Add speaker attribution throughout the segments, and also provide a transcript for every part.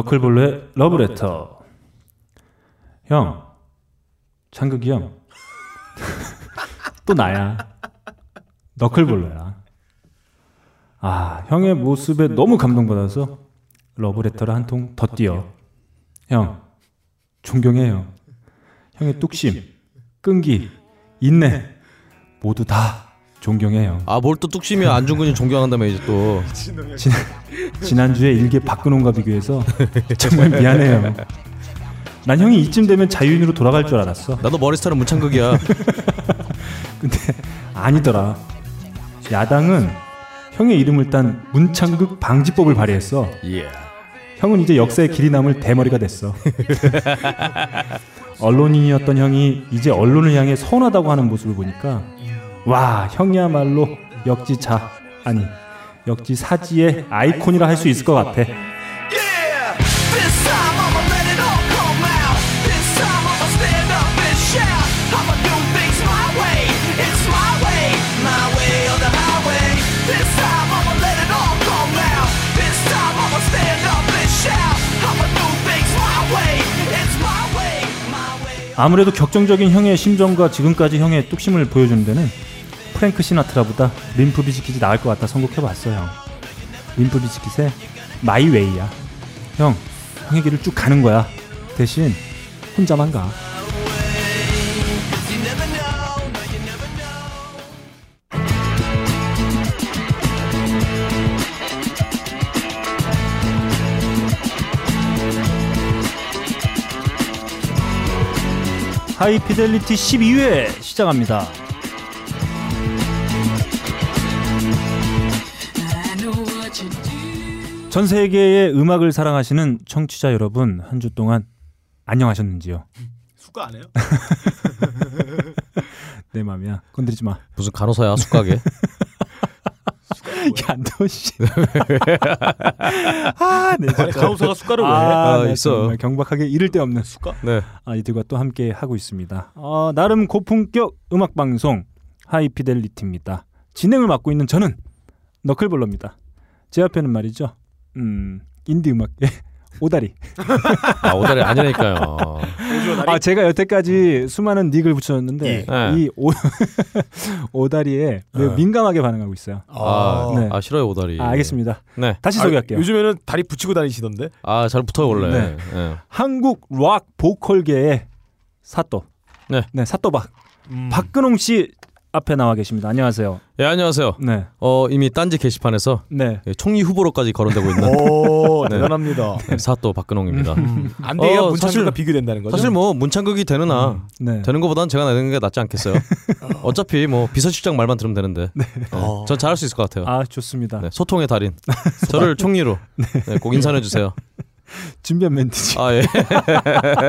Speaker 1: 너클볼로의 러브레터. 형, 창극이 형. 또 나야. 너클볼로야. 아, 형의 모습에 너무 감동받아서 러브레터를 한 통 더 띄어. 형, 존경해요. 형의 뚝심, 끈기, 인내 모두 다 존경해요.
Speaker 2: 아 뭘 또 뚝심이 안중근이 존경한다며 이제 또
Speaker 1: 지난주에 일개 박근홍과 비교해서 정말 미안해요. 난 형이 이쯤 되면 자유인으로 돌아갈 줄 알았어.
Speaker 2: 나도 머리 스타일은 문창극이야.
Speaker 1: 근데 아니더라. 야당은 형의 이름을 딴 문창극 방지법을 발의했어.
Speaker 2: 예.
Speaker 1: 형은 이제 역사에 길이 남을 대머리가 됐어. 언론인이었던 형이 이제 언론을 향해 서운하다고 하는 모습을 보니까 와 형이야말로 역지자 아니 역지사지의 아이콘이라 할 수 있을 것 같아.
Speaker 3: Yeah! This time I'ma let it all come out. This time I'ma stand up and shout. I'ma do things my way. It's my way, my way or the highway. This time I'ma let it all come out. This time I'ma stand up and shout. I'ma do things my way. It's my way, my way.
Speaker 1: 아무래도 격정적인 형의 심정과 지금까지 형의 뚝심을 보여주는 데는 프랭크 시나트라보다 림프 비즈킷이 나을 것 같아 선곡해봤어요. 림프 비즈킷의 마이 웨이야. 형, 형의 길을 쭉 가는 거야. 대신 혼자만 가.
Speaker 3: You never know. No, you never know.
Speaker 1: 하이피델리티 12회 시작합니다. 전 세계의 음악을 사랑하시는 청취자 여러분 한 주 동안 안녕하셨는지요?
Speaker 4: 수가 안 해요?
Speaker 1: 내 맘이야. 건드리지 마.
Speaker 2: 무슨 간호사야 숙가게.
Speaker 1: 얀도 씨. 아, 네.
Speaker 4: 아니, 간호사가 숟가락을
Speaker 1: 아,
Speaker 2: 아,
Speaker 1: 네,
Speaker 2: 있어.
Speaker 1: 정말 경박하게 이를 데 없는
Speaker 2: 네.
Speaker 1: 아이들과 또 함께 하고 있습니다. 어, 나름 고품격 음악 방송 하이피델리티입니다. 진행을 맡고 있는 저는 너클볼러입니다. 제 앞에는 말이죠. 음, 인디 음악의 오다리.
Speaker 2: 아 오다리 아니라니까요.
Speaker 1: 아, 제가 여태까지 수많은 닉을 붙여줬는데
Speaker 2: 예.
Speaker 1: 이 오, 오다리에 매우
Speaker 2: 예.
Speaker 1: 민감하게 반응하고 있어요.
Speaker 2: 아,
Speaker 1: 네.
Speaker 2: 아 싫어요 오다리.
Speaker 1: 아, 알겠습니다.
Speaker 2: 네.
Speaker 1: 다시 소개할게요.
Speaker 4: 아, 요즘에는 다리 붙이고 다니시던데.
Speaker 2: 아잘 붙어요 원래.
Speaker 1: 네.
Speaker 2: 네.
Speaker 1: 한국 락 보컬계의 사또.
Speaker 2: 네.
Speaker 1: 사또박. 박근홍 씨 앞에 나와 계십니다. 안녕하세요.
Speaker 2: 예 안녕하세요.
Speaker 1: 네.
Speaker 2: 어 이미 딴지 게시판에서
Speaker 1: 네.
Speaker 2: 예, 총리 후보로까지 거론되고 있는
Speaker 4: 오
Speaker 2: 네.
Speaker 4: 대단합니다.
Speaker 2: 네, 사또 박근홍입니다.
Speaker 1: 음.
Speaker 4: 안 돼야
Speaker 2: 어,
Speaker 4: 문창과
Speaker 2: 사실-
Speaker 4: 비교된다는 거죠.
Speaker 2: 사실 뭐 문창극이 되느나
Speaker 1: 네.
Speaker 2: 되는 것보단 제가 나는 게 낫지 않겠어요. 어차피 뭐 비서실장 말만 들으면 되는데. 네. 전 잘할 수 있을 것 같아요.
Speaker 1: 아, 좋습니다.
Speaker 2: 네, 소통의 달인. 저를 총리로 네, 꼭 인사해 주세요.
Speaker 1: 준비한 멘트지.
Speaker 2: 아 예.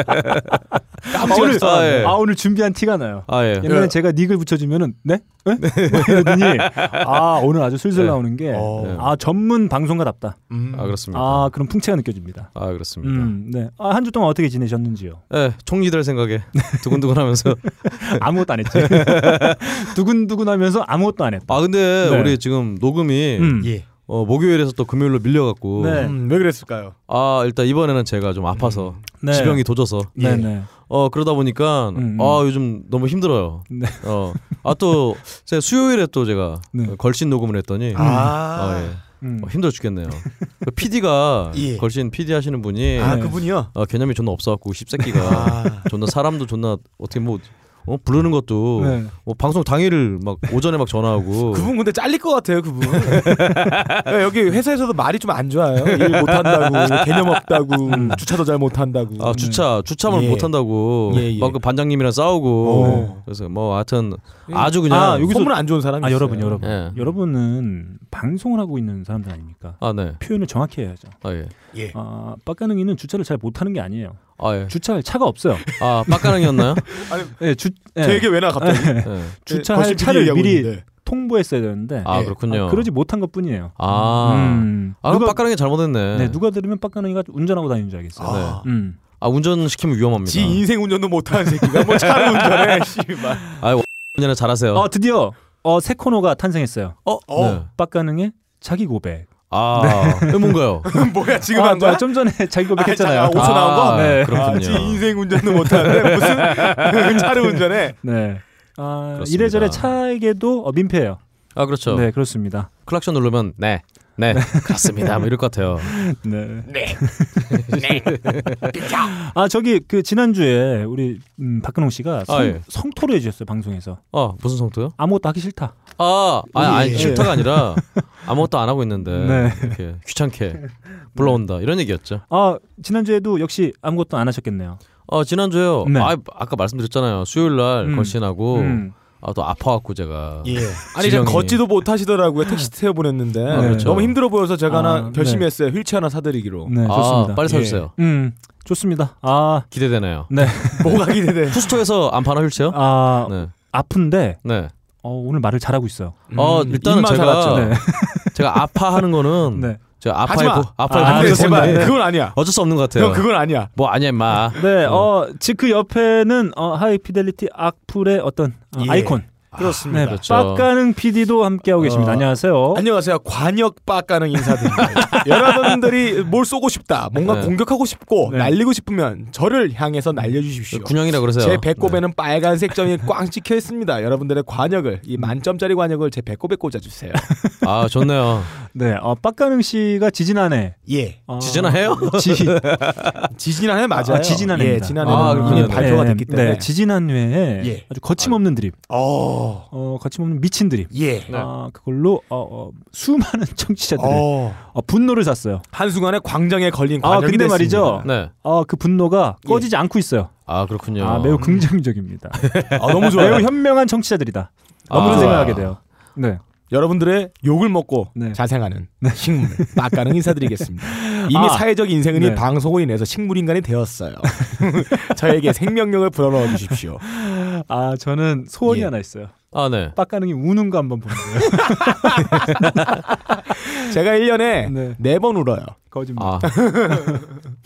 Speaker 2: 깜짝
Speaker 1: 오늘,
Speaker 2: 놀랐어. 아, 예.
Speaker 1: 아, 오늘 준비한 티가 나요.
Speaker 2: 아 예.
Speaker 1: 옛날에 제가 닉을 붙여주면은 네? 에? 막 이러더니 아 오늘 아주 슬슬
Speaker 2: 네.
Speaker 1: 나오는 게 아
Speaker 4: 어.
Speaker 1: 전문 방송가답다.
Speaker 2: 아 그렇습니다. 아,
Speaker 1: 아 그런 풍채가 느껴집니다.
Speaker 2: 그렇습니다.
Speaker 1: 음, 네. 아, 한 주 동안 어떻게 지내셨는지요?
Speaker 2: 예, 총리 될 생각에 두근두근하면서.
Speaker 1: 아무것도 안 했지. 두근두근하면서 아무것도 안 했다.
Speaker 2: 아 근데
Speaker 1: 네.
Speaker 2: 우리 지금 녹음이
Speaker 1: 음.
Speaker 4: 예.
Speaker 2: 어, 목요일에서 또 금요일로 밀려갖고.
Speaker 1: 네.
Speaker 4: 음, 왜 그랬을까요?
Speaker 2: 아 일단 이번에는 제가 좀 아파서
Speaker 1: 네.
Speaker 2: 지병이 도져서.
Speaker 1: 네네.
Speaker 2: 어 그러다 보니까
Speaker 1: 음, 음.
Speaker 2: 아 요즘 너무 힘들어요.
Speaker 1: 네.
Speaker 2: 어아또 제가 수요일에 또 제가
Speaker 1: 네.
Speaker 2: 걸신 녹음을 했더니
Speaker 4: 아,
Speaker 2: 어, 예.
Speaker 1: 음.
Speaker 2: 어, 힘들어 죽겠네요. PD가
Speaker 4: 예.
Speaker 2: 걸신 PD 하시는 분이
Speaker 4: 아
Speaker 1: 네.
Speaker 4: 그분이요.
Speaker 2: 어, 개념이 존나 없어갖고 십새끼가
Speaker 4: 아,
Speaker 2: 존나 사람도 존나 어떻게 뭐 어, 부르는 것도
Speaker 1: 네.
Speaker 2: 뭐 방송 당일을 막 오전에 막 전화하고
Speaker 4: 그분 근데 잘릴 것 같아요 그분. 야, 여기 회사에서도 말이 좀 안 좋아요. 일 못한다고 개념 없다고 주차도 잘 못한다고.
Speaker 2: 아 주차 주차만
Speaker 4: 예.
Speaker 2: 못한다고
Speaker 4: 예, 예.
Speaker 2: 막 그 반장님이랑 싸우고
Speaker 4: 오.
Speaker 2: 그래서 뭐 하여튼 아주 그냥
Speaker 4: 아, 여기서 소문 안 좋은 사람이
Speaker 1: 아
Speaker 4: 있어요.
Speaker 1: 여러분 여러분
Speaker 2: 예.
Speaker 1: 여러분은 방송을 하고 있는 사람들 아닙니까?
Speaker 2: 아 네.
Speaker 1: 표현을 정확히 해야죠.
Speaker 2: 아 예.
Speaker 1: 아 빡가능이는 주차를 잘 못하는 게 아니에요.
Speaker 2: 아 예.
Speaker 1: 주차할 차가 없어요.
Speaker 2: 아 빡가능이었나요?
Speaker 1: 예, 주 예,
Speaker 4: 제 얘기 왜나 갑자기?
Speaker 2: 예.
Speaker 1: 주차할
Speaker 4: 거실
Speaker 1: 차를
Speaker 4: 얘기하고
Speaker 1: 미리
Speaker 4: 있는데.
Speaker 1: 통보했어야 되는데
Speaker 2: 아
Speaker 4: 예.
Speaker 2: 그렇군요.
Speaker 1: 아, 그러지 못한 것뿐이에요.
Speaker 2: 아.
Speaker 1: 음.
Speaker 2: 아, 그럼 빡가는 예. 게 잘못했네.
Speaker 1: 네, 누가 들으면 빡가능이가 운전하고 다니는 줄 알겠어요.
Speaker 4: 아,
Speaker 1: 음.
Speaker 2: 아 운전 시키면 위험합니다.
Speaker 4: 지 인생 운전도 못하는 새끼가 뭐 차를 운전해. 씨발.
Speaker 2: 아 운전을 잘하세요.
Speaker 1: 어 드디어 어, 새 코너가 탄생했어요.
Speaker 2: 어,
Speaker 4: 아, 어.
Speaker 2: 네.
Speaker 1: 빡가능의 자기 고백.
Speaker 2: 아, 이거 뭔가요?
Speaker 4: 뭐야 지금
Speaker 1: 아,
Speaker 4: 한 거야?
Speaker 1: 좀 전에 자기 고백했잖아요.
Speaker 4: 아, 5초 나온 거?
Speaker 2: 아,
Speaker 1: 네.
Speaker 4: 아, 지
Speaker 2: 그렇군요.
Speaker 4: 인생 운전도 못하는데 무슨 차를 운전해?
Speaker 1: 네. 아,
Speaker 2: 그렇습니다.
Speaker 1: 이래저래 차에게도 어, 민폐예요.
Speaker 2: 아, 그렇죠.
Speaker 1: 네, 그렇습니다.
Speaker 2: 클락션 누르면 네. 네. 그렇습니다. 뭐 이럴 것 같아요.
Speaker 1: 네. 아 저기 그 지난주에 우리 음, 박근홍 씨가 성,
Speaker 2: 아, 예.
Speaker 1: 성토를 해주셨어요 방송에서
Speaker 2: 아, 무슨 성토요?
Speaker 1: 아무것도 하기 싫다.
Speaker 2: 아, 아니, 아니
Speaker 1: 예.
Speaker 2: 싫다가 아니라 아무것도 안 하고 있는데
Speaker 1: 네.
Speaker 2: 이렇게 귀찮게 불러온다 이런 얘기였죠.
Speaker 1: 아 지난주에도 역시 아무것도 안 하셨겠네요.
Speaker 2: 어 지난주에요.
Speaker 1: 네.
Speaker 2: 아, 아까 말씀드렸잖아요. 수요일 날
Speaker 1: 음.
Speaker 2: 걸신하고
Speaker 1: 음.
Speaker 2: 아 또 아파갖고 제가
Speaker 4: 예. 아니 제가
Speaker 2: 지령이. 네.
Speaker 4: 걷지도 못하시더라고요 택시 태워 보냈는데
Speaker 1: 아, 그렇죠.
Speaker 4: 네. 너무 힘들어 보여서 제가
Speaker 1: 아,
Speaker 4: 하나 결심히
Speaker 1: 네.
Speaker 4: 했어요 휠체어 하나 사드리기로
Speaker 1: 네, 좋습니다.
Speaker 2: 아, 빨리 사주세요.
Speaker 1: 음, 좋습니다. 아,
Speaker 2: 기대되네요.
Speaker 1: 네,
Speaker 4: 뭐가 기대돼?
Speaker 2: 투스토에서 안 파나 휠체어?
Speaker 1: 아
Speaker 2: 네.
Speaker 1: 아픈데
Speaker 2: 네.
Speaker 1: 어, 오늘 말을 잘하고 있어요.
Speaker 2: 어 일단은
Speaker 4: 입만
Speaker 2: 제가 음.
Speaker 4: 살았죠.
Speaker 1: 네,
Speaker 2: 제가 아파하는 거는
Speaker 1: 네,
Speaker 2: 제가
Speaker 4: 하지
Speaker 2: 아파의
Speaker 4: 마.
Speaker 2: 고, 아파의 네.
Speaker 1: 아,
Speaker 4: 안
Speaker 2: 고통
Speaker 4: 돼, 제발
Speaker 2: 때문에
Speaker 4: 그건 아니야.
Speaker 2: 어쩔 수 없는 것 같아요.
Speaker 4: 형 그건 아니야.
Speaker 2: 뭐 아니야 임마.
Speaker 1: 네. 어, 즉그 옆에는 어, 하이피델리티 악플의 어떤 어,
Speaker 4: 예.
Speaker 1: 아이콘,
Speaker 4: 그렇습니다.
Speaker 1: 네,
Speaker 2: 그렇죠.
Speaker 1: 빡가는 PD도 함께하고 계십니다.
Speaker 4: 어,
Speaker 1: 안녕하세요.
Speaker 4: 안녕하세요. 관역 빡가는 인사드립니다. 여러분들이 뭘 쏘고 싶다, 뭔가
Speaker 2: 네.
Speaker 4: 공격하고 싶고
Speaker 1: 네.
Speaker 4: 날리고 싶으면 저를 향해서 날려주십시오.
Speaker 2: 군형이라 그러세요.
Speaker 4: 제 배꼽에는 빨간색 점이 꽝 찍혀 있습니다. 여러분들의 관역을 이 만점짜리 관역을 제 배꼽에 꽂아주세요.
Speaker 2: 네. 아 좋네요.
Speaker 1: 네, 어, 빡가능 씨가 지지난해
Speaker 4: 예,
Speaker 1: 어,
Speaker 2: 지지나 해요?
Speaker 1: 지,
Speaker 4: 지지난해 맞아요.
Speaker 1: 아, 지지난해입니다.
Speaker 4: 예, 지난해
Speaker 2: 아,
Speaker 4: 이미
Speaker 2: 그렇군요.
Speaker 4: 발표가
Speaker 1: 네,
Speaker 4: 됐기 때문에.
Speaker 1: 네, 지지난해에
Speaker 4: 예.
Speaker 1: 아주 거침없는 드립,
Speaker 4: 어,
Speaker 1: 어, 거침없는 미친 드립.
Speaker 4: 예.
Speaker 2: 네.
Speaker 1: 아, 그걸로 어, 어, 수많은 청취자들의
Speaker 4: 어,
Speaker 1: 어, 분노를 샀어요.
Speaker 4: 한순간에 광장에 걸린
Speaker 1: 아,
Speaker 4: 관역이
Speaker 1: 근데
Speaker 4: 됐습니다.
Speaker 1: 말이죠.
Speaker 2: 네.
Speaker 1: 어, 그 분노가
Speaker 4: 예.
Speaker 1: 꺼지지 않고 있어요.
Speaker 2: 아 그렇군요.
Speaker 1: 아, 매우 긍정적입니다.
Speaker 4: 아, 너무 좋아요.
Speaker 1: 매우 현명한 청취자들이다. 너무
Speaker 2: 아.
Speaker 1: 생각하게 돼요. 네.
Speaker 4: 여러분들의 욕을 먹고
Speaker 1: 네.
Speaker 4: 자생하는 식물 막가는 인사드리겠습니다. 이미
Speaker 1: 아.
Speaker 4: 사회적 인생은
Speaker 1: 네.
Speaker 4: 이 방송으로 인해서 식물 인간이 되었어요. 저에게 생명력을 불어넣어 주십시오.
Speaker 1: 아, 저는 소원이
Speaker 4: 예.
Speaker 1: 하나 있어요.
Speaker 2: 아 네.
Speaker 1: 빡가능이 우는 거 한번 보는 거예요.
Speaker 4: 제가 1년에
Speaker 1: 네.
Speaker 4: 네 번 울어요.
Speaker 1: 거짓말.
Speaker 2: 아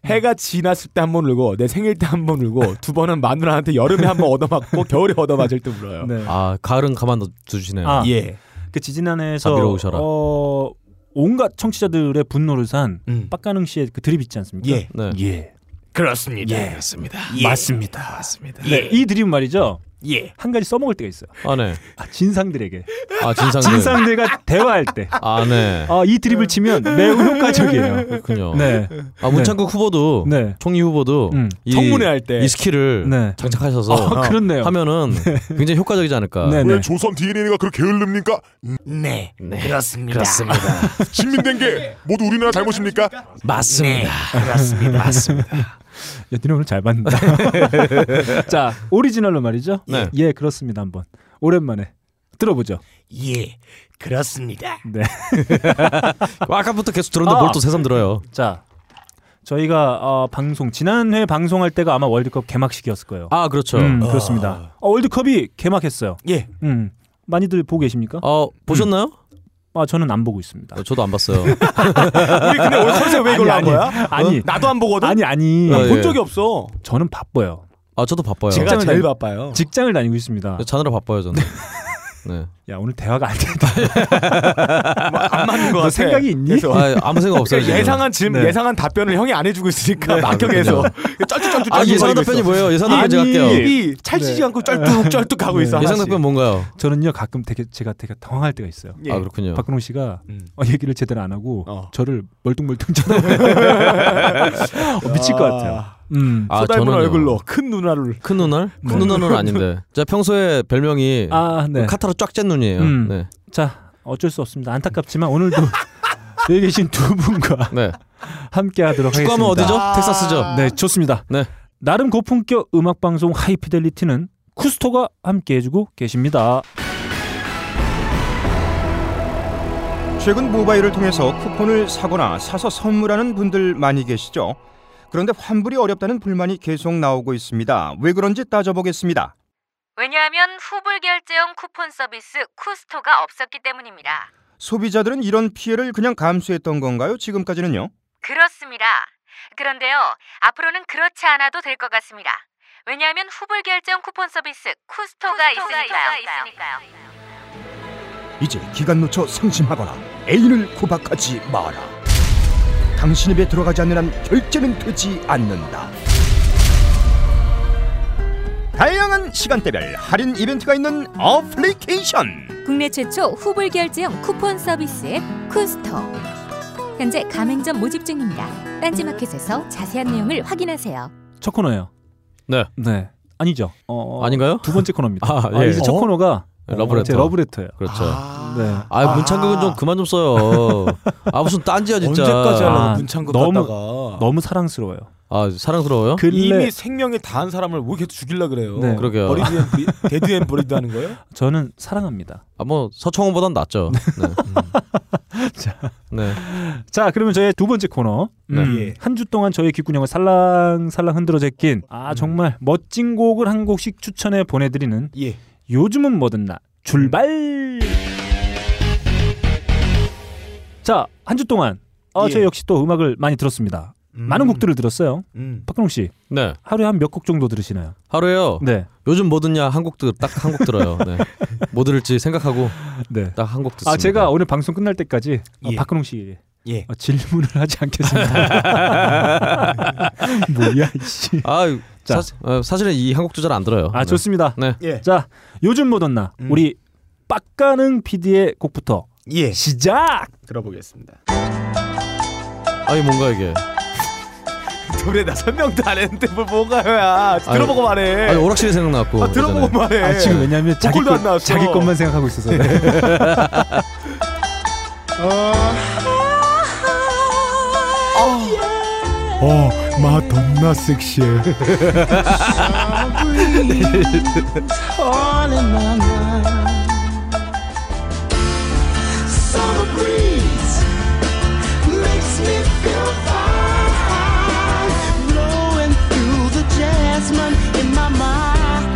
Speaker 4: 해가 지났을 때 한 번 울고 내 생일 때 한 번 울고 두 번은 마누라한테 여름에 한 번 얻어맞고 겨울에 얻어맞을 때 울어요.
Speaker 1: 네.
Speaker 2: 아 가을은 가만 두시네요.
Speaker 1: 아.
Speaker 4: 예.
Speaker 1: 그 지지난해에서
Speaker 2: 다 밀어오셔라.
Speaker 1: 어, 온갖 청취자들의 분노를 산
Speaker 4: 음.
Speaker 1: 빡가능 씨의 그 드립 있지 않습니까?
Speaker 4: 예.
Speaker 2: 네.
Speaker 1: 예.
Speaker 4: 그렇습니다. 예.
Speaker 2: 맞습니다.
Speaker 1: 맞습니다.
Speaker 2: 맞습니다.
Speaker 1: 네, 이 드립 말이죠.
Speaker 4: 예.
Speaker 1: 한 가지 써먹을 때가 있어요.
Speaker 2: 아 네.
Speaker 1: 아, 진상들에게.
Speaker 2: 아 진상들.
Speaker 1: 진상들과 대화할 때.
Speaker 2: 아 네.
Speaker 1: 아, 이 드립을 치면 매우 효과적이에요.
Speaker 2: 그렇군요.
Speaker 1: 네.
Speaker 2: 아 문창국 후보도
Speaker 1: 네.
Speaker 2: 총리 후보도
Speaker 1: 음.
Speaker 2: 이,
Speaker 4: 청문회 할 때.
Speaker 2: 이 스킬을
Speaker 1: 네.
Speaker 2: 장착하셔서
Speaker 1: 아, 그렇네요.
Speaker 2: 하면은 굉장히 효과적이지 않을까.
Speaker 1: 네,
Speaker 5: 왜
Speaker 1: 네.
Speaker 5: 조선 DNA가 그렇게 게을릅니까?
Speaker 6: 네,
Speaker 2: 네.
Speaker 6: 그렇습니다.
Speaker 2: 그렇습니다.
Speaker 5: 진민된 게 모두 우리나라 잘못입니까?
Speaker 6: 네,
Speaker 2: 맞습니다.
Speaker 6: 그렇습니다.
Speaker 1: 야, 니네 오늘 잘 받는다. 자, 오리지널로 말이죠.
Speaker 2: 네.
Speaker 1: 예, 그렇습니다. 한번 오랜만에 들어보죠.
Speaker 6: 예, 그렇습니다.
Speaker 1: 네.
Speaker 2: 아까부터 계속 들었는데
Speaker 1: 아.
Speaker 2: 뭘 또 새삼 들어요.
Speaker 1: 자, 저희가 어, 방송 지난해 방송할 때가 아마 월드컵 개막식이었을 거예요.
Speaker 2: 아 그렇죠.
Speaker 1: 음, 그렇습니다. 어, 월드컵이 개막했어요.
Speaker 4: 예.
Speaker 1: 음, 많이들 보고 계십니까?
Speaker 2: 어 보셨나요?
Speaker 1: 아, 저는 안 보고 있습니다.
Speaker 2: 어, 저도 안 봤어요.
Speaker 4: 우리 근데 오늘 컨셉 왜 이걸로 한
Speaker 1: 아니,
Speaker 4: 거야?
Speaker 1: 아니.
Speaker 4: 어? 나도 안 보거든.
Speaker 1: 아니 아니,
Speaker 2: 어,
Speaker 4: 본
Speaker 2: 예.
Speaker 4: 적이 없어.
Speaker 1: 저는 바빠요.
Speaker 2: 아 저도 바빠요.
Speaker 4: 제가
Speaker 1: 직장을
Speaker 4: 제일
Speaker 1: 다니-
Speaker 2: 어.
Speaker 4: 바빠요.
Speaker 1: 직장을 다니고 있습니다.
Speaker 2: 자느라 바빠요 저는. 네.
Speaker 1: 야, 오늘 대화가 안 된다.
Speaker 4: 안 맞는
Speaker 1: 너
Speaker 4: 거 같아.
Speaker 1: 생각이 있니?
Speaker 4: 그래서
Speaker 2: 아, 아무 생각 없어요. 지금.
Speaker 4: 예상한 지금
Speaker 1: 네.
Speaker 4: 예상한 답변을 형이 안 해주고 있으니까 막경에서 쩔뚝쩔뚝
Speaker 2: 아 예상 답변이 뭐예요? 예상 답변 제가
Speaker 1: 아니.
Speaker 2: 할게요.
Speaker 4: 이 찰지지 않고 쩔뚝쩔뚝 가고 있어.
Speaker 2: 예상
Speaker 4: 하나씩.
Speaker 2: 답변 뭔가요?
Speaker 1: 저는요 가끔 되게 제가 되게 당황할 때가 있어요.
Speaker 4: 예.
Speaker 2: 아 그렇군요.
Speaker 1: 박근홍 씨가
Speaker 4: 음.
Speaker 1: 어, 얘기를 제대로 안 하고
Speaker 4: 어.
Speaker 1: 저를 멀뚱멀뚱 쳐다보고 어, 미칠 것 같아요.
Speaker 4: 아,
Speaker 1: 음.
Speaker 2: 아,
Speaker 4: 소닮은
Speaker 2: 저는요.
Speaker 4: 얼굴로 큰 누나를
Speaker 2: 큰 눈알? 큰 눈알은 아닌데. 제가 평소에 별명이
Speaker 1: 아, 네.
Speaker 2: 카타로 쫙 짠 눈이에요.
Speaker 1: 음.
Speaker 2: 네.
Speaker 1: 자, 어쩔 수 없습니다. 안타깝지만 오늘도 여기 계신 두 분과
Speaker 2: 네.
Speaker 1: 함께 하도록 하겠습니다.
Speaker 2: 축구하면 어디죠? 텍사스죠.
Speaker 1: 네, 좋습니다.
Speaker 2: 네.
Speaker 1: 나름 고품격 음악 방송 하이피델리티는 쿠스토가 함께 해주고 계십니다.
Speaker 7: 최근 모바일을 통해서 쿠폰을 사거나 사서 선물하는 분들 많이 계시죠? 그런데 환불이 어렵다는 불만이 계속 나오고 있습니다. 왜 그런지 따져보겠습니다.
Speaker 8: 왜냐하면 후불 결제형 쿠폰 서비스 쿠스토가 없었기 때문입니다.
Speaker 7: 소비자들은 이런 피해를 그냥 감수했던 건가요? 지금까지는요?
Speaker 8: 그렇습니다. 그런데요, 앞으로는 그렇지 않아도 될 것 같습니다. 왜냐하면 후불 결제형 쿠폰 서비스 쿠스토가, 있으니까요.
Speaker 7: 이제 기간 놓쳐 상심하거나 애인을 구박하지 마라. 당신 입에 들어가지 않는 한 결제는 되지 않는다. 다양한 시간대별 할인 이벤트가 있는 어플리케이션.
Speaker 9: 국내 최초 후불 결제형 쿠폰 서비스 앱 쿤스토. 현재 가맹점 모집 중입니다. 딴지마켓에서 자세한 내용을 확인하세요.
Speaker 1: 첫 코너예요.
Speaker 2: 네.
Speaker 1: 네. 아니죠. 어,
Speaker 2: 아닌가요?
Speaker 1: 두 번째 코너입니다.
Speaker 2: 아,
Speaker 1: 아,
Speaker 2: 예.
Speaker 1: 이제 첫
Speaker 2: 어?
Speaker 1: 코너가
Speaker 2: 네, 러브레터.
Speaker 1: 제 러브레터예요.
Speaker 2: 그렇죠. 아,
Speaker 1: 네.
Speaker 2: 문창극은 좀 그만 좀 써요. 아 무슨 딴지야 진짜.
Speaker 4: 언제까지 하려고
Speaker 1: 아,
Speaker 4: 문창극
Speaker 1: 너무-
Speaker 4: 갔다가
Speaker 1: 너무 사랑스러워요.
Speaker 2: 아 사랑스러워요?
Speaker 1: 근래
Speaker 4: 이미 생명이 다한 사람을 왜 계속 죽이려 그래요?
Speaker 1: 네.
Speaker 2: 그러게요.
Speaker 4: 버리드 앤 브리, 데드 앤 버리드 하는 거예요?
Speaker 1: 저는 사랑합니다.
Speaker 2: 아 뭐 서청원보단 낫죠. 네.
Speaker 1: 자.
Speaker 2: 네.
Speaker 1: 자, 그러면 저의 두 번째 코너. 음,
Speaker 2: 네.
Speaker 4: 예.
Speaker 1: 한 주 동안 저의 귓구녕을 살랑살랑 흔들어 제낀 아 정말 멋진 곡을 한 곡씩 추천해 보내드리는
Speaker 4: 예.
Speaker 1: 요즘은 뭐든 나 출발. 자, 한 주 동안 어,
Speaker 4: 예.
Speaker 1: 저 역시 또 음악을 많이 들었습니다. 많은 곡들을 들었어요.
Speaker 4: 음.
Speaker 1: 박근홍 씨
Speaker 2: 네.
Speaker 1: 하루에 한 몇 곡 정도 들으시나요?
Speaker 2: 하루에요.
Speaker 1: 네,
Speaker 2: 요즘 뭐 듣냐 한곡딱 한 곡 들어요. 네. 뭐 들을지 생각하고
Speaker 1: 네.
Speaker 2: 딱 한 곡 듣습니다.
Speaker 1: 아 제가 오늘 방송 끝날 때까지 어,
Speaker 4: 예.
Speaker 1: 박근홍 씨
Speaker 4: 예.
Speaker 1: 어, 질문을 하지 않겠습니다. 뭐야 이씨.
Speaker 2: 아
Speaker 1: 자.
Speaker 2: 사, 어, 사실은 이 한 곡도 잘 안 들어요.
Speaker 1: 아
Speaker 2: 네.
Speaker 1: 좋습니다.
Speaker 2: 네.
Speaker 4: 예.
Speaker 1: 자 요즘 뭐든 나
Speaker 4: 음.
Speaker 1: 우리 빡가능 PD의 곡부터
Speaker 4: 예.
Speaker 1: 시작.
Speaker 4: 들어보겠습니다.
Speaker 2: 아니 뭔가 이게.
Speaker 4: 노래 나 설명도 안 했는데 뭐 뭔가야. 들어보고 말해.
Speaker 2: 아니 오락실이 생각났고.
Speaker 4: 네. 아, 들어보고
Speaker 2: 예전에.
Speaker 4: 말해.
Speaker 1: 아 지금 왜냐하면 자기
Speaker 4: 보컬도 안
Speaker 1: 것
Speaker 4: 나왔어. 네.
Speaker 1: 자기 것만 생각하고 있어서. 어,
Speaker 4: 어, 마 덤나 섹시해.
Speaker 3: Summer breeze makes me feel fine, blowing through the jasmine in my mind.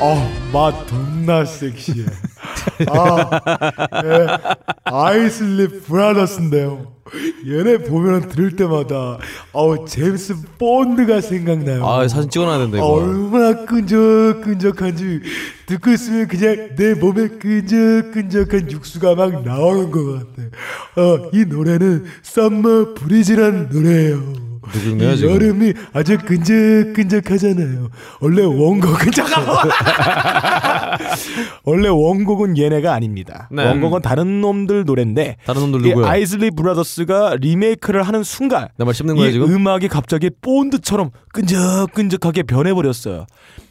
Speaker 4: 어, 마 덤나 섹시해. 아, 아이슬립 브라더스인데요. 얘네 보면 들을 때마다 아우 제임스 본드가 생각나요.
Speaker 2: 아 사진 찍어놔야 된다
Speaker 4: 아,
Speaker 2: 이거.
Speaker 4: 얼마나 끈적끈적한지 듣고 있으면 그냥 내 몸에 끈적끈적한 육수가 막 나오는 것 같아. 어, 이 노래는 썸머 브리즈라는 노래예요.
Speaker 2: 누군가요,
Speaker 4: 이
Speaker 2: 지금?
Speaker 4: 여름이 아주 끈적끈적하잖아요. 원래 원곡은 잠깐만. 원래 원곡은 얘네가 아닙니다.
Speaker 2: 네.
Speaker 4: 원곡은 다른 놈들 노래인데
Speaker 2: 다른 놈들 누구야?
Speaker 4: 아이슬리 브라더스가 리메이크를 하는 순간
Speaker 2: 나말 씹는 네, 거야
Speaker 4: 이
Speaker 2: 지금?
Speaker 4: 음악이 갑자기 본드처럼 끈적끈적하게 변해버렸어요.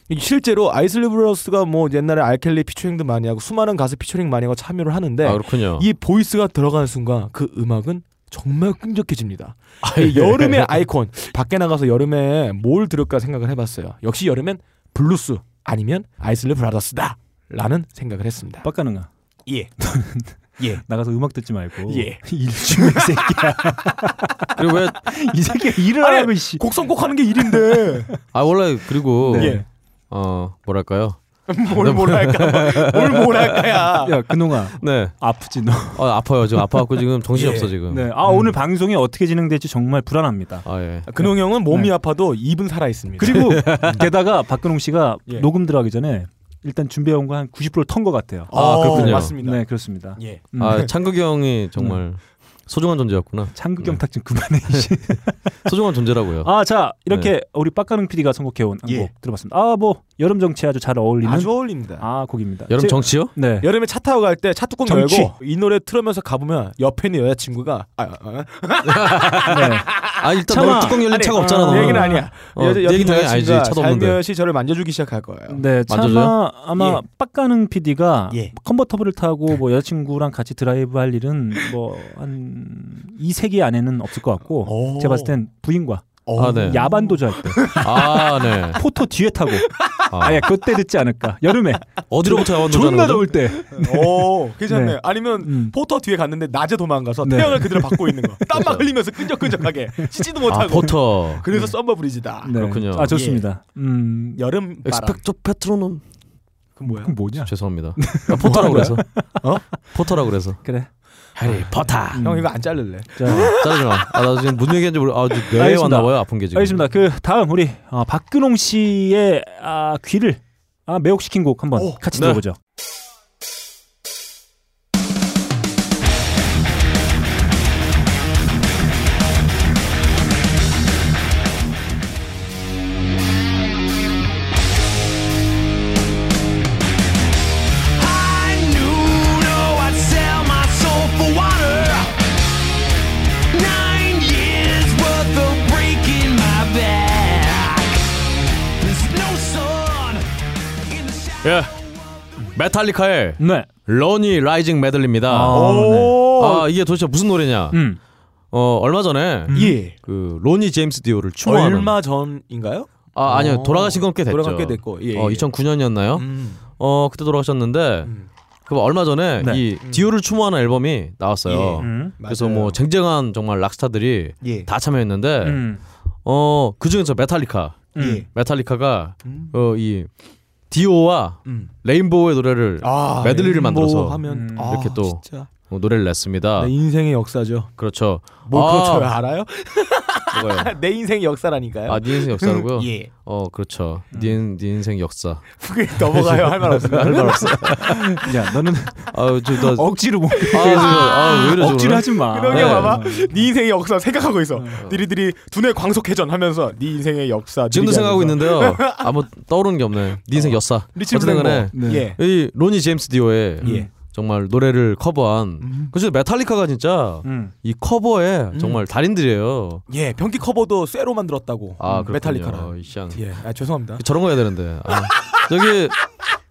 Speaker 4: 이 실제로 아이슬리 브라더스가 뭐 옛날에 알켈리 피처링도 많이 하고 수많은 가수 피처링 많이 하고 참여를 하는데
Speaker 2: 아
Speaker 1: 어.
Speaker 2: 그렇군요.
Speaker 4: 네. 이 보이스가 들어가는 순간 그 음악은 정말 끈적해집니다.
Speaker 1: 아,
Speaker 4: 이
Speaker 1: 예.
Speaker 4: 여름의 아이콘 밖에 나가서 여름에 뭘 들을까 생각을 해봤어요. 역시 여름엔 블루스 아니면 아이슬리 브라더스다 라는 생각을 했습니다.
Speaker 1: 빡가능아
Speaker 4: 예.
Speaker 1: 어.
Speaker 4: 예.
Speaker 1: 나가서 음악 듣지 말고
Speaker 4: 예.
Speaker 1: 일중이 새끼야.
Speaker 2: 그리고 왜?
Speaker 1: 이 새끼 일을
Speaker 4: 아니,
Speaker 1: 하고 씨.
Speaker 4: 곡 선곡하는 게 일인데
Speaker 2: 아 원래 그리고
Speaker 4: 예.
Speaker 2: 어 뭐랄까요?
Speaker 4: 뭘 뭐랄까 뭘 뭐랄까야.
Speaker 1: 야 근홍아
Speaker 2: 네.
Speaker 1: 아프지 너.
Speaker 2: 아 음. 아파요 지금 아파갖고 지금 정신이
Speaker 4: 예.
Speaker 2: 없어 지금.
Speaker 1: 네. 아 오늘 방송이 어떻게 진행될지 정말 불안합니다.
Speaker 2: 아 예.
Speaker 4: 근홍 형은 몸이 아파도 입은 살아 있습니다.
Speaker 1: 네. 그리고 게다가 박근홍 씨가
Speaker 4: 예.
Speaker 1: 녹음 들어가기 전에 일단 준비해온 거 한 90%를 턴 것 같아요.
Speaker 2: 아, 그렇군요.
Speaker 4: 맞습니다.
Speaker 1: 네 그렇습니다.
Speaker 4: 예.
Speaker 1: 음.
Speaker 2: 아 창극이 형이
Speaker 4: 네.
Speaker 2: 정말 소중한 존재였구나.
Speaker 1: 창극경 탁좀 그만해. 이씨.
Speaker 2: 소중한 존재라고요.
Speaker 1: 아자 이렇게 우리 빡가능 PD가 선곡해온 한 곡
Speaker 4: 예.
Speaker 1: 들어봤습니다. 아 뭐 여름 정치 아주 잘 어울리는
Speaker 4: 아주 어울립니다.
Speaker 1: 아 곡입니다.
Speaker 2: 여름
Speaker 1: 제-
Speaker 2: 정치요?
Speaker 1: 네.
Speaker 4: 여름에 차 타고 갈 때 차 뚜껑
Speaker 1: 정치.
Speaker 4: 열고 이 노래 틀으면서 가보면 옆에 있는 여자친구가 아, 아,
Speaker 2: 아 일단
Speaker 1: 참아.
Speaker 2: 너 뚜껑 열린
Speaker 4: 아니,
Speaker 2: 차가 없잖아.
Speaker 4: 아,
Speaker 2: 너는.
Speaker 4: 얘기는 아니야.
Speaker 2: 어,
Speaker 4: 여자,
Speaker 2: 내
Speaker 4: 옆에
Speaker 2: 얘기는 당연히 알지.
Speaker 4: 여자친구가
Speaker 2: 차도 없는데. 음.
Speaker 4: 살며시 저를 만져주기 시작할 거예요.
Speaker 1: 네, 차마
Speaker 2: 만져줘요?
Speaker 1: 아마
Speaker 4: 예.
Speaker 1: 빡가는 PD가
Speaker 4: 예.
Speaker 1: 컨버터블을 타고 뭐 여자친구랑 같이 드라이브 할 일은 뭐 한 이 세기 안에는 없을 것 같고
Speaker 4: 오.
Speaker 1: 제가 봤을 땐 부인과
Speaker 2: 아 네.
Speaker 1: 야반도주 할 때
Speaker 2: 아 네.
Speaker 1: 포토 뒤에 타고
Speaker 2: 아.
Speaker 1: 아예 그때 듣지 않을까 여름에
Speaker 2: 어디로부터 야원 도전하는
Speaker 1: 존나
Speaker 2: 거죠?
Speaker 1: 더울 때
Speaker 4: 네. 오, 괜찮네.
Speaker 1: 네.
Speaker 4: 아니면
Speaker 1: 음.
Speaker 4: 포터 뒤에 갔는데 낮에 도망가서
Speaker 1: 네.
Speaker 4: 태양을 그대로 받고 있는 거. 땀만 흘리면서 끈적끈적하게 씻지도
Speaker 2: 그렇죠. 아
Speaker 4: 못하고.
Speaker 2: 포터.
Speaker 4: 그래서 썸머 브리지다.
Speaker 1: 네.
Speaker 2: 그렇군요.
Speaker 1: 아 좋습니다 음
Speaker 4: 여름 바람.
Speaker 2: 엑스펙토 페트로놈.
Speaker 4: 그 뭐야?
Speaker 1: 그건 뭐냐
Speaker 2: 죄송합니다. 아, 포터라고 그래서.
Speaker 4: 어?
Speaker 2: 포터라고 그래서.
Speaker 1: 그래
Speaker 2: 해리 포터.
Speaker 4: 형 이거 안 잘릴래?
Speaker 1: 음. 자
Speaker 2: 자르지 마. 아, 나 지금 무슨 얘기하는지 모르. 아, 지금 뇌에
Speaker 1: 알겠습니다.
Speaker 2: 왔나 봐요. 아픈 게 지금.
Speaker 1: 알겠습니다 그 다음 우리 어, 박근홍 씨의 아, 귀를 아 매혹시킨 곡 한번
Speaker 4: 오,
Speaker 1: 같이
Speaker 2: 네.
Speaker 1: 들어보죠.
Speaker 3: I knew no I'd sell my soul for water Nine years worth of breaking my back There's no sun in the shadow
Speaker 2: 예. 메탈리카의
Speaker 1: 네.
Speaker 2: 러니 라이징 메들리입니다.
Speaker 1: 아, 네.
Speaker 2: 아 이게 도대체 무슨 노래냐?
Speaker 1: 음.
Speaker 2: 어 얼마 전에
Speaker 4: 예.
Speaker 2: 그 로니 제임스 디오를 추모하는
Speaker 4: 얼마 전인가요?
Speaker 2: 아 아니요
Speaker 4: 어.
Speaker 2: 돌아가신 건 꽤 됐죠.
Speaker 4: 돌아간 꽤 됐고. 예.
Speaker 2: 어
Speaker 4: 예.
Speaker 2: 2009년이었나요?
Speaker 4: 음.
Speaker 2: 어 그때 돌아가셨는데
Speaker 4: 음.
Speaker 2: 그 얼마 전에
Speaker 1: 네.
Speaker 2: 이 디오를 추모하는 앨범이 나왔어요.
Speaker 4: 예.
Speaker 1: 음.
Speaker 2: 그래서
Speaker 4: 맞아요.
Speaker 2: 뭐 쟁쟁한 정말 락스타들이
Speaker 4: 예.
Speaker 2: 다 참여했는데
Speaker 1: 음.
Speaker 2: 어 그중에서 메탈리카
Speaker 4: 예.
Speaker 2: 메탈리카가
Speaker 4: 음.
Speaker 2: 어 이 디오와
Speaker 4: 음.
Speaker 2: 레인보우의 노래를
Speaker 4: 아,
Speaker 2: 메들리를
Speaker 4: 레인보우
Speaker 2: 만들어서
Speaker 4: 하면
Speaker 1: 음,
Speaker 4: 아,
Speaker 2: 이렇게 또
Speaker 4: 진짜
Speaker 2: 어, 노래를 냈습니다.
Speaker 4: 내 인생의 역사죠.
Speaker 2: 그렇죠.
Speaker 4: 뭐
Speaker 2: 아,
Speaker 4: 그렇죠 알아요?
Speaker 2: 뭐가요?
Speaker 4: 내 인생의 역사라니까요.
Speaker 2: 아, 네 인생 역사라고요?
Speaker 4: 예. 음.
Speaker 2: 어, 그렇죠. 네, 인- 네 인생 역사.
Speaker 4: 그게 넘어가요 할 말 없습니다.
Speaker 2: 할말 없어.
Speaker 1: 야 너는
Speaker 2: 아, 저나
Speaker 1: 억지로 못.
Speaker 2: 아, 아, 왜 이러죠?
Speaker 1: 억지로
Speaker 2: 오늘?
Speaker 1: 하지 마.
Speaker 2: 네.
Speaker 4: 그러게 봐봐. 네 인생의 역사 생각하고 있어. 니리들이 두뇌 광속회전 하면서 네 인생의 역사.
Speaker 2: 지금도
Speaker 4: 느리게
Speaker 2: 생각하고
Speaker 4: 하면서.
Speaker 2: 있는데요. 아무 떠오르는 게 없네. 네 인생 역사.
Speaker 4: 리치
Speaker 2: 어쨌든 간에
Speaker 4: 블랙머.
Speaker 1: 네.
Speaker 4: 예.
Speaker 2: 이 로니 제임스 디오의 정말 노래를 커버한
Speaker 4: 음.
Speaker 2: 그죠 메탈리카가 진짜
Speaker 1: 음.
Speaker 2: 이 커버에 정말 달인들이에요.
Speaker 4: 예. 변기 커버도 쇠로 만들었다고.
Speaker 2: 아,
Speaker 4: 음,
Speaker 2: 그렇군요.
Speaker 4: 메탈리카라.
Speaker 2: 이 시장.
Speaker 4: 예. 아, 죄송합니다.
Speaker 2: 저런 거 해야 되는데. 아. 저기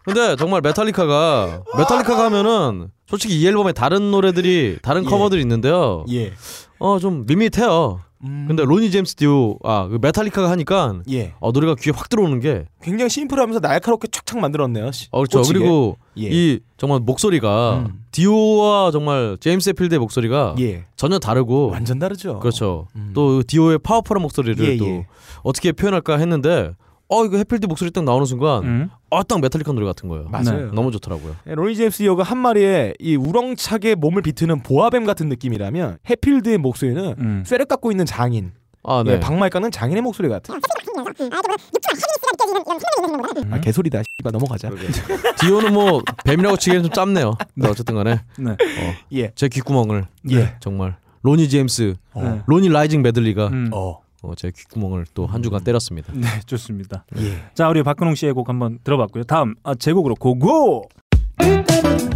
Speaker 2: 근데 정말 메탈리카가 메탈리카가 하면은 솔직히 이 앨범에 다른 노래들이 다른
Speaker 4: 예.
Speaker 2: 커버들이 있는데요.
Speaker 4: 예.
Speaker 2: 어 좀 밋밋해요.
Speaker 4: 음,
Speaker 2: 근데 로니 제임스 디오 아그 메탈리카가 하니까
Speaker 4: 예.
Speaker 2: 어, 노래가 귀에 확 들어오는 게
Speaker 4: 굉장히 심플하면서 날카롭게 촉착 만들었네요. 씨.
Speaker 2: 어, 그렇죠.
Speaker 4: 꽂히게.
Speaker 2: 그리고
Speaker 4: 예.
Speaker 2: 이 정말 목소리가
Speaker 4: 음.
Speaker 2: 디오와 정말 제임스 해필드의 목소리가
Speaker 4: 예.
Speaker 2: 전혀 다르고
Speaker 4: 완전 다르죠.
Speaker 2: 그렇죠.
Speaker 4: 음.
Speaker 2: 또 디오의 파워풀한 목소리를
Speaker 4: 예,
Speaker 2: 또
Speaker 4: 예.
Speaker 2: 어떻게 표현할까 했는데 어 이거 해필드 목소리 딱 나오는 순간
Speaker 1: 음.
Speaker 2: 어 딱 메탈리카 노래 같은 거예요.
Speaker 4: 맞아요.
Speaker 2: 네. 너무 좋더라고요.
Speaker 4: 예, 로니 제임스 이어가 한 마리의 이 우렁차게 몸을 비트는 보아뱀 같은 느낌이라면 해필드의 목소리는
Speaker 1: 음.
Speaker 4: 쇠를 깎고 있는 장인,
Speaker 2: 아
Speaker 4: 예,
Speaker 2: 네.
Speaker 4: 방말 깎는 장인의 목소리 같아. 아 개소리다. 씨발 넘어가자.
Speaker 2: 디오는 뭐 뱀이라고 치기엔 좀 짧네요. 근데 어쨌든 간에
Speaker 1: 네.
Speaker 4: 예.
Speaker 2: 제 귓구멍을
Speaker 4: 예.
Speaker 2: 정말 로니 제임스,
Speaker 4: 어.
Speaker 1: 네.
Speaker 2: 로니 라이징 메들리가
Speaker 1: 음.
Speaker 4: 어.
Speaker 2: 어, 제 귓구멍을 또 한 주간 때렸습니다.
Speaker 1: 네, 좋습니다.
Speaker 4: 예.
Speaker 1: 자, 우리 박근홍 씨의 곡 한번 들어봤고요. 다음 아, 제 곡으로 고고.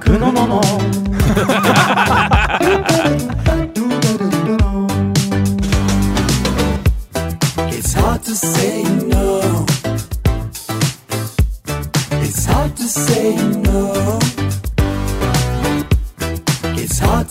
Speaker 4: 그놈어머.
Speaker 3: It's hard to say no. It's hard to say no. It's hard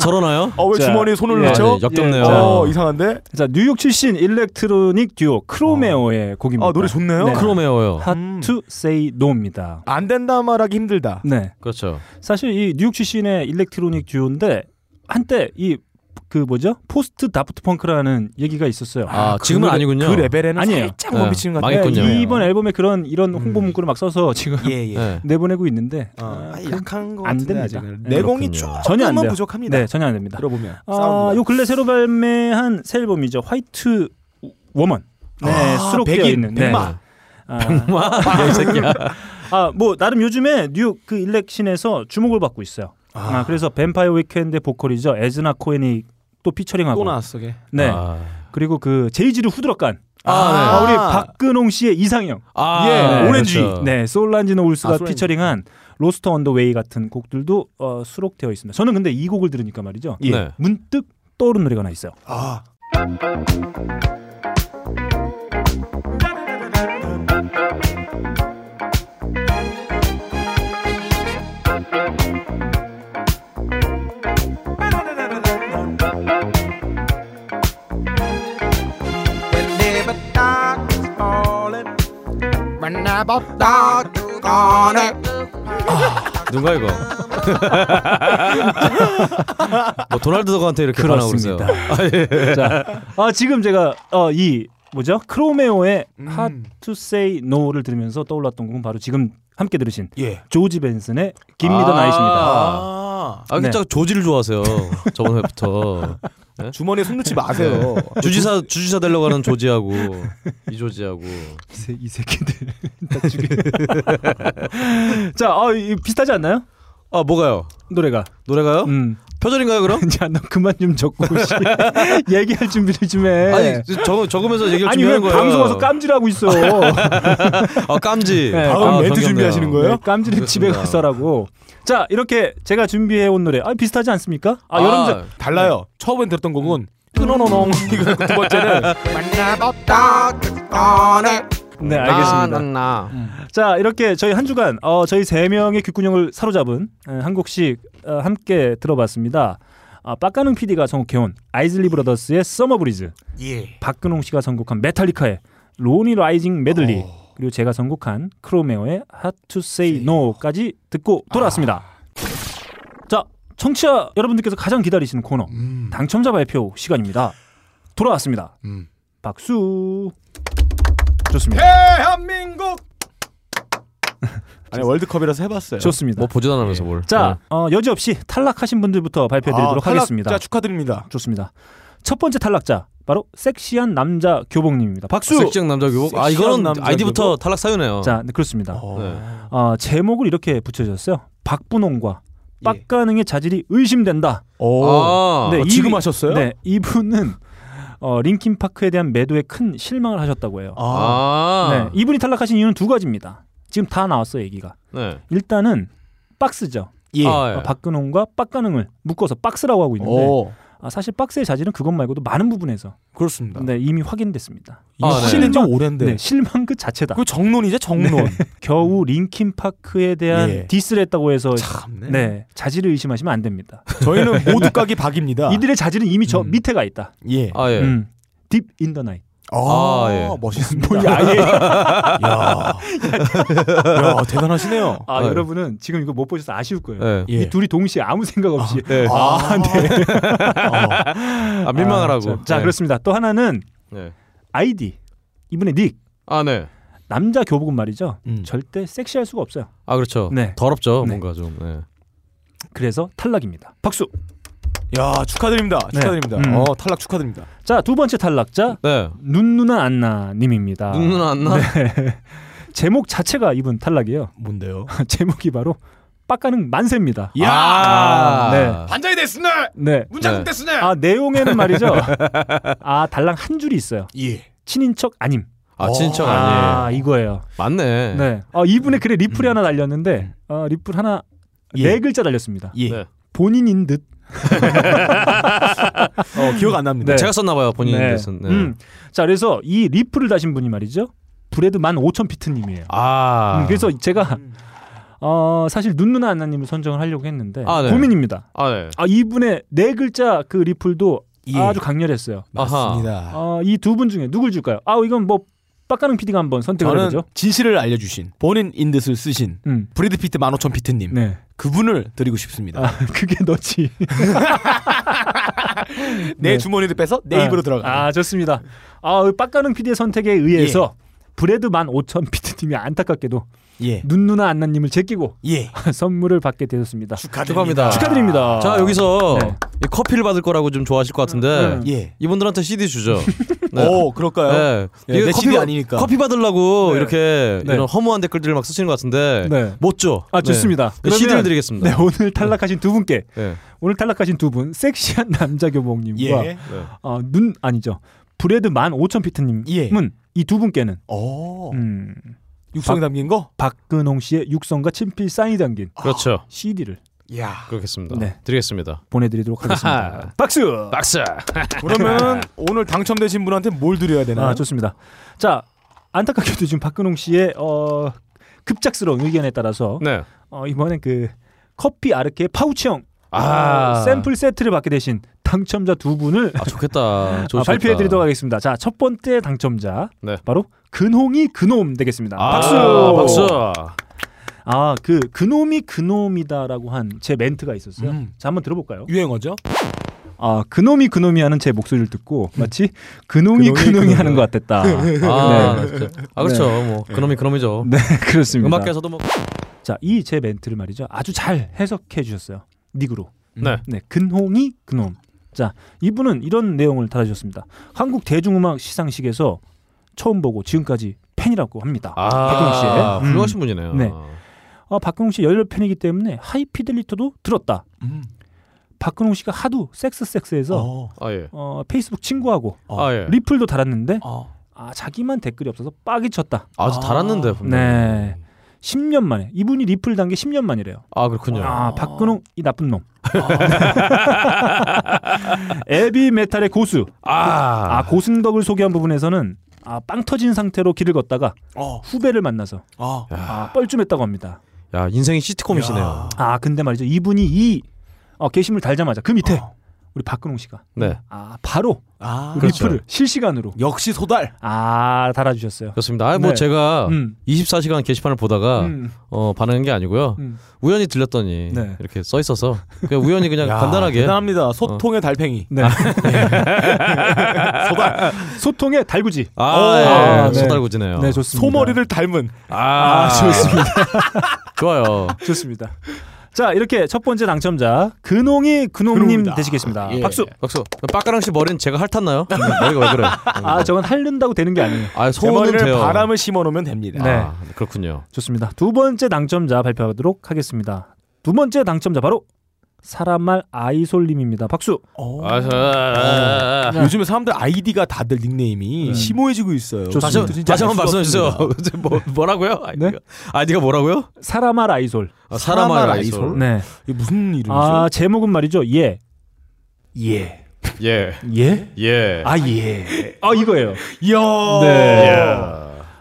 Speaker 2: 저러나요?
Speaker 4: 어 왜
Speaker 1: 자,
Speaker 4: 주머니에 손을
Speaker 1: 예.
Speaker 4: 넣죠?
Speaker 2: 네, 역겹네요.
Speaker 4: 어 이상한데?
Speaker 1: 자, 뉴욕 출신 일렉트로닉 듀오 크로메오의 곡입니다.
Speaker 4: 아 노래 좋네요.
Speaker 1: 네.
Speaker 2: 어. 크로메오요.
Speaker 1: Hard to say no입니다.
Speaker 4: 음. 안 된다 말하기 힘들다.
Speaker 1: 네.
Speaker 2: 그렇죠.
Speaker 1: 사실 이 뉴욕 출신의 일렉트로닉 듀오인데 한때 이 그 뭐죠? 포스트 다프트 펑크라는 얘기가 있었어요.
Speaker 2: 아, 지금은
Speaker 4: 그 레-
Speaker 2: 아니군요.
Speaker 4: 그 레벨에는
Speaker 1: 아니에요.
Speaker 4: 살짝
Speaker 2: 네,
Speaker 4: 못 미치는 것 같아요.
Speaker 2: 망했군요. 음.
Speaker 1: 네, 이번 앨범에 그런 이런 홍보 문구를 막 써서 지금
Speaker 4: 예예.
Speaker 2: 네.
Speaker 1: 내보내고 있는데 아,
Speaker 4: 어, 아니, 약한 것
Speaker 1: 안
Speaker 4: 같은데
Speaker 1: 됩니다.
Speaker 4: 아직은.
Speaker 1: 네.
Speaker 4: 내공이
Speaker 2: 그렇군요.
Speaker 1: 전혀 안
Speaker 4: 조금만
Speaker 1: 돼요.
Speaker 4: 아, 부족합니다.
Speaker 1: 네, 전혀 안 됩니다.
Speaker 4: 들어보면
Speaker 1: 아,
Speaker 4: 사운드가.
Speaker 1: 요 근래 새로 발매한 새 앨범이죠. 화이트 워먼. 네,
Speaker 4: 아,
Speaker 1: 수록되어
Speaker 4: 백인,
Speaker 1: 있는
Speaker 4: 백마.
Speaker 1: 네. 아,
Speaker 2: 마, 이 새끼야.
Speaker 1: 아, 뭐 나름 요즘에 뉴욕 그 일렉신에서 주목을 받고 있어요. 아, 그래서 뱀파이어 위켄드의 보컬이죠. 에즈나 코엔이 또 피처링하고
Speaker 4: 또 나왔어, 걔.
Speaker 1: 네.
Speaker 2: 아,
Speaker 1: 그리고 그 제이지를 후드러 깐.
Speaker 2: 아,
Speaker 1: 아, 우리 박근홍 씨의 이상형.
Speaker 2: 아,
Speaker 1: 네,
Speaker 2: 네,
Speaker 1: 오렌지.
Speaker 2: 그렇죠.
Speaker 1: 네, 솔란지노 울스가
Speaker 4: 아, 솔란지노.
Speaker 1: 피처링한 로스터 언더웨이 같은 곡들도 어, 수록되어 있습니다. 저는 근데 이 곡을 들으니까 말이죠.
Speaker 2: 예. 네.
Speaker 1: 문득 떠오른 노래가 하나 있어요.
Speaker 4: 아.
Speaker 6: 없다 꺼내
Speaker 2: 누가 이거? 뭐 도널드 덕한테 이렇게 반하고 그러세요. 아, 예.
Speaker 1: 그렇습니다. 자, 아, 지금 제가 어, 이 뭐죠? 크로메오의
Speaker 4: 음.
Speaker 1: Hard to Say No를 들으면서 떠올랐던 곡은 바로 지금 함께 들으신
Speaker 4: 예.
Speaker 1: 조지 벤슨의 Give Me the
Speaker 2: 아.
Speaker 1: Night입니다.
Speaker 4: 아.
Speaker 2: 아, 진짜 조지를 좋아하세요. 저번 회부터
Speaker 4: 주머니에 손 넣지 마세요.
Speaker 2: 주지사 주지사 되려고 하는 조지하고 이 조지하고
Speaker 1: 이, 새, 이 새끼들 다 죽여. 자, 어, 이- 비슷하지 않나요?
Speaker 2: 아 뭐가요?
Speaker 1: 노래가.
Speaker 2: 노래가요?
Speaker 1: 음.
Speaker 2: 표절인가요 그럼?
Speaker 1: 자, 너 그만 좀 적고 씨. 얘기할 준비를 좀 해.
Speaker 2: 아니 저, 적으면서 얘기를
Speaker 1: 아니, 왜
Speaker 2: 준비하는 거예요.
Speaker 1: 방송 와서 깜질하고 있어.
Speaker 2: 아 깜지.
Speaker 1: 네.
Speaker 4: 다음
Speaker 2: 아,
Speaker 4: 멘트
Speaker 2: 반갑네요.
Speaker 4: 준비하시는 거예요?
Speaker 1: 네, 깜질은 집에
Speaker 2: 그렇습니다.
Speaker 1: 가서라고. 자, 이렇게 제가 준비해 온 노래. 아, 비슷하지 않습니까? 아, 여름자
Speaker 4: 달라요. 처음엔 들었던 곡은 끊어노농 이거 있고 두 번째는
Speaker 1: 네,
Speaker 2: 아,
Speaker 1: 알겠습니다.
Speaker 2: 나.
Speaker 1: 자 이렇게 저희 한 주간 어, 저희 세 명의 귓구녕을 사로잡은 에, 한 곡씩 어, 함께 들어봤습니다. 아, 빡가능 PD가 선곡해온 아이즐리 브라더스의 서머 브리즈,
Speaker 6: 예
Speaker 1: 박근홍 씨가 선곡한 메탈리카의 로니 라이징 메들리, 그리고 제가 선곡한 크로메오의 Hard to 어. Say No까지 듣고 돌아왔습니다. 자 청취자 여러분들께서 가장 기다리시는 코너 당첨자 발표 시간입니다. 돌아왔습니다. 박수. 좋습니다.
Speaker 4: 대한민국. 아니 월드컵이라서 해봤어요.
Speaker 1: 좋습니다.
Speaker 2: 뭐 보지도 않으면서 뭘.
Speaker 1: 자, 어, 여지없이 탈락하신 분들부터 발표해드리도록
Speaker 4: 네. 아,
Speaker 1: 하겠습니다.
Speaker 4: 탈락자 축하드립니다.
Speaker 1: 좋습니다. 첫 번째 탈락자 바로 섹시한 남자 교복님입니다. 박수.
Speaker 2: 섹시한 남자 교복. 아
Speaker 4: 섹시한
Speaker 2: 이거는
Speaker 4: 남자
Speaker 2: 아이디부터
Speaker 4: 교복?
Speaker 2: 탈락 사유네요.
Speaker 1: 자, 네, 그렇습니다.
Speaker 4: 어.
Speaker 2: 네.
Speaker 1: 어, 제목을 이렇게 붙여주셨어요. 박분홍과
Speaker 4: 예.
Speaker 1: 빡가능의 자질이 의심된다.
Speaker 4: 오.
Speaker 2: 아,
Speaker 1: 네,
Speaker 4: 어,
Speaker 1: 이-
Speaker 4: 지금 하셨어요?
Speaker 1: 네, 이분은 어, 링킨 파크에 대한 매도에 큰 실망을 하셨다고 해요.
Speaker 4: 아.
Speaker 2: 아,
Speaker 1: 네, 이분이 탈락하신 이유는 두 가지입니다. 지금 다 나왔어 요 얘기가.
Speaker 2: 네.
Speaker 1: 일단은 박스죠.
Speaker 4: 예.
Speaker 2: 아, 예.
Speaker 1: 어, 박근홍과 빡가능을 묶어서 박스라고 하고 있는데
Speaker 4: 오.
Speaker 1: 아, 사실 박스의 자질은 그것 말고도 많은 부분에서
Speaker 4: 그렇습니다.
Speaker 1: 네, 이미 확인됐습니다.
Speaker 4: 이거
Speaker 2: 아, 네.
Speaker 4: 확신된 지
Speaker 1: 네.
Speaker 4: 오랜데.
Speaker 1: 실망 그 자체다. 네.
Speaker 4: 그 정론이죠 정론.
Speaker 1: 겨우 링킨 파크에 대한
Speaker 4: 예.
Speaker 1: 디스를 했다고 해서
Speaker 4: 참네.
Speaker 1: 네. 자질을 의심하시면 안 됩니다.
Speaker 4: 저희는 모두 각이 박입니다.
Speaker 1: 이들의 자질은 이미 저
Speaker 4: 음.
Speaker 1: 밑에 가 있다.
Speaker 4: 예.
Speaker 2: 아 예.
Speaker 1: 음. 딥 인더 나이.
Speaker 4: 아,
Speaker 2: 아, 예.
Speaker 4: 멋있습니다. 야, 야, 대단하시네요.
Speaker 1: 아,
Speaker 2: 네.
Speaker 1: 여러분은 지금 이거 못 보셔서 아쉬울 거예요.
Speaker 2: 예.
Speaker 4: 예.
Speaker 1: 이 둘이 동시에 아무 생각 없이
Speaker 2: 네. 아,
Speaker 4: 아, 네. 어.
Speaker 2: 민망하라고.
Speaker 1: 아, 자, 자,
Speaker 2: 네.
Speaker 1: 그렇습니다. 또 하나는
Speaker 2: 네.
Speaker 1: 아이디. 이분의 닉.
Speaker 2: 아 네.
Speaker 1: 남자 교복은 말이죠.
Speaker 4: 음.
Speaker 1: 절대 섹시할 수가 없어요.
Speaker 2: 아 그렇죠.
Speaker 1: 네.
Speaker 2: 더럽죠.
Speaker 1: 네.
Speaker 2: 뭔가 좀. 네.
Speaker 1: 그래서 탈락입니다. 박수.
Speaker 4: 야, 축하드립니다.
Speaker 1: 네.
Speaker 4: 축하드립니다.
Speaker 1: 음.
Speaker 4: 어, 탈락 축하드립니다.
Speaker 1: 자, 두 번째 탈락자
Speaker 2: 네.
Speaker 1: 눈누나 안나 님입니다.
Speaker 2: 아. 눈은 안 나.
Speaker 1: 제목 자체가 이분 탈락이에요.
Speaker 4: 뭔데요?
Speaker 1: 제목이 바로 빡가는 만세입니다.
Speaker 4: 야!
Speaker 2: 아,
Speaker 1: 네.
Speaker 6: 반장이 됐으나
Speaker 1: 네.
Speaker 6: 문장국
Speaker 2: 네.
Speaker 6: 됐으나
Speaker 1: 아 내용에는 말이죠. 아 달랑 한 줄이 있어요.
Speaker 4: 예.
Speaker 1: 친인척 아님.
Speaker 2: 아 친척 아니에요.
Speaker 1: 아 이거예요.
Speaker 2: 맞네. 음.
Speaker 1: 네. 어, 이분의 글에 리플이 하나 달렸는데 어, 리플 하나
Speaker 4: 예.
Speaker 1: 네 글자 달렸습니다.
Speaker 4: 예.
Speaker 2: 네.
Speaker 1: 본인인 듯.
Speaker 4: 어, 기억 안 납니다.
Speaker 1: 네.
Speaker 2: 제가 썼나 봐요 본인이
Speaker 1: 네.
Speaker 2: 대선. 네.
Speaker 1: 음. 자 그래서 이 리플을 다신 분이 말이죠. 브레드만 5천 피트님이에요.
Speaker 2: 아.
Speaker 1: 음, 그래서 제가 어, 사실 눈누나 안나님을 선정을 하려고 했는데
Speaker 2: 아, 네.
Speaker 1: 고민입니다.
Speaker 2: 아 네.
Speaker 1: 아 이분의 네 글자 그 리플도
Speaker 4: 예.
Speaker 1: 아주 강렬했어요.
Speaker 2: 아하.
Speaker 4: 맞습니다.
Speaker 1: 어, 이 두 분 중에 누굴 줄까요? 아 이건 뭐 빡가는 PD가 한번 선택을
Speaker 4: 저는
Speaker 1: 해보죠.
Speaker 4: 진실을 알려주신 본인 인듯을 쓰신
Speaker 1: 음.
Speaker 4: 브래드 피트 15,000 피트님
Speaker 1: 네.
Speaker 4: 그분을 드리고 싶습니다.
Speaker 1: 아, 그게 너지.
Speaker 4: 내 주머니도 빼서 내 입으로 들어가.
Speaker 1: 아 좋습니다. 아 빡가는 PD의 선택에 의해서 브레드만 5천 PD님이 안타깝게도
Speaker 4: 예.
Speaker 1: 눈누나 안나님을 제끼고
Speaker 4: 예.
Speaker 1: 선물을 받게 되셨습니다.
Speaker 2: 축하합니다.
Speaker 1: 축하드립니다.
Speaker 2: 자 여기서
Speaker 1: 네.
Speaker 2: 이 커피를 받을 거라고 좀 좋아하실 것 같은데
Speaker 1: 음.
Speaker 4: 예.
Speaker 2: 이분들한테 CD 주죠. 네.
Speaker 4: 오, 그럴까요?
Speaker 2: 네.
Speaker 4: 예,
Speaker 2: 이게
Speaker 4: 내
Speaker 2: 커피
Speaker 4: CD
Speaker 2: 받-
Speaker 4: 아니니까.
Speaker 2: 커피 받으려고
Speaker 1: 네.
Speaker 2: 이렇게
Speaker 1: 네.
Speaker 2: 이런 허무한 댓글들을 막 쓰시는 것 같은데
Speaker 1: 네.
Speaker 2: 못 줘.
Speaker 1: 아 좋습니다.
Speaker 2: 네.
Speaker 1: 그러면-
Speaker 2: CD를 드리겠습니다.
Speaker 1: 네 오늘 탈락하신 두 분께
Speaker 2: 네.
Speaker 1: 오늘 탈락하신 두 분 섹시한 남자 교복님과
Speaker 4: 예.
Speaker 2: 네.
Speaker 1: 어, 눈 아니죠 브레드 만 5천 피트님은
Speaker 4: 예.
Speaker 1: 이 두 분께는
Speaker 2: 어.
Speaker 4: 오.
Speaker 1: 음,
Speaker 4: 육성이 담긴 거?
Speaker 1: 박근홍 씨의 육성과 친필 사인이 담긴
Speaker 2: 그렇죠.
Speaker 1: CD를
Speaker 4: 야.
Speaker 2: 그렇겠습니다.
Speaker 1: 네.
Speaker 2: 드리겠습니다.
Speaker 1: 보내드리도록 하겠습니다. 박수.
Speaker 2: 박스.
Speaker 4: 그러면 오늘 당첨되신 분한테 뭘 드려야
Speaker 2: 네.
Speaker 4: 되나요?
Speaker 1: 아 좋습니다. 자 안타깝게도 지금 박근홍 씨의 어, 급작스러운 의견에 따라서
Speaker 2: 네.
Speaker 1: 어, 이번엔 그 커피 아르케 파우치형
Speaker 2: 아.
Speaker 1: 어, 샘플 세트를 받게 되신 당첨자 두 분을
Speaker 2: 아 좋겠다. 좋으시겠다.
Speaker 1: 발표해 드리도록 하겠습니다. 자, 첫 번째 당첨자.
Speaker 2: 네.
Speaker 1: 바로 근홍이 근놈 되겠습니다.
Speaker 2: 아,
Speaker 1: 박수.
Speaker 2: 박수.
Speaker 1: 아, 그 근놈이 근놈이다라고 한 제 멘트가 있었어요.
Speaker 4: 음.
Speaker 1: 자, 한번 들어볼까요?
Speaker 4: 유행어죠?
Speaker 1: 아, 그놈이 그놈이 하는 제 목소리를 듣고 마치 근홍이
Speaker 4: 그놈이
Speaker 1: 근홍이
Speaker 4: 그놈이다.
Speaker 1: 하는 것 같았다.
Speaker 2: 아,
Speaker 1: 네.
Speaker 2: 나 진짜. 아 그렇죠. 뭐 그놈이 그놈이죠.
Speaker 1: 네, 그렇습니다.
Speaker 2: 음악계에서도 뭐
Speaker 1: 자, 이 제 멘트를 말이죠. 아주 잘 해석해 주셨어요. 닉으로.
Speaker 2: 네.
Speaker 1: 네, 근홍이 그놈. 자, 이분은 이런 내용을 달아주셨습니다. 한국 대중음악 시상식에서 처음 보고 지금까지 팬이라고 합니다. 박근홍 씨의.
Speaker 2: 아,
Speaker 1: 음.
Speaker 2: 훌륭하신 분이네요.
Speaker 1: 네. 아, 박근홍 씨 열렬 팬이기 때문에 하이피델리터도 들었다.
Speaker 4: 음.
Speaker 1: 박근홍 씨가 하도 섹스 섹스해서
Speaker 4: 어. 네.
Speaker 2: 아 예.
Speaker 1: 어, 페이스북 친구하고
Speaker 2: 아 예.
Speaker 1: 리플도 달았는데
Speaker 4: 어.
Speaker 1: 아, 자기만 댓글이 없어서 빡이 쳤다.
Speaker 2: 아주 달았는데
Speaker 4: 음.
Speaker 2: 분명히.
Speaker 1: 네. 10년 만에 이분이 리플 단 게 10년 만이래요.
Speaker 2: 아
Speaker 4: 네.
Speaker 2: 그렇군요.
Speaker 1: 아, 박근홍 이 나쁜 놈.
Speaker 4: 아.
Speaker 1: 에비 메탈의 고수. 아,
Speaker 2: 아,
Speaker 1: 고승덕을 소개한 부분에서는 아, 빵 터진 상태로 길을 걷다가
Speaker 4: 어.
Speaker 1: 후배를 만나서
Speaker 4: 어.
Speaker 1: 아, 뻘쭘했다고 합니다.
Speaker 2: 야 인생이 시트콤이시네요.
Speaker 4: 야.
Speaker 1: 아, 근데 말이죠. 이분이 이 어, 게시물 달자마자 그 밑에 우리 박근홍 씨가
Speaker 2: 네.
Speaker 1: 아, 바로
Speaker 4: 아.
Speaker 1: 우리
Speaker 2: 그렇죠.
Speaker 1: 리플을 실시간으로
Speaker 4: 역시 소달.
Speaker 1: 아, 달아 주셨어요.
Speaker 2: 그렇습니다. 아, 뭐
Speaker 1: 네.
Speaker 2: 제가
Speaker 1: 음.
Speaker 2: 24시간 게시판을 보다가
Speaker 1: 음.
Speaker 2: 어, 반응한 게 아니고요.
Speaker 1: 음.
Speaker 2: 우연히 들렸더니
Speaker 1: 네.
Speaker 2: 이렇게 써 있어서 그냥 우연히 그냥
Speaker 4: 야,
Speaker 2: 네, 간단하게
Speaker 4: 대단합니다. 소통의 달팽이.
Speaker 1: 네. 소달. 소통의 달구지.
Speaker 2: 아,
Speaker 1: 오,
Speaker 2: 예.
Speaker 1: 아, 네.
Speaker 2: 소달구지네요.
Speaker 1: 네, 좋습니다.
Speaker 4: 소머리를 닮은.
Speaker 2: 아, 좋습니다. 좋아요.
Speaker 1: 좋습니다. 자, 이렇게 첫 번째 당첨자 근홍이 근홍님
Speaker 4: 근홍입니다.
Speaker 1: 되시겠습니다.
Speaker 4: 예.
Speaker 1: 박수.
Speaker 2: 박수. 그럼 빠까랑 씨 머리는 제가 핥았나요? 음, 머리가 왜 그래?
Speaker 1: 아, 저건 핥는다고 되는 게 아니에요.
Speaker 2: 아,
Speaker 4: 제
Speaker 2: 소원은
Speaker 4: 머리를
Speaker 2: 돼요.
Speaker 4: 바람을 심어놓으면 됩니다.
Speaker 1: 네.
Speaker 2: 아, 그렇군요.
Speaker 1: 좋습니다. 두 번째 당첨자 발표하도록 하겠습니다. 두 번째 당첨자 바로 사람말 아이솔님입니다. 박수.
Speaker 4: 어.
Speaker 2: 아, 저- 아, 아, 아.
Speaker 4: 요즘에 사람들 아이디가 다들 닉네임이
Speaker 1: 음.
Speaker 4: 심오해지고 있어요.
Speaker 2: 다시, 한- 다시 한번 말씀해 주세요. 뭐, 뭐라고요?
Speaker 1: 네?
Speaker 2: 아이디가, 아이디가 뭐라고요?
Speaker 1: 사람말 아이솔.
Speaker 2: 아, 사람알
Speaker 4: 사람알
Speaker 2: 아이솔.
Speaker 4: 아이솔?
Speaker 1: 네.
Speaker 4: 이게 무슨 이름이죠?
Speaker 1: 아, 제목은 말이죠. 예. 예.
Speaker 2: 예,
Speaker 1: 예?
Speaker 2: 예.
Speaker 1: 아, 예. 아, 이거예요.
Speaker 4: 이야. 예.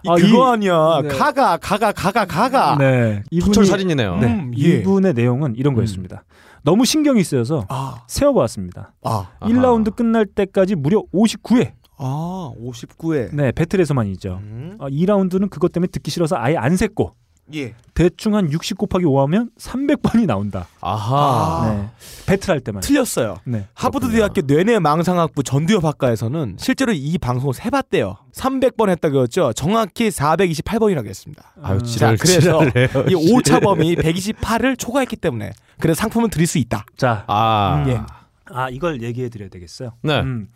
Speaker 4: 이
Speaker 1: 아,
Speaker 4: 그거
Speaker 1: 이-
Speaker 4: 아니야.
Speaker 1: 네.
Speaker 4: 가가 가가 가가 가가.
Speaker 1: 네.
Speaker 2: 철
Speaker 1: 이분이
Speaker 2: 살인이네요.
Speaker 1: 네.
Speaker 4: 음, 예.
Speaker 1: 이분의 내용은 이런 거였습니다. 너무 신경이 쓰여서
Speaker 4: 아.
Speaker 1: 세어 보았습니다.
Speaker 4: 아.
Speaker 2: 아하.
Speaker 1: 1라운드 끝날 때까지 무려 59회.
Speaker 4: 아, 59회.
Speaker 1: 네, 배틀에서만이죠.
Speaker 4: 음.
Speaker 1: 어, 2라운드는 그것 때문에 듣기 싫어서 아예 안 샜고
Speaker 4: 예.
Speaker 1: 대충 한 60 곱하기 5 하면 300번이 나온다.
Speaker 2: 아하.
Speaker 4: 아.
Speaker 1: 네. 배틀할 때만.
Speaker 4: 틀렸어요.
Speaker 1: 네.
Speaker 4: 하버드 대학교 뇌내 망상학부 전두엽 학과에서는 실제로 이 방송을 해 봤대요. 300번 했다 그랬죠. 정확히 428번이라고 했습니다.
Speaker 2: 아유,
Speaker 4: 자,
Speaker 2: 지랄,
Speaker 4: 그래서
Speaker 2: 지랄해요.
Speaker 4: 이 오차범위 128을 초과했기 때문에 그래서 상품은 드릴 수 있다.
Speaker 1: 자,
Speaker 2: 아,
Speaker 4: 음, 예.
Speaker 1: 아 이걸 얘기해 드려야 되겠어요.
Speaker 2: 네.
Speaker 1: 음.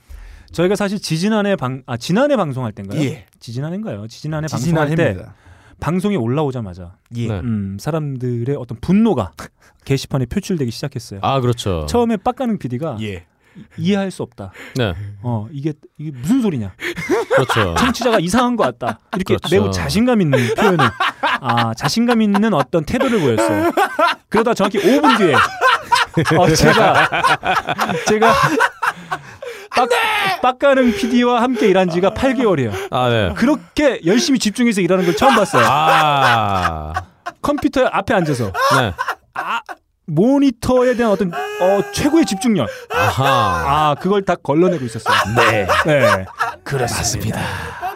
Speaker 1: 저희가 사실 지지난해 방 아 지난해 방송할 때인가요?
Speaker 4: 예.
Speaker 1: 지지난해인가요? 지지난해
Speaker 4: 지진한
Speaker 1: 방송할 때
Speaker 4: 해입니다.
Speaker 1: 방송이 올라오자마자
Speaker 4: 예.
Speaker 2: 네.
Speaker 1: 음, 사람들의 어떤 분노가 게시판에 표출되기 시작했어요.
Speaker 2: 아, 그렇죠.
Speaker 1: 처음에 빡가는 PD가
Speaker 4: 예.
Speaker 1: 이해할 수 없다.
Speaker 2: 네,
Speaker 1: 어 이게 이게 무슨 소리냐?
Speaker 2: 그렇죠.
Speaker 1: 청취자가 이상한 것 같다. 이렇게
Speaker 2: 그렇죠.
Speaker 1: 매우 자신감 있는 표현을 아 자신감 있는 어떤 태도를 보였어요. 그러다 정확히 5분 뒤에 어, 제가 제가 빡, 빡가는 PD와 함께 일한 지가 8개월이에요.
Speaker 2: 아, 네.
Speaker 1: 그렇게 열심히 집중해서 일하는 걸 처음 봤어요.
Speaker 2: 아,
Speaker 1: 컴퓨터 앞에 앉아서
Speaker 2: 네.
Speaker 1: 모니터에 대한 어떤 어, 최고의 집중력
Speaker 2: 아하.
Speaker 1: 아 그걸 다 걸러내고 있었어요. 네, 네, 그렇습니다.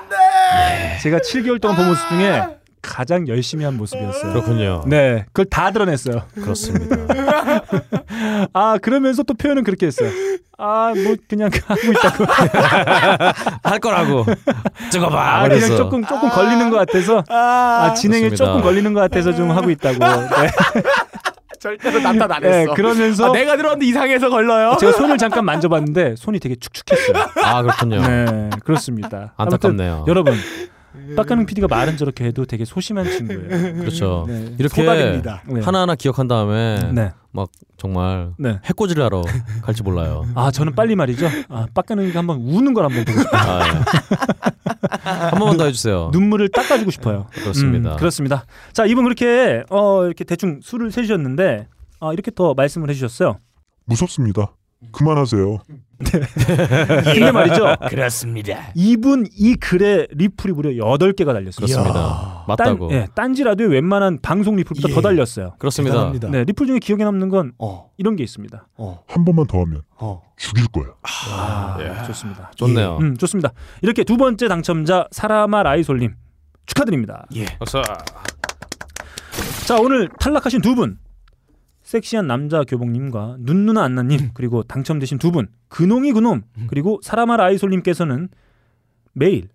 Speaker 1: 네. 제가 7개월 동안 본 모습 중에 가장 열심히 한 모습이었어요.
Speaker 2: 그렇군요.
Speaker 1: 네, 그걸 다 드러냈어요.
Speaker 2: 그렇습니다.
Speaker 1: 아 그러면서 또 표현은 그렇게 했어요. 아 뭐 그냥 하고 있다고.
Speaker 2: 할 거라고. 찍어봐.
Speaker 1: 아 그냥
Speaker 2: 그래서.
Speaker 1: 조금 조금 걸리는 것 같아서 아 진행에
Speaker 2: 그렇습니다.
Speaker 1: 조금 걸리는 것 같아서 좀 하고 있다고. 네,
Speaker 4: 절대로 나타나 안
Speaker 1: 네
Speaker 4: 했어.
Speaker 1: 그러면서
Speaker 4: 아, 내가 들었는데 이상해서 걸려요.
Speaker 1: 아, 제가 손을 잠깐 만져봤는데 손이 되게 축축했어요.
Speaker 2: 아, 그렇군요.
Speaker 1: 네, 그렇습니다.
Speaker 2: 안타깝네요.
Speaker 1: 아무튼 여러분, 빡가는 PD가 말은 저렇게 해도 되게 소심한 친구예요.
Speaker 2: 그렇죠.
Speaker 1: 네.
Speaker 2: 이렇게
Speaker 4: 소달입니다.
Speaker 1: 네.
Speaker 2: 하나하나 기억한 다음에
Speaker 1: 네.
Speaker 2: 막 정말
Speaker 1: 네.
Speaker 2: 해코지를 하러 갈지 몰라요.
Speaker 1: 아, 저는 빨리 말이죠. 아, 빡가는 가 한번 우는 걸 한번 보고 싶어요.
Speaker 2: 아, 예. 한 번만 더 해주세요.
Speaker 1: 눈물을 닦아주고 싶어요.
Speaker 2: 그렇습니다.
Speaker 1: 음, 그렇습니다. 자, 이분 그렇게 아, 어, 이렇게 대충 수를 세주셨는데 어, 이렇게 더 말씀을 해주셨어요.
Speaker 5: 무섭습니다. 그만하세요.
Speaker 1: 근데 말이죠.
Speaker 4: 그렇습니다.
Speaker 1: 이분 이 글에 리플이 무려 8개가 달렸습니다.
Speaker 2: 그렇습니다. 아, 맞다고.
Speaker 1: 딴, 예, 딴지 라디오 웬만한 방송 리플보다
Speaker 4: 예.
Speaker 1: 더 달렸어요.
Speaker 2: 그렇습니다.
Speaker 4: 대단합니다.
Speaker 1: 네, 리플 중에 기억에 남는 건
Speaker 4: 어,
Speaker 1: 이런 게 있습니다.
Speaker 4: 어,
Speaker 5: 한 번만 더 하면
Speaker 4: 어.
Speaker 5: 죽일 거야.
Speaker 1: 아, 좋습니다.
Speaker 2: 좋네요. 어.
Speaker 1: 음, 좋습니다. 이렇게 두 번째 당첨자 사라마 라이솔님 축하드립니다.
Speaker 4: 예.
Speaker 2: 박수.
Speaker 1: 자 오늘 탈락하신 두 분 섹시한 남자 교복님과 눈누나 안나님 그리고 당첨되신 두 분 근홍이 그놈 그리고 사라마 라이솔님께서는 매일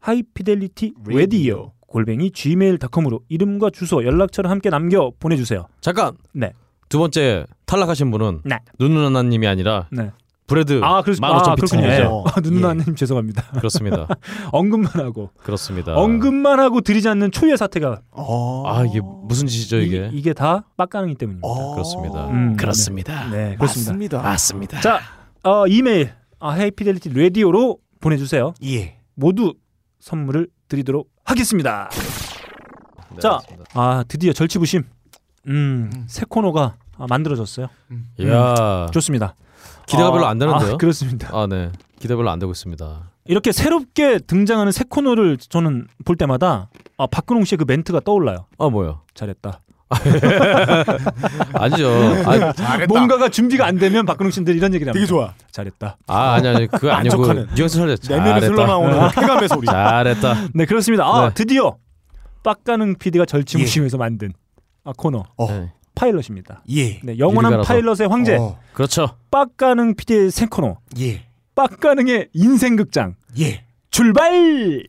Speaker 1: 하이피델리티 레디오 골뱅이 gmail.com으로 이름과 주소 연락처를 함께 남겨 보내주세요.
Speaker 2: 잠깐.
Speaker 1: 네.
Speaker 2: 두 번째 탈락하신 분은
Speaker 1: 네.
Speaker 2: 누누나나님이 아니라
Speaker 1: 네.
Speaker 2: 브레드
Speaker 1: 아, 그렇,
Speaker 2: 만 오천
Speaker 1: 아, 그렇군요. 예.
Speaker 2: 비트님이죠.
Speaker 4: 어,
Speaker 1: 아, 누누나님 죄송합니다.
Speaker 2: 그렇습니다.
Speaker 1: 언급만 하고
Speaker 2: 그렇습니다.
Speaker 1: 언급만 하고 드리지 않는 초유의 사태가
Speaker 4: 어.
Speaker 2: 아 이게 무슨 짓이죠 이게?
Speaker 1: 이, 게다 빡가능이 때문입니다.
Speaker 4: 어.
Speaker 2: 그렇습니다.
Speaker 1: 음,
Speaker 2: 그렇습니다.
Speaker 1: 네, 네, 그렇습니다.
Speaker 4: 맞습니다.
Speaker 2: 맞습니다.
Speaker 1: 자, 어, 이메일 아, 헤이피델리티 라디오로 보내주세요.
Speaker 4: 예.
Speaker 1: 모두 선물을 드리도록 하겠습니다.
Speaker 2: 네,
Speaker 1: 자,
Speaker 2: 맞습니다.
Speaker 1: 아 드디어 절치부심. 음,
Speaker 4: 음.
Speaker 1: 새 코너가 아, 만들어졌어요.
Speaker 2: 이야
Speaker 1: 좋습니다.
Speaker 2: 기대가
Speaker 1: 음. 아,
Speaker 2: 별로 안 되는데요?
Speaker 1: 아, 그렇습니다.
Speaker 2: 아 네. 기대 별로 안 되고 있습니다.
Speaker 1: 이렇게 새롭게 등장하는 새 코너를 저는 볼 때마다 아, 박근홍 씨의 그 멘트가 떠올라요.
Speaker 2: 아 뭐요?
Speaker 1: 잘했다.
Speaker 2: 아니죠. 아,
Speaker 1: 뭔가가 준비가 안 되면 박근홍 씨들 이런 얘기를
Speaker 4: 되게
Speaker 1: 합니다.
Speaker 4: 좋아.
Speaker 1: 잘했다.
Speaker 2: 아 아니 아니 그거 아니고
Speaker 4: 만족하는.
Speaker 2: 뉘앙스 살려.
Speaker 4: 내면이
Speaker 2: 잘했다.
Speaker 4: 아, 흘러나오는 쾌감의 소리.
Speaker 2: 잘했다.
Speaker 1: 아. 네, 그렇습니다. 아,
Speaker 2: 네.
Speaker 1: 드디어 빡가능 PD가 절치부심에서 만든 아, 코너
Speaker 2: 네.
Speaker 1: 파일럿입니다.
Speaker 4: 예.
Speaker 1: 네, 영원한
Speaker 2: 유리가라서.
Speaker 1: 파일럿의 황제
Speaker 4: 어.
Speaker 2: 그렇죠.
Speaker 1: 빡가능 PD의 새 코너
Speaker 4: 예.
Speaker 1: 빡가능의 인생극장
Speaker 4: 예.
Speaker 1: 출발!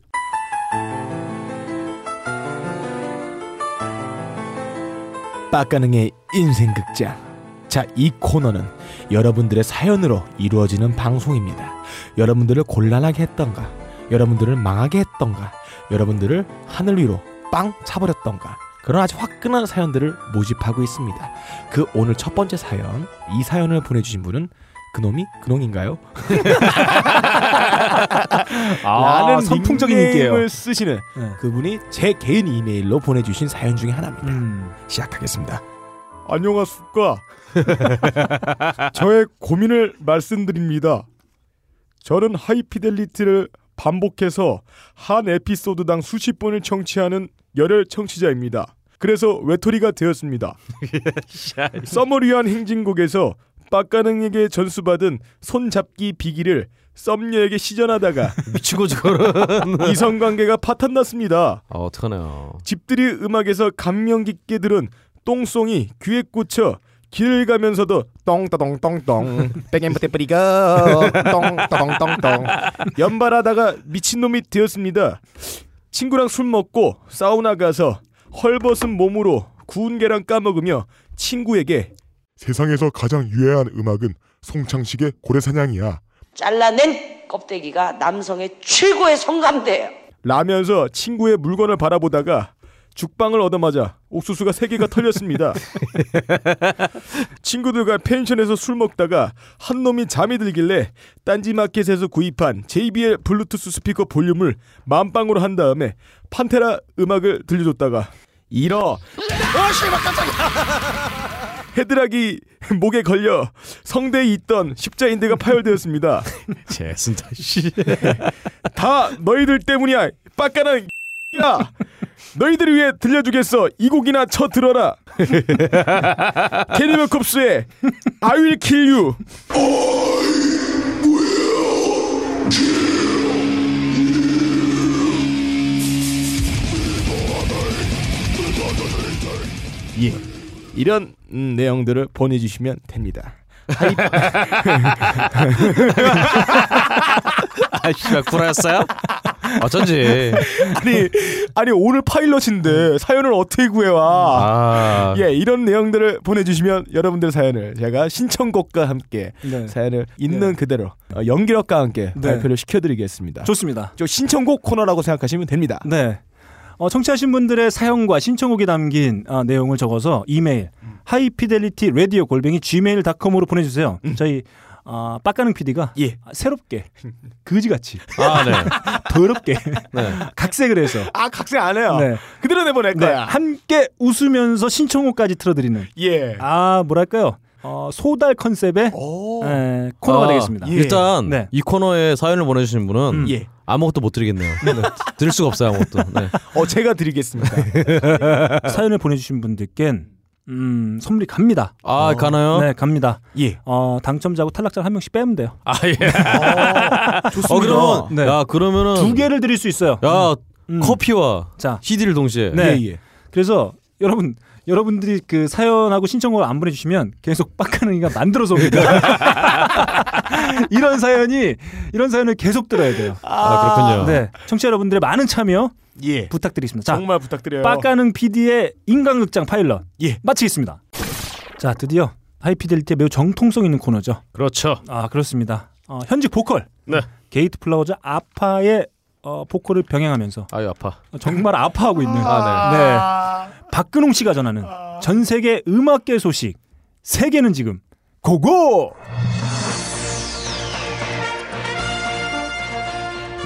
Speaker 4: 빡가능의 인생극장. 자, 이 코너는 여러분들의 사연으로 이루어지는 방송입니다. 여러분들을 곤란하게 했던가, 여러분들을 망하게 했던가, 여러분들을 하늘 위로 빵 차버렸던가, 그런 아주 화끈한 사연들을 모집하고 있습니다. 그 오늘 첫 번째 사연, 이 사연을 보내주신 분은 그놈이 그놈인가요? 라는
Speaker 1: 아, 선풍적인 인기예요.
Speaker 4: 닉네임을 쓰시는
Speaker 1: 네.
Speaker 4: 그분이 제 개인 이메일로 보내주신 사연 중에 하나입니다.
Speaker 1: 음.
Speaker 4: 시작하겠습니다. 안녕하십니까. 저의 고민을 말씀드립니다. 저는 하이피델리티를 반복해서 한 에피소드당 수십 번을 청취하는 열혈 청취자입니다. 그래서 외톨이가 되었습니다. 썸머리한 행진곡에서 빡가능에게 전수받은 손잡기 비기를 썸녀에게 시전하다가
Speaker 2: 미치고 저거를.
Speaker 4: 이성관계가 파탄났습니다.
Speaker 2: 아 어떡하네요.
Speaker 4: 집들이 음악에서 감명 깊게 들은 똥송이 귀에 꽂혀 길을 가면서도 똥따똥똥똥 백엠부테 뿌리가 똥따똥똥똥 연발하다가 미친놈이 되었습니다. 친구랑 술 먹고 사우나 가서 헐벗은 몸으로 구운 계란 까먹으며 친구에게
Speaker 5: 세상에서 가장 유해한 음악은 송창식의 고래사냥이야.
Speaker 10: 잘라낸 껍데기가 남성의 최고의 성감대예요.
Speaker 4: 라면서 친구의 물건을 바라보다가 죽방을 얻어맞아 옥수수가 세개가 털렸습니다. 친구들과 펜션에서 술 먹다가 한 놈이 잠이 들길래 딴지마켓에서 구입한 JBL 블루투스 스피커 볼륨을 만빵으로 한 다음에 판테라 음악을 들려줬다가 잃어 헤드락이 목에 걸려 성대에 있던 십자인대가 파열되었습니다.
Speaker 2: 제순다 씨.
Speaker 4: 다 너희들 때문이야. 빡가는 야. 너희들을 위해 들려주겠어. 이 곡이나 쳐 들어라. 캐리버 컵스의 I Will Kill You. 예. 이런 음, 내용들을 보내주시면 됩니다.
Speaker 2: 아씨발 구라였어요? 어쩐지.
Speaker 4: 아니, 아니 오늘 파일럿인데 사연을 어떻게 구해와?
Speaker 2: 아.
Speaker 4: 예, 이런 내용들을 보내주시면 여러분들 사연을 제가 신청곡과 함께
Speaker 1: 네.
Speaker 4: 사연을 있는 그대로 어, 연기력과 함께
Speaker 1: 네.
Speaker 4: 발표를 시켜드리겠습니다.
Speaker 1: 좋습니다.
Speaker 4: 저 신청곡 코너라고 생각하시면 됩니다.
Speaker 1: 네. 어, 청취하신 분들의 사연과 신청곡이 담긴 아, 내용을 적어서 이메일 하이피델리티 라디오 골뱅이 gmail.com으로 보내주세요. 저희 아, 빡가능 PD가
Speaker 4: 예.
Speaker 1: 새롭게 그지같이
Speaker 2: 아 네.
Speaker 1: 더럽게
Speaker 2: 네.
Speaker 1: 각색을 해서
Speaker 4: 아 각색 안 해요.
Speaker 1: 네.
Speaker 4: 그대로 내보낼
Speaker 1: 네,
Speaker 4: 거야.
Speaker 1: 함께 웃으면서 신청곡까지 틀어드리는
Speaker 4: 예.
Speaker 1: 아 뭐랄까요 어, 소달 컨셉의
Speaker 4: 어,
Speaker 1: 예, 코너가
Speaker 2: 아,
Speaker 1: 되겠습니다.
Speaker 2: 일단
Speaker 1: 네. 음. 예.
Speaker 2: 이 코너에 사연을 보내주신 분은 아무것도 못 드리겠네요. 드릴 수가 없어요 아무것도. 네.
Speaker 4: 어 제가 드리겠습니다.
Speaker 1: 사연을 보내주신 분들께는 음, 선물이 갑니다.
Speaker 2: 아,
Speaker 1: 어,
Speaker 2: 가나요?
Speaker 1: 네, 갑니다.
Speaker 4: 예.
Speaker 1: 어, 당첨자고 탈락자 한 명씩 빼면 돼요.
Speaker 2: 아 예. 어 그러면
Speaker 1: 네.
Speaker 2: 야 그러면은
Speaker 1: 두 개를 드릴 수 있어요.
Speaker 2: 야
Speaker 1: 음.
Speaker 2: 커피와
Speaker 1: 자,
Speaker 2: CD를 동시에.
Speaker 4: 예,
Speaker 2: 예.
Speaker 1: 네. 그래서 여러분 여러분들이 그 사연하고 신청곡을 안 보내주시면 계속 빡가능이가 만들어서 옵니다. 이런 사연이 이런 사연을 계속 들어야 돼요.
Speaker 2: 아 그렇군요.
Speaker 1: 네, 청취자 여러분들의 많은 참여
Speaker 4: 예.
Speaker 1: 부탁드리겠습니다. 자,
Speaker 4: 정말 부탁드려요.
Speaker 1: 빡가능 PD의 인간극장 파일럿
Speaker 4: 예.
Speaker 1: 마치겠습니다. 자, 드디어 하이피델리티의 매우 정통성 있는 코너죠.
Speaker 2: 그렇죠.
Speaker 1: 아 그렇습니다. 어, 현직 보컬
Speaker 2: 네.
Speaker 1: 게이트 플라워즈 아파의 어, 보컬을 병행하면서
Speaker 2: 아유 아파.
Speaker 1: 정말 아파하고 있는
Speaker 2: 아,
Speaker 1: 네. 아. 박근홍 씨가 전하는 전 세계 음악계 소식 세계는 지금 고고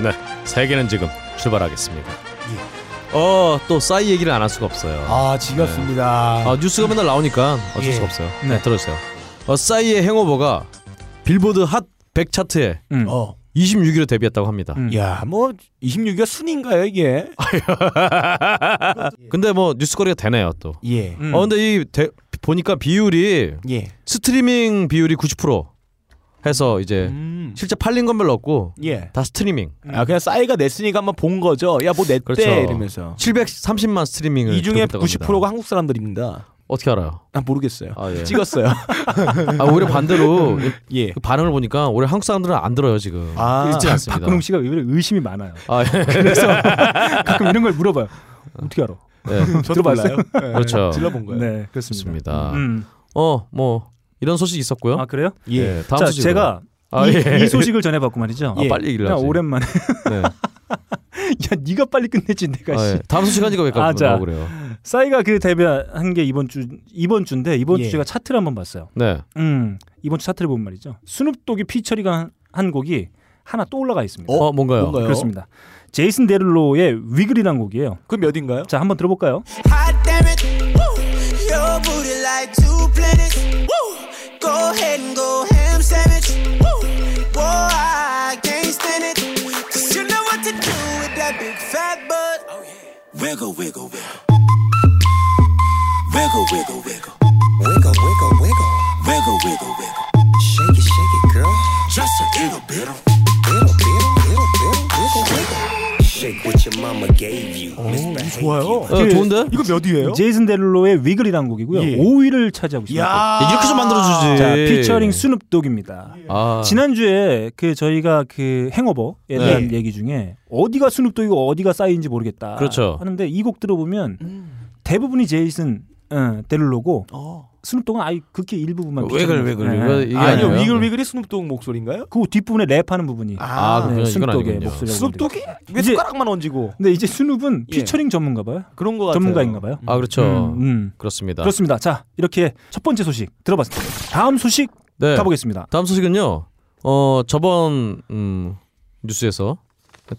Speaker 2: 네. 세계는 지금 출발하겠습니다.
Speaker 1: 예.
Speaker 2: 어또 싸이 얘기를 안 할 수가 없어요.
Speaker 4: 아 지겹습니다.
Speaker 2: 아, 뉴스가 맨날 나오니까 어쩔
Speaker 4: 예.
Speaker 2: 수가 없어요.
Speaker 1: 네.
Speaker 2: 네, 들어주세요. 어, 싸이의 행오버가 빌보드 핫 100 차트에
Speaker 1: 음.
Speaker 4: 어.
Speaker 2: 26위로 데뷔했다고 합니다.
Speaker 1: 음.
Speaker 4: 야, 뭐 26위가 순인가요, 이게?
Speaker 2: 근데 뭐 뉴스거리가 되네요 또.
Speaker 4: 예.
Speaker 1: 음.
Speaker 2: 어 근데 이 대- 보니까 비율이
Speaker 4: 예.
Speaker 2: 스트리밍 비율이 90% 해서 이제
Speaker 4: 음.
Speaker 2: 실제 팔린 건 별로 없고
Speaker 4: 예.
Speaker 2: 다 스트리밍.
Speaker 4: 아, 그냥 싸이가 냈으니까 한번 본 거죠. 야, 뭐 냈대
Speaker 2: 그렇죠.
Speaker 4: 이러면서.
Speaker 2: 730만 스트리밍을
Speaker 4: 이 중에
Speaker 2: 기록했다고 예, 합니다.
Speaker 4: 90%가 한국 사람들입니다.
Speaker 2: 어떻게 알아요?
Speaker 4: 아, 모르겠어요.
Speaker 2: 아, 예.
Speaker 4: 찍었어요.
Speaker 2: 아, 오히려 반대로 이-
Speaker 4: 예.
Speaker 2: 그 반응을 보니까 오히려 한국 사람들은 안 들어요 지금.
Speaker 4: 아,
Speaker 2: 읽지 않습니다.
Speaker 1: 박근홍 씨가 의외로 의심이 많아요.
Speaker 2: 아, 예.
Speaker 1: 그래서 가끔 이런 걸 물어봐요. 어떻게 알아?
Speaker 2: 예.
Speaker 4: 저도
Speaker 1: 들어봤어요?
Speaker 4: 몰라요. 예.
Speaker 2: 그렇죠.
Speaker 4: 질러본 거예요.
Speaker 1: 네 그렇습니다.
Speaker 2: 좋습니다.
Speaker 1: 음.
Speaker 2: 어, 뭐 이런 소식 있었고요.
Speaker 1: 아 그래요?
Speaker 2: 예, 다음
Speaker 1: 자
Speaker 2: 소식
Speaker 1: 제가
Speaker 2: 아,
Speaker 1: 이,
Speaker 2: 예.
Speaker 1: 이 소식을 전해봤고 말이죠.
Speaker 2: 아, 빨리 얘기를
Speaker 1: 야,
Speaker 2: 하지.
Speaker 1: 오랜만에
Speaker 2: 네.
Speaker 1: 야 네가 빨리 끝내지 내가
Speaker 2: 아,
Speaker 1: 그러니까 씨.
Speaker 2: 예. 다음 소식 하니까 왜
Speaker 1: 아, 자.
Speaker 2: 깜짝 놀라고 그래요.
Speaker 1: 싸이가 그 데뷔한 게 이번 주 이번 주인데 이번
Speaker 4: 예.
Speaker 1: 주 제가 차트를 한번 봤어요.
Speaker 2: 네.
Speaker 1: 음 이번 주 차트를 보면 말이죠. 스눕독이 피처링 한, 한 곡이 하나 또 올라가 있습니다.
Speaker 2: 어, 뭔가요?
Speaker 4: 뭔가요?
Speaker 1: 그렇습니다. 제이슨 데룰로의 위글이라는 곡이에요.
Speaker 4: 그 몇인가요?
Speaker 1: 자 한번 들어볼까요?
Speaker 3: Hot damn it. Woo. Your booty like two planets. Woo. Go ahead and go ham sandwich. Woo. Boy, I can't stand it. Cause you know what to do with that big fat butt. Oh, yeah. Wiggle, wiggle, wiggle. Wiggle, wiggle, wiggle. Wiggle, wiggle, wiggle. Wiggle, wiggle, wiggle. Shake it, shake it, girl. Just a little bit. Little bit, little bit. Wiggle, wiggle. Shake what your mama gave you. Misbehave you.
Speaker 4: 좋아요.
Speaker 2: 어, 좋은데?
Speaker 4: 이거 몇 위예요?
Speaker 1: 제이슨 데룰로의 위글이라는 곡이고요.
Speaker 4: 예.
Speaker 1: 5위를 차지하고 있습니다.
Speaker 2: 야, 이렇게 좀 만들어주지.
Speaker 1: 자 피처링 스눕독입니다.
Speaker 2: 아,
Speaker 1: 지난주에 그 저희가 그 행오버에 대한
Speaker 4: 네.
Speaker 1: 얘기 중에 어디가 스눕독이고 어디가 싸이인지 모르겠다.
Speaker 2: 그렇죠.
Speaker 1: 하는데 이 곡 들어보면
Speaker 4: 음.
Speaker 1: 대부분이 제이슨 어, 데룰로고 스눕독은 아예 극히 일부분만
Speaker 2: 왜글
Speaker 1: 피처링을
Speaker 2: 왜글
Speaker 1: 했어요.
Speaker 2: 이거
Speaker 1: 네.
Speaker 2: 이게
Speaker 4: 아니요,
Speaker 2: 아니에요?
Speaker 4: 위글위글이 스눕독 목소리인가요?
Speaker 1: 그 뒷부분에 랩하는 부분이
Speaker 2: 아, 그렇군요. 이건
Speaker 1: 스눕독의
Speaker 2: 아니군요.
Speaker 1: 목소리.
Speaker 4: 스눕독이 왜
Speaker 1: 이제-
Speaker 4: 숟가락만 얹이고
Speaker 1: 근데 이제 스눕은
Speaker 4: 예.
Speaker 1: 피처링 전문가 봐요.
Speaker 4: 그런 거 같아요.
Speaker 1: 전문가인가 봐요.
Speaker 2: 아, 그렇죠.
Speaker 1: 음, 음.
Speaker 2: 그렇습니다.
Speaker 1: 그렇습니다. 자 이렇게 첫 번째 소식 들어봤습니다. 다음 소식
Speaker 2: 네.
Speaker 1: 가보겠습니다.
Speaker 2: 다음 소식은요. 어, 저번 음, 뉴스에서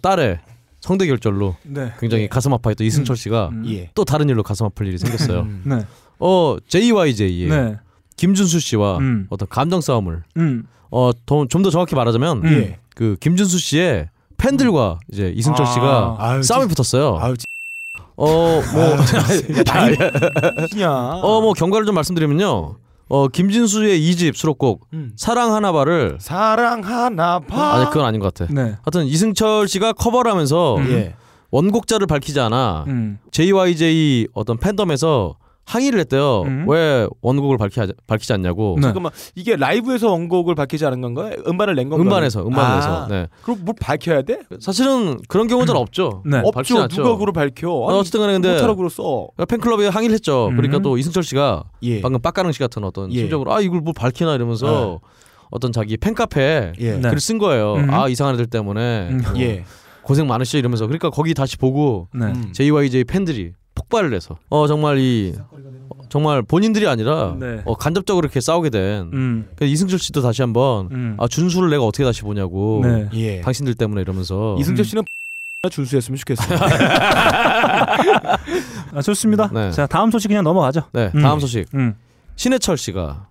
Speaker 2: 딸의 성대 결절로
Speaker 1: 네.
Speaker 2: 굉장히 가슴 아파했던 이승철 씨가
Speaker 1: 음.
Speaker 4: 예.
Speaker 2: 또 다른 일로 가슴 아플 일이 생겼어요.
Speaker 1: 네.
Speaker 2: 어, JYJ의
Speaker 1: 네.
Speaker 2: 김준수 씨와
Speaker 1: 음.
Speaker 2: 어떤 감정 싸움을
Speaker 1: 음.
Speaker 2: 어, 좀 더 정확히 말하자면
Speaker 1: 음.
Speaker 4: 예.
Speaker 2: 그 김준수 씨의 팬들과 이제 이승철
Speaker 1: 아,
Speaker 2: 씨가
Speaker 4: 아유,
Speaker 2: 싸움이 붙었어요.
Speaker 4: 아유,
Speaker 2: 어, 뭐, 아니,
Speaker 4: 진짜. 음.
Speaker 2: 어, 뭐 경과를 좀 말씀드리면요. 어, 김진수의 2집 수록곡
Speaker 4: 음.
Speaker 2: 사랑 하나바를
Speaker 4: 사랑 하나 봐.
Speaker 2: 아니 그건 음. 아닌 것 같아.
Speaker 1: 네.
Speaker 2: 하여튼 이승철 씨가 커버를 하면서
Speaker 4: 예.
Speaker 2: 원곡자를 밝히지 않아
Speaker 1: 음.
Speaker 2: JYJ 어떤 팬덤에서 항의를 했대요.
Speaker 1: 음.
Speaker 2: 왜 원곡을 밝히, 밝히지 않냐고.
Speaker 1: 네.
Speaker 4: 잠깐만 그러니까 뭐 이게 라이브에서 원곡을 밝히지 않은 건가요? 음반을 낸 건가요?
Speaker 2: 음반에서 음반에서.
Speaker 4: 아,
Speaker 2: 네.
Speaker 4: 그럼 뭘 밝혀야 돼?
Speaker 2: 사실은 그런 경우는 잘 없죠.
Speaker 1: 네.
Speaker 2: 밝히지
Speaker 4: 없죠.
Speaker 2: 않죠.
Speaker 4: 누가 그걸 밝혀? 아니,
Speaker 2: 어쨌든 간에 근데-
Speaker 4: 호타락으로 써.
Speaker 2: 팬클럽에 항의를 했죠. 그러니까
Speaker 1: 음.
Speaker 2: 또 이승철 씨가
Speaker 4: 예.
Speaker 2: 방금 빡가릉 씨 같은 어떤
Speaker 4: 예.
Speaker 2: 심정으로 아 이걸 뭐 밝히나 이러면서 어떤 자기 팬카페에
Speaker 4: 예.
Speaker 1: 네.
Speaker 2: 글을 쓴 거예요.
Speaker 1: 음.
Speaker 2: 아 이상한 애들 때문에
Speaker 1: 음.
Speaker 2: 뭐
Speaker 4: 예.
Speaker 2: 고생 많으시죠 이러면서 그러니까 거기 다시 보고
Speaker 1: 네.
Speaker 4: 음.
Speaker 2: JYJ 팬들이 폭발을 해서 어 정말 이 정말 본인들이 아니라
Speaker 1: 네.
Speaker 2: 어, 간접적으로 이렇게 싸우게 된
Speaker 1: 음.
Speaker 2: 그래서 이승철 씨도 다시 한번
Speaker 1: 음.
Speaker 2: 아 준수를 내가 어떻게 다시 보냐고
Speaker 1: 네.
Speaker 4: 예.
Speaker 2: 당신들 때문에 이러면서
Speaker 4: 이승철 씨는 준수했으면 좋겠어요.
Speaker 1: 아, 좋습니다.
Speaker 2: 네.
Speaker 1: 자, 다음 소식 그냥 넘어가죠.
Speaker 2: 네
Speaker 1: 음.
Speaker 2: 다음 소식
Speaker 1: 음.
Speaker 2: 신해철 씨가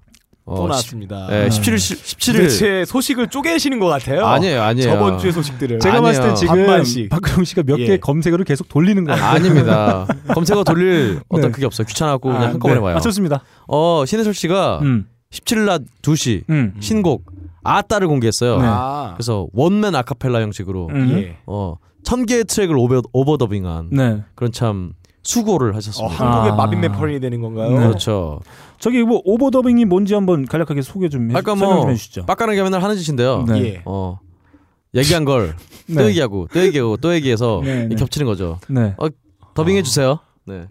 Speaker 4: 또 나왔습니다.
Speaker 2: 예, 17일 17일
Speaker 4: 도대체 소식을 쪼개시는 것 같아요.
Speaker 2: 아니에요, 아니에요.
Speaker 4: 저번 주의 소식들을.
Speaker 2: 제가 봤을 때 지금
Speaker 4: 반반씩.
Speaker 1: 박근홍 씨가 몇
Speaker 4: 예.
Speaker 1: 개의 검색어를 계속 돌리는 거예요.
Speaker 2: 아닙니다. 검색어 돌릴
Speaker 1: 네.
Speaker 2: 어떤 그게 없어요. 귀찮아갖고
Speaker 1: 아,
Speaker 2: 그냥 한꺼번에
Speaker 1: 네.
Speaker 2: 봐요.
Speaker 1: 아, 좋습니다.
Speaker 2: 어 신해철 씨가
Speaker 1: 음.
Speaker 2: 17일 낮 2시
Speaker 1: 음.
Speaker 2: 신곡 아따를 공개했어요.
Speaker 1: 네.
Speaker 4: 아.
Speaker 2: 그래서 원맨 아카펠라 형식으로
Speaker 1: 음.
Speaker 4: 예.
Speaker 2: 어천 개의 트랙을 오버 오버더빙한
Speaker 1: 네.
Speaker 2: 그런 참 수고를
Speaker 4: 어,
Speaker 2: 하셨습니다.
Speaker 4: 한국의
Speaker 1: 아.
Speaker 4: 마빈 메퍼린이 되는 건가요?
Speaker 1: 네.
Speaker 2: 그렇죠.
Speaker 1: 저기 뭐 오버더빙이 뭔지 한번 간략하게 소개 좀 해,
Speaker 2: 아까
Speaker 1: 설명
Speaker 2: 뭐
Speaker 1: 좀 해주시죠.
Speaker 2: 빡가는게 맨날 하는 짓인데요.
Speaker 1: 네.
Speaker 4: 예.
Speaker 2: 어 얘기한 걸 또
Speaker 1: 네.
Speaker 2: 얘기하고 또 얘기하고 또 얘기해서
Speaker 1: 네, 네.
Speaker 2: 겹치는 거죠.
Speaker 1: 네.
Speaker 2: 더빙해 주세요. 네.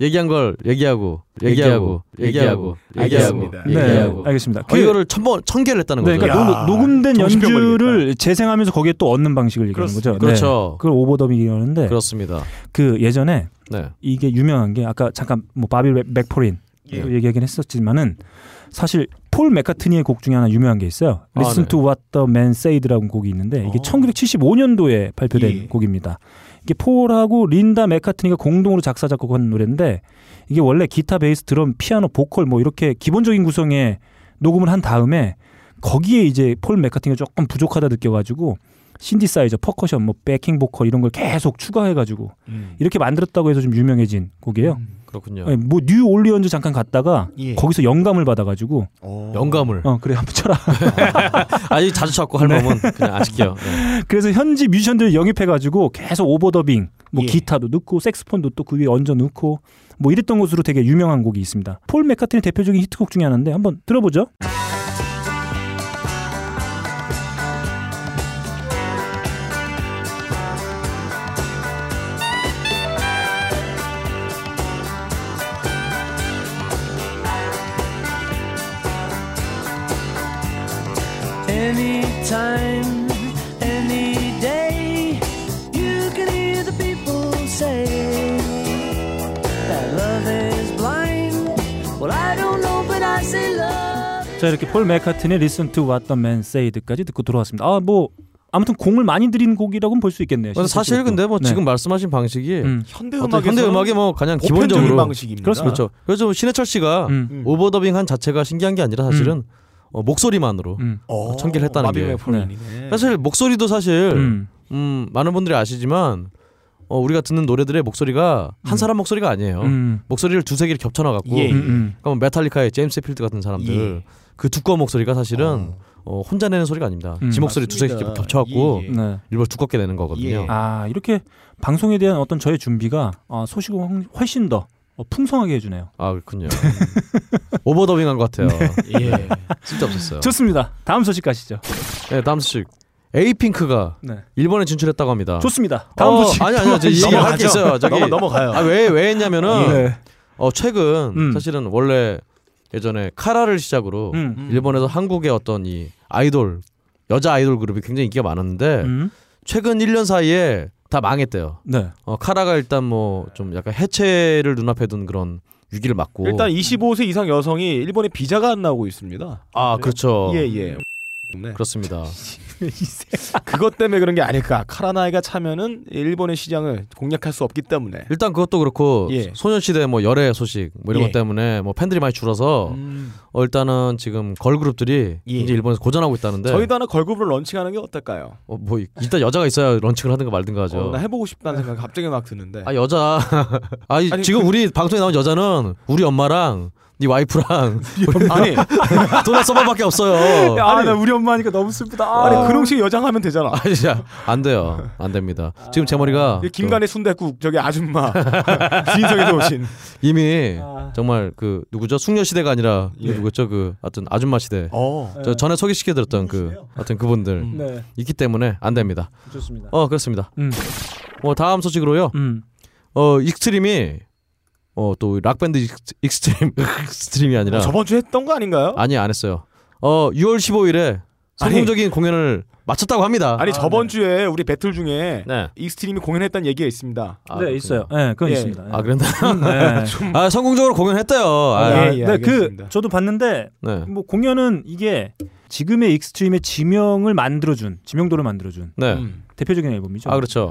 Speaker 2: 얘기한 걸 얘기하고 얘기하고 얘기하고 얘기하고
Speaker 4: 알겠습니다.
Speaker 1: 네.
Speaker 2: 얘기하고
Speaker 1: 알겠습니다.
Speaker 2: 어, 이거를 천번 천 개를 했다는
Speaker 1: 네,
Speaker 2: 거죠.
Speaker 1: 그러니까
Speaker 4: 야,
Speaker 1: 녹, 음된
Speaker 4: 정신병
Speaker 1: 연주를 재생하면서 거기에 또 얻는 방식을 얘기하는 거죠.
Speaker 2: 그렇죠.
Speaker 1: 네. 그걸 오버더빙이라는데
Speaker 2: 네. 그렇습니다.
Speaker 1: 그 예전에
Speaker 2: 네.
Speaker 1: 이게 유명한 게 아까 잠깐 뭐 바비 맥- 맥포린 도 얘기하긴 했었지만은 사실 폴 맥카트니의 곡 중에 하나 유명한 게 있어요.
Speaker 2: 아,
Speaker 1: Listen
Speaker 2: 네.
Speaker 1: to What the Man Said라는 곡이 있는데 이게
Speaker 4: 어.
Speaker 1: 1975년도에 발표된
Speaker 4: 예.
Speaker 1: 곡입니다. 이게 폴하고 린다 맥카트니가 공동으로 작사 작곡한 노래인데 이게 원래 기타, 베이스, 드럼, 피아노, 보컬 뭐 이렇게 기본적인 구성에 녹음을 한 다음에 거기에 이제 폴 맥카트니가 조금 부족하다 느껴가지고 신디사이저, 퍼커션, 뭐 백킹 보컬 이런 걸 계속 추가해가지고
Speaker 4: 음.
Speaker 1: 이렇게 만들었다고 해서 좀 유명해진 곡이에요.
Speaker 2: 그렇군요.
Speaker 1: 뭐 뉴 올리언즈 잠깐 갔다가
Speaker 4: 예.
Speaker 1: 거기서 영감을 받아가지고
Speaker 2: 영감을
Speaker 1: 어 네. 그래 한번 쳐라
Speaker 2: 아니 자주 찾고 할 몸은 그냥 아쉽게요. 네.
Speaker 1: 그래서 현지 뮤지션들 영입해가지고 계속 오버더빙 뭐
Speaker 4: 예.
Speaker 1: 기타도 넣고 색스폰도 또 그 위에 얹어 넣고 뭐 이랬던 것으로 되게 유명한 곡이 있습니다 폴 맥카트니 대표적인 히트곡 중에 하나인데 한번 들어보죠
Speaker 3: Anytime, any day, you can hear the people say that love is blind. Well, I don't know, but I say love.
Speaker 1: 자 이렇게 폴 맥카트니 Listen to What the Man Said까지 듣고 들어왔습니다 아 뭐 아무튼 공을 많이 들인 곡이라고는 볼 수 있겠네요
Speaker 2: 근데 사실 근데 뭐
Speaker 1: 네.
Speaker 2: 지금 말씀하신 방식이
Speaker 1: 음.
Speaker 4: 현대
Speaker 2: 어떤
Speaker 4: 음악에서
Speaker 2: 현대 음악의 뭐 가장
Speaker 4: 보편적인
Speaker 2: 기본적으로
Speaker 4: 방식입니다.
Speaker 1: 그렇습니다.
Speaker 2: 그렇죠. 그래서 신해철 씨가
Speaker 1: 음.
Speaker 4: 음.
Speaker 2: 오버더빙한 자체가 신기한 게 아니라 사실은 어, 목소리만으로
Speaker 1: 음.
Speaker 4: 어,
Speaker 2: 천 개를 뭐 했다는
Speaker 4: 마빈
Speaker 2: 게.
Speaker 4: 메퍼린이네.
Speaker 2: 사실 목소리도 사실 음.
Speaker 1: 음.
Speaker 2: 많은 분들이 아시지만 어, 우리가 듣는 노래들의 목소리가 한 사람 목소리가 아니에요.
Speaker 1: 음.
Speaker 2: 목소리를 두세 개를 겹쳐 놔 갖고
Speaker 4: 예.
Speaker 1: 음, 음.
Speaker 2: 그러니까 뭐 메탈리카의 제임스 필드 같은 사람들
Speaker 4: 예.
Speaker 2: 그 두꺼운 목소리가 사실은 어, 혼자 내는 소리가 아닙니다.
Speaker 1: 음,
Speaker 2: 지 목소리 두세 개
Speaker 4: 맞습니다.
Speaker 2: 겹쳐갖고
Speaker 4: 예, 예.
Speaker 1: 네.
Speaker 2: 일부러 두껍게 내는 거거든요.
Speaker 4: 예.
Speaker 1: 아 이렇게 방송에 대한 어떤 저의 준비가 아, 소식을 황- 훨씬 더 어, 풍성하게 해주네요.
Speaker 2: 아 그렇군요. 오버더빙한 것 같아요.
Speaker 4: 예.
Speaker 2: 진짜 없었어요.
Speaker 1: 좋습니다. 다음 소식 가시죠.
Speaker 2: 네, 다음 소식. 에이핑크가
Speaker 1: 네.
Speaker 2: 일본에 진출했다고 합니다.
Speaker 1: 아. 좋습니다. 다음
Speaker 2: 어,
Speaker 1: 소식.
Speaker 2: 아니 아니요. 저 얘기할 게 있어요. 저기
Speaker 4: 넘어 넘어가요.
Speaker 2: 아왜왜 했냐면은
Speaker 1: 네.
Speaker 2: 어 최근
Speaker 1: 음.
Speaker 2: 사실은 원래 예전에 카라를 시작으로
Speaker 1: 음.
Speaker 2: 일본에서 한국의 어떤 이 아이돌 여자 아이돌 그룹이 굉장히 인기가 많았는데
Speaker 1: 음.
Speaker 2: 최근 1년 사이에 다 망했대요.
Speaker 1: 네.
Speaker 2: 어, 카라가 일단 뭐 좀 약간 해체를 눈앞에 둔 그런 위기를 맞고
Speaker 4: 일단 25세 이상 여성이 일본에 비자가 안 나오고 있습니다.
Speaker 2: 아 그렇죠.
Speaker 4: 예 예. 네.
Speaker 2: 그렇습니다.
Speaker 4: 그것 때문에 그런 게 아닐까. 카라나이가 차면은 일본의 시장을 공략할 수 없기 때문에.
Speaker 2: 일단 그것도 그렇고
Speaker 4: 예.
Speaker 2: 소녀시대 뭐 열애 소식 뭐 이런
Speaker 4: 예. 음.
Speaker 2: 것 때문에 뭐 팬들이 많이 줄어서 어, 일단은 지금 걸 그룹들이
Speaker 4: 예.
Speaker 2: 이제 일본에서 고전하고 있다는데
Speaker 4: 저희도 하나 걸그룹을 런칭하는 게 어떨까요?
Speaker 2: 어, 뭐 이- 일단 여자가 있어야 런칭을 하든가 말든가 하죠.
Speaker 4: 어, 나 해보고 싶다는 생각 이 갑자기 막 드는데.
Speaker 2: 아 여자 아니,
Speaker 4: 아니, 그
Speaker 2: 지금 우리 방송에 나온 여자는 우리 엄마랑 네 와이프랑
Speaker 4: 아니
Speaker 2: 도나 서버밖에 없어요.
Speaker 1: 아, 나 우리 엄마 하니까 너무 슬프다.
Speaker 4: 아니 근홍식 여장하면 되잖아.
Speaker 2: 아 진짜 안 돼요. 안 됩니다. 지금 제 머리가
Speaker 4: 아, 이 김간의 순대국 저기 아줌마 진성에서 오신
Speaker 2: 저- 그 이미
Speaker 4: 아.
Speaker 2: 정말 그 누구죠? 숙녀 시대가 아니라 그 누구죠? 그 하여튼 아줌마 시대.
Speaker 4: 예. 어 예. 음.
Speaker 2: 저 전에 소개시켜 드렸던 그 하여튼 그분들
Speaker 1: 네.
Speaker 2: 있기 때문에 안 됩니다.
Speaker 1: 좋습니다.
Speaker 2: 어 그렇습니다.
Speaker 1: 음.
Speaker 2: 어 다음 소식으로요.
Speaker 1: 음.
Speaker 2: 어 익스트림이 어또 락밴드 익스- 익스트림 익스트림이
Speaker 1: 어,
Speaker 2: 아니라
Speaker 4: 저번 주에 했던 거 네. 아닌가요?
Speaker 2: 아니 안 했어요. 어 6월 15일에
Speaker 4: 아니.
Speaker 2: 성공적인 공연을 마쳤다고 합니다.
Speaker 4: 아니 네. 저번 주에 우리 배틀 중에
Speaker 2: 네.
Speaker 4: 익스트림이 공연했다는 얘기가 있습니다.
Speaker 2: 아,
Speaker 1: 네
Speaker 2: 그렇군요.
Speaker 1: 있어요. 네, 그건
Speaker 4: 예.
Speaker 1: 있습니다.
Speaker 2: 아 그랬나?
Speaker 1: 네.
Speaker 2: 아 성공적으로 공연했대요. 아,
Speaker 4: 예,
Speaker 1: 아,
Speaker 4: 예,
Speaker 1: 네, 그
Speaker 4: 알겠습니다.
Speaker 1: 저도 봤는데
Speaker 2: 네.
Speaker 1: 뭐 공연은 이게 지금의 익스트림의 지명을 만들어준 지명도를 만들어준
Speaker 2: 네.
Speaker 4: 음,
Speaker 1: 대표적인 앨범이죠. 예. 아.
Speaker 2: 아, 그렇죠.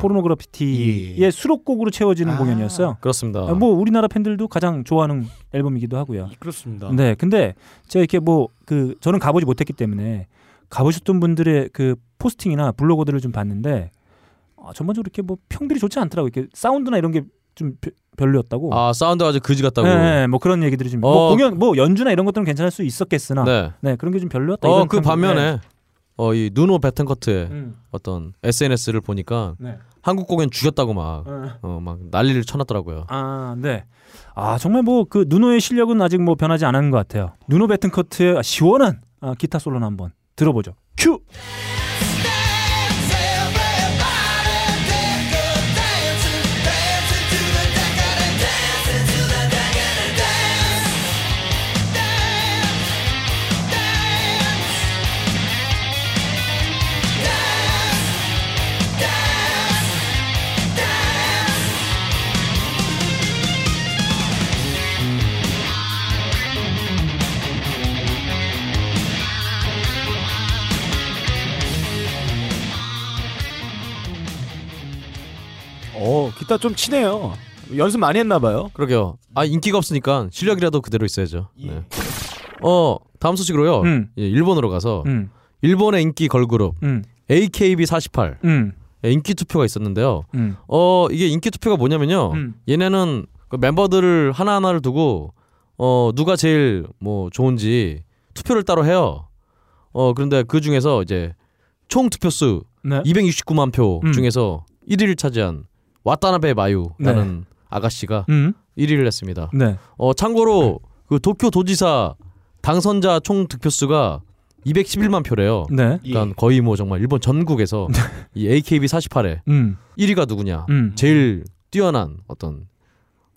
Speaker 1: 포르노그래피티의 수록곡으로 채워지는 공연이었어요.
Speaker 2: 그렇습니다.
Speaker 1: 아, 뭐 우리나라 팬들도 가장 좋아하는 앨범이기도 하고요.
Speaker 2: 어.
Speaker 4: 그렇습니다.
Speaker 1: 네, 근데 제가 이렇게 뭐 그 저는 가보지 못했기 때문에 가보셨던 분들의 그 포스팅이나 블로거들을 좀 봤는데 아, 전반적으로 이렇게 뭐 평들이 좋지 않더라고 요 이렇게 사운드나 이런 게 좀 별로였다고.
Speaker 2: 아 사운드 아주 그지 같다고.
Speaker 1: 네, 네, 뭐 그런 얘기들이 좀.
Speaker 2: 어.
Speaker 1: 뭐 공연, 뭐 연주나 이런 것들은 괜찮을 수 있었겠으나,
Speaker 2: 네.
Speaker 1: 네, 그런 게 좀 별로였다.
Speaker 2: 어
Speaker 1: 이런
Speaker 2: 그
Speaker 1: 평- 네.
Speaker 2: 반면에 어 이 누노 배튼커트의
Speaker 1: 음.
Speaker 2: 어떤 SNS를 보니까
Speaker 1: 네.
Speaker 2: 한국 공연 죽였다고 막
Speaker 1: 네.
Speaker 2: 어, 막 난리를 쳐놨더라고요.
Speaker 1: 아, 네. 아 정말 뭐 그 누노의 실력은 아직 뭐 변하지 않은 것 같아요. 누노 베튼커트의 시원한 아, 기타 솔로는 한번 들어보죠. 큐.
Speaker 4: 어 기타 좀 치네요. 연습 많이 했나 봐요.
Speaker 2: 그러게요. 아 인기가 없으니까 실력이라도 그대로 있어야죠. 네. 어 다음 소식으로요.
Speaker 1: 예. 음.
Speaker 2: 예, 일본으로 가서
Speaker 1: 음.
Speaker 2: 일본의 인기 걸그룹
Speaker 1: 음.
Speaker 2: AKB 48
Speaker 1: 음.
Speaker 2: 인기 투표가 있었는데요.
Speaker 1: 음.
Speaker 2: 어 이게 인기 투표가 뭐냐면요.
Speaker 1: 음.
Speaker 2: 얘네는 그 멤버들을 하나 하나를 두고 어 누가 제일 뭐 좋은지 투표를 따로 해요. 어 그런데 그 중에서 이제 총 투표수
Speaker 1: 네.
Speaker 2: 269만 표
Speaker 1: 음.
Speaker 2: 중에서 1위를 차지한 와타나베
Speaker 1: 네.
Speaker 2: 마유라는 아가씨가
Speaker 1: 음.
Speaker 2: 1위를 했습니다.
Speaker 1: 네.
Speaker 2: 어 참고로 그 도쿄 도지사 당선자 총 득표수가 211만 표래요.
Speaker 1: 네.
Speaker 2: 그러니까 거의 뭐 정말 일본 전국에서 이 AKB 48에
Speaker 1: 음.
Speaker 2: 1위가 누구냐,
Speaker 1: 네. 음.
Speaker 2: 제일 뛰어난 어떤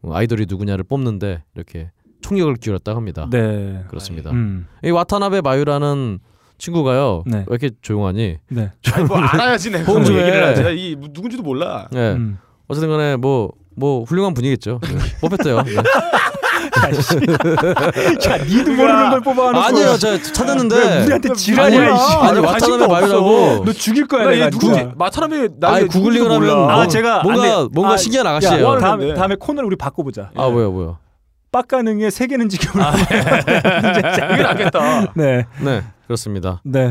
Speaker 2: 뭐 아이돌이 누구냐를 뽑는데 이렇게 총력을 기울였다 합니다.
Speaker 1: 네.
Speaker 2: 그렇습니다.
Speaker 1: 음.
Speaker 2: 이 와타나베 마유라는 친구가요.
Speaker 1: 네.
Speaker 2: 왜 이렇게 조용하니?
Speaker 1: 네.
Speaker 4: 아니, 뭐 알아야지 내가
Speaker 2: 홍조에-
Speaker 4: 뭐 얘기를 하지. 나이 누군지도 몰라.
Speaker 2: 예.
Speaker 1: 음.
Speaker 2: 어쨌든 간에 뭐, 뭐 훌륭한 분이겠죠. 네. 뽑혔대요. 네.
Speaker 1: 야, 아, 니도 모르는 걸 뽑아하는
Speaker 2: 아니요, 제가
Speaker 1: 뭐.
Speaker 2: 찾았는데.
Speaker 1: 우리한테
Speaker 2: 아니,
Speaker 1: 지랄이야. 이
Speaker 2: 아니 와타나베 마유라고.
Speaker 1: 너 죽일 거야
Speaker 4: 나얘
Speaker 1: 내가.
Speaker 4: 누구?
Speaker 1: 진짜.
Speaker 4: 마타람이 나
Speaker 2: 아니 구글링을 하면
Speaker 1: 아, 제가
Speaker 2: 뭔가
Speaker 1: 안 돼.
Speaker 2: 뭔가
Speaker 1: 아,
Speaker 2: 신기한
Speaker 1: 야,
Speaker 2: 아가씨예요.
Speaker 1: 다음에 다음에 코너를 우리 바꿔보자.
Speaker 2: 아 뭐야 뭐야.
Speaker 1: 빡가능의 세계는 지금. 아, 이건 낫겠다. 네.
Speaker 2: 네 그렇습니다.
Speaker 1: 네.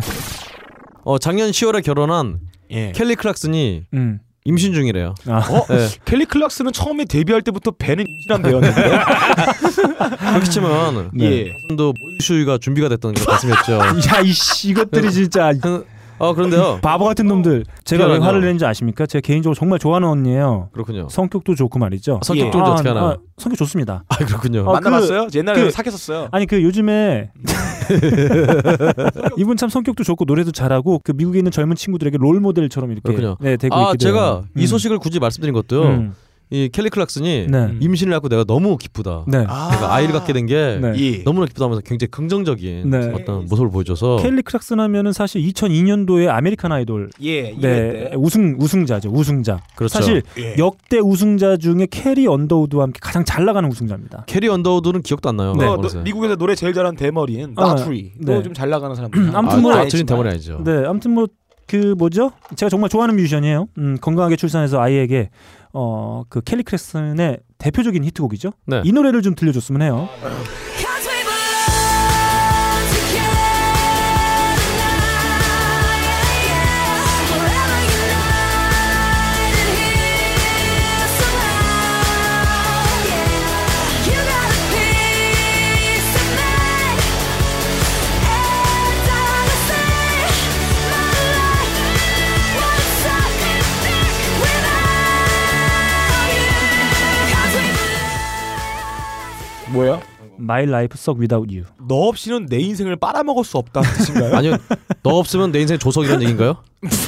Speaker 2: 어 작년 10월에 결혼한
Speaker 4: 예.
Speaker 2: 켈리 클락슨이
Speaker 1: 음.
Speaker 2: 임신 중이래요.
Speaker 1: 아.
Speaker 4: 어?
Speaker 2: 네.
Speaker 4: 켈리 클락스는 처음에 데뷔할 때부터 배는 이란 배였는데요.
Speaker 2: 그렇게 치면
Speaker 4: 예.
Speaker 2: 도 슈이가 준비가 됐던 것 말씀이었죠. 네.
Speaker 1: 야, 이씨 이것들이 진짜
Speaker 2: 어 그런데요.
Speaker 1: 바보 같은 놈들. 제가 왜
Speaker 2: 미안하죠.
Speaker 1: 화를 내는지 아십니까? 제가 개인적으로 정말 좋아하는 언니예요.
Speaker 2: 그렇군요.
Speaker 1: 성격도 좋고 말이죠. 예.
Speaker 2: 아, 성격 좋은데 어떻게 하나?
Speaker 1: 성격 좋습니다.
Speaker 2: 아 그렇군요.
Speaker 1: 어,
Speaker 4: 만나봤어요? 옛날에
Speaker 1: 그-
Speaker 4: 사귀었어요.
Speaker 1: 아니 그 요즘에 이분 참 성격도 좋고 노래도 잘하고 그 미국에 있는 젊은 친구들에게 롤 모델처럼 이렇게
Speaker 2: 그렇군요.
Speaker 1: 네 되고
Speaker 2: 아
Speaker 1: 있기도
Speaker 2: 제가
Speaker 1: 해요.
Speaker 2: 이
Speaker 1: 음.
Speaker 2: 소식을 굳이 말씀드린 것도요.
Speaker 1: 음.
Speaker 2: 이 켈리 클락슨이
Speaker 1: 네.
Speaker 2: 임신을 하고 내가 너무 기쁘다.
Speaker 1: 네.
Speaker 2: 내가 아이를 갖게 된 게
Speaker 1: 네.
Speaker 4: 예.
Speaker 2: 너무나 기쁘다 하면서 굉장히 긍정적인
Speaker 1: 네.
Speaker 2: 어떤 모습을 보여줘서
Speaker 1: 켈리 클락슨 하면은 사실 2002년도에 아메리칸 아이돌
Speaker 4: 예.
Speaker 1: 네, 우승 우승자죠. 우승자.
Speaker 2: 그렇죠.
Speaker 1: 사실
Speaker 4: 예.
Speaker 1: 역대 우승자 중에 캐리 언더우드와 함께 가장 잘 나가는 우승자입니다.
Speaker 2: 캐리 언더우드는 기억도 안 나요.
Speaker 4: 네. 어,
Speaker 2: 어느새.
Speaker 4: 너, 미국에서 노래 제일 잘하는 대머리인
Speaker 1: 아,
Speaker 4: 나트리.
Speaker 1: 네.
Speaker 4: 너좀잘 나가는 사람들.
Speaker 1: 아무튼
Speaker 2: 아,
Speaker 1: 뭐
Speaker 2: 나트린 대머리 아니죠.
Speaker 1: 네, 아무튼 뭐 그 뭐죠? 제가 정말 좋아하는 뮤지션이에요. 음, 건강하게 출산해서 아이에게 어 그 켈리 클락슨의 대표적인 히트곡이죠.
Speaker 2: 네.
Speaker 1: 이 노래를 좀 들려줬으면 해요.
Speaker 3: Cause we belong together tonight, yeah. Forever united here somehow, yeah. You got a piece of me, and honestly, my life would suck back without you. 'Cause we
Speaker 4: 뭐야?
Speaker 1: My Life Suck Without You.
Speaker 4: 너 없이는 내 인생을 빨아먹을 수 없다. 뜻인가요?
Speaker 2: 아니요, 너 없으면 내 인생 조석이라는 얘기인가요?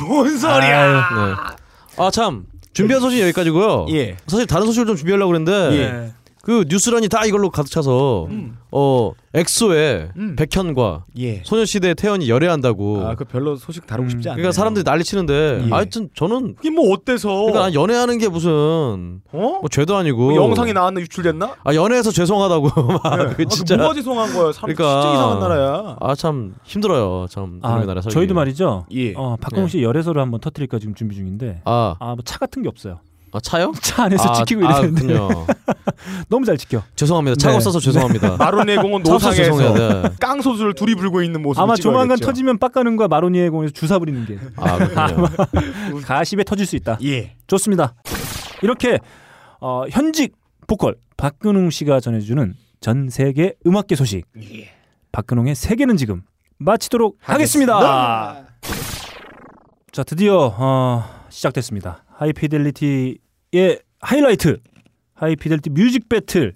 Speaker 4: 뭔 소리야?
Speaker 2: 네. 아참 준비한 소식 여기까지고요.
Speaker 4: 아, 예.
Speaker 2: 사실 다른 소식을 좀 준비하려고 그랬는데 그 뉴스란이 다 이걸로 가득 차서
Speaker 4: 음.
Speaker 2: 어 엑소의 백현과 소녀시대의 태연이 열애한다고
Speaker 4: 예. 아, 그 별로 소식 다루고 싶지 않아요.
Speaker 2: 그러니까 사람들이 난리 치는데
Speaker 4: 예.
Speaker 2: 하여튼 저는
Speaker 4: 이게 뭐 어때서?
Speaker 2: 그러니까 난 연애하는 게 무슨
Speaker 4: 어?
Speaker 2: 뭐 죄도 아니고
Speaker 4: 뭐 영상이 나왔나 유출됐나?
Speaker 2: 아 연애해서 죄송하다고 막
Speaker 4: 아,
Speaker 2: 진짜
Speaker 4: 그 뭐가 죄송한 거야? 사람
Speaker 2: 그러니까
Speaker 4: 진짜 이상한 나라야.
Speaker 2: 아참 힘들어요 참
Speaker 1: 아,
Speaker 2: 우리나라 살기.
Speaker 1: 저희도 말이죠.
Speaker 4: 예.
Speaker 1: 어, 박홍 씨 열애설을 한번 터뜨릴까 지금 준비 중인데.
Speaker 2: 아,
Speaker 1: 아, 뭐 차 같은 게 없어요.
Speaker 2: 아, 차요?
Speaker 1: 차 안에서
Speaker 2: 아,
Speaker 1: 지키고
Speaker 2: 아,
Speaker 1: 이랬는데
Speaker 2: 그렇군요.
Speaker 1: 너무 잘 지켜.
Speaker 2: 죄송합니다 차가
Speaker 1: 네.
Speaker 2: 없어서 죄송합니다
Speaker 4: 마로네공은
Speaker 2: 차 없어서 죄송해요
Speaker 4: 노상에서
Speaker 2: 네.
Speaker 4: 깡소주를 둘이 불고 있는 모습.
Speaker 1: 아마 조만간 터지면 빡가는과 마로니에 공에서 주사 부리는 게
Speaker 2: 아 그렇군요
Speaker 1: 아마 가십에 터질 수 있다.
Speaker 4: 예.
Speaker 1: 좋습니다. 이렇게 어, 현직 보컬 박근홍 씨가 전해주는 전 세계 음악계 소식. 박근홍의 세계는 지금 마치도록 예. 하겠습니다.
Speaker 2: 네.
Speaker 1: 자 드디어 어, 시작됐습니다. 하이피델리티의 하이라이트 하이피델리티 뮤직 배틀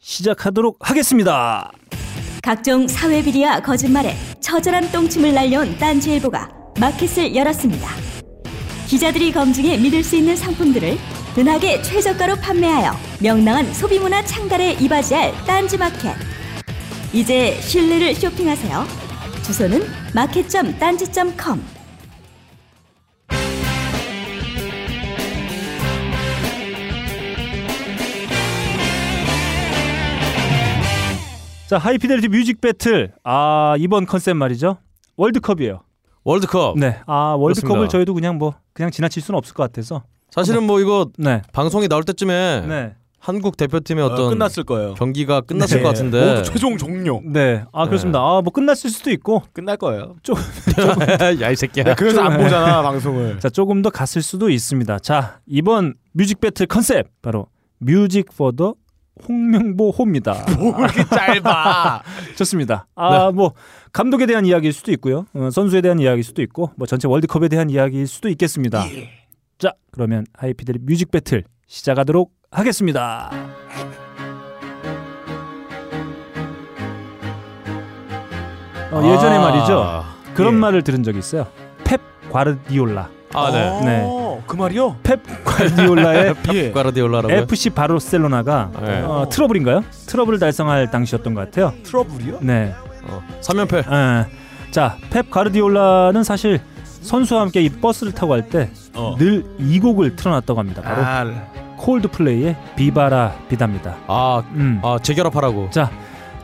Speaker 1: 시작하도록 하겠습니다.
Speaker 11: 각종 사회 비리와 거짓말에 처절한 똥침을 날려온 딴지일보가 마켓을 열었습니다. 기자들이 검증해 믿을 수 있는 상품들을 은하계 최저가로 판매하여 명랑한 소비문화 창달에 이바지할 딴지 마켓. 이제 신뢰를 쇼핑하세요. 주소는 마켓.딴지.com 점
Speaker 1: 자 하이피델리티 뮤직 배틀 아 이번 컨셉 말이죠 월드컵이에요.
Speaker 2: 월드컵
Speaker 1: 네, 아 월드컵을
Speaker 2: 그렇습니다.
Speaker 1: 저희도 그냥 뭐 그냥 지나칠 수는 없을 것 같아서
Speaker 2: 사실은 뭐 이거
Speaker 1: 네,
Speaker 2: 방송이 나올 때쯤에
Speaker 1: 네,
Speaker 2: 한국 대표팀의 어떤
Speaker 4: 끝났을 거예요.
Speaker 2: 경기가 끝났을
Speaker 1: 네.
Speaker 2: 것
Speaker 4: 모두
Speaker 2: 같은데
Speaker 4: 최종 종료.
Speaker 1: 네, 아 그렇습니다. 아 뭐 끝났을 수도 있고
Speaker 4: 끝날 거예요.
Speaker 2: 야 이 새끼야
Speaker 1: 네,
Speaker 4: 야, 네, 그래서
Speaker 2: 네.
Speaker 4: 안 보잖아 방송을.
Speaker 1: 자 조금 더 갔을 수도 있습니다. 자 이번 뮤직 배틀 컨셉 바로 뮤직 포 더 홍명보호입니다.
Speaker 4: 뭐 이렇게 짧아? 네.
Speaker 1: 좋습니다. 아 뭐 감독에 대한 이야기일 수도 있고요, 어, 선수에 대한 이야기일 수도 있고 뭐 전체 월드컵에 대한 이야기일 수도 있겠습니다.
Speaker 4: 예.
Speaker 1: 자 그러면 하이피델 뮤직 배틀 시작하도록 하겠습니다. 어, 예전에
Speaker 2: 아.
Speaker 1: 말이죠. 그런
Speaker 4: 예.
Speaker 1: 말을 들은 적이 있어요. 펩 과르디올라.
Speaker 2: 아네
Speaker 4: 어,
Speaker 1: 네.
Speaker 4: 그 말이요?
Speaker 1: 펩 과르디올라의
Speaker 4: 예.
Speaker 2: 과르디올라라고
Speaker 1: FC 바르셀로나가
Speaker 2: 네.
Speaker 1: 어, 트러블인가요? 트러블 달성할 당시였던 것 같아요.
Speaker 4: 트러블이요?
Speaker 1: 네.
Speaker 2: 어, 3연패
Speaker 1: 예. 자, 펩 과르디올라는 사실 선수와 함께 이 버스를 타고 갈 때 늘 이
Speaker 4: 어.
Speaker 1: 곡을 틀어놨다고 합니다. 바로
Speaker 4: 아,
Speaker 1: 콜드플레이의 비바라 비답니다.
Speaker 2: 아,
Speaker 1: 음.
Speaker 2: 아 재결합하라고
Speaker 1: 자,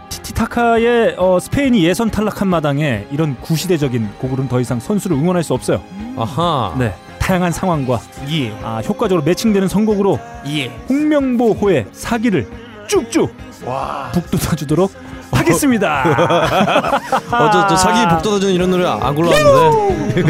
Speaker 1: 티티타카의 어, 스페인이 예선 탈락한 마당에 이런 구시대적인 곡으로는 더 이상 선수를 응원할 수 없어요.
Speaker 2: 아하
Speaker 1: 네. 다양한 상황과
Speaker 4: 예.
Speaker 1: 아, 효과적으로 매칭되는 선곡으로
Speaker 4: 예.
Speaker 1: 홍명보호의 사기를 쭉쭉 북돋아주도록 하겠습니다.
Speaker 2: 어저 저 사기 복돋아주는 이런 노래 안 골라왔는데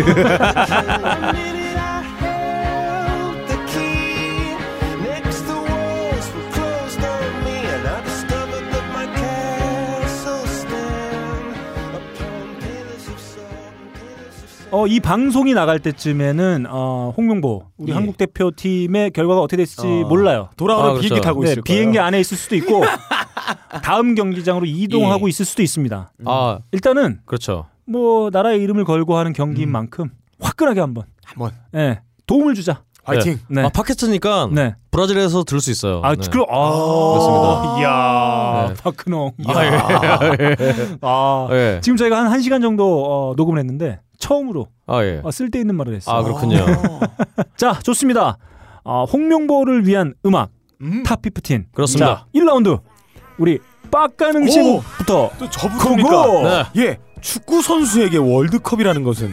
Speaker 1: 어, 이 방송이 나갈 때쯤에는 어, 홍명보 우리
Speaker 4: 예.
Speaker 1: 한국 대표팀의 결과가 어떻게 됐을지
Speaker 2: 어.
Speaker 1: 몰라요.
Speaker 4: 돌아오는
Speaker 2: 아, 그렇죠.
Speaker 4: 비행기 타고
Speaker 1: 네,
Speaker 4: 있을 거예요.
Speaker 1: 비행기 안에 있을 수도 있고 다음 경기장으로 이동하고
Speaker 4: 예.
Speaker 1: 있을 수도 있습니다.
Speaker 2: 아
Speaker 1: 일단은
Speaker 2: 그렇죠
Speaker 1: 뭐 나라의 이름을 걸고 하는 경기인 만큼 화끈하게 한번
Speaker 4: 음. 한번
Speaker 1: 예, 도움을 주자.
Speaker 4: 화이팅.
Speaker 1: 네.
Speaker 2: 아 팟캐스트니까
Speaker 1: 네.
Speaker 2: 브라질에서 들을 수 있어요
Speaker 1: 아,
Speaker 2: 네.
Speaker 1: 그, 아,
Speaker 2: 그렇습니다.
Speaker 1: 이야,
Speaker 2: 네.
Speaker 1: 박근홍.
Speaker 2: 아, 예.
Speaker 1: 아,
Speaker 2: 예.
Speaker 1: 지금 저희가 한 1시간 정도 어, 녹음을 했는데 처음으로
Speaker 2: 아, 예.
Speaker 1: 어, 쓸데있는 말을 했어요.
Speaker 2: 아, 그렇군요.
Speaker 1: 자, 좋습니다. 어, 홍명보를 위한 음악
Speaker 4: 음.
Speaker 1: 탑 15.
Speaker 2: 그렇습니다.
Speaker 1: 자, 1라운드. 우리 빡가능 씨부터
Speaker 4: 또 저부터입니까?
Speaker 2: 네.
Speaker 4: 예, 축구 선수에게 월드컵이라는 것은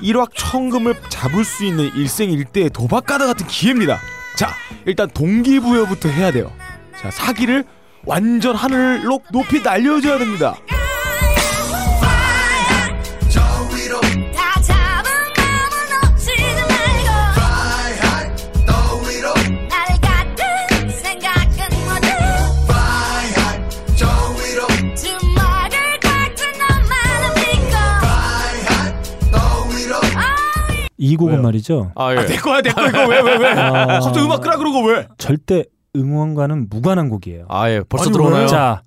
Speaker 4: 일확천금을 잡을 수 있는 일생일대의 도박가다 같은 기회입니다. 자, 일단 동기부여부터 해야 돼요. 자, 사기를 완전 하늘로 높이 날려줘야 됩니다.
Speaker 3: 다 잡은 마음은 없지는 말고 날 같은 생각은 모두 주먹을 같은 너만을 믿고
Speaker 1: 이 곡은 말이죠.
Speaker 2: 아, 예.
Speaker 4: 내 거야, 내 거, 이거 왜, 왜, 왜?
Speaker 1: 아.
Speaker 4: 갑자기 음악 끄라 그러고 왜?
Speaker 1: 절대 응원과는 무관한 곡이에요.
Speaker 2: 아, 예. 벌써
Speaker 4: 아니,
Speaker 2: 들어오나요?
Speaker 1: 자,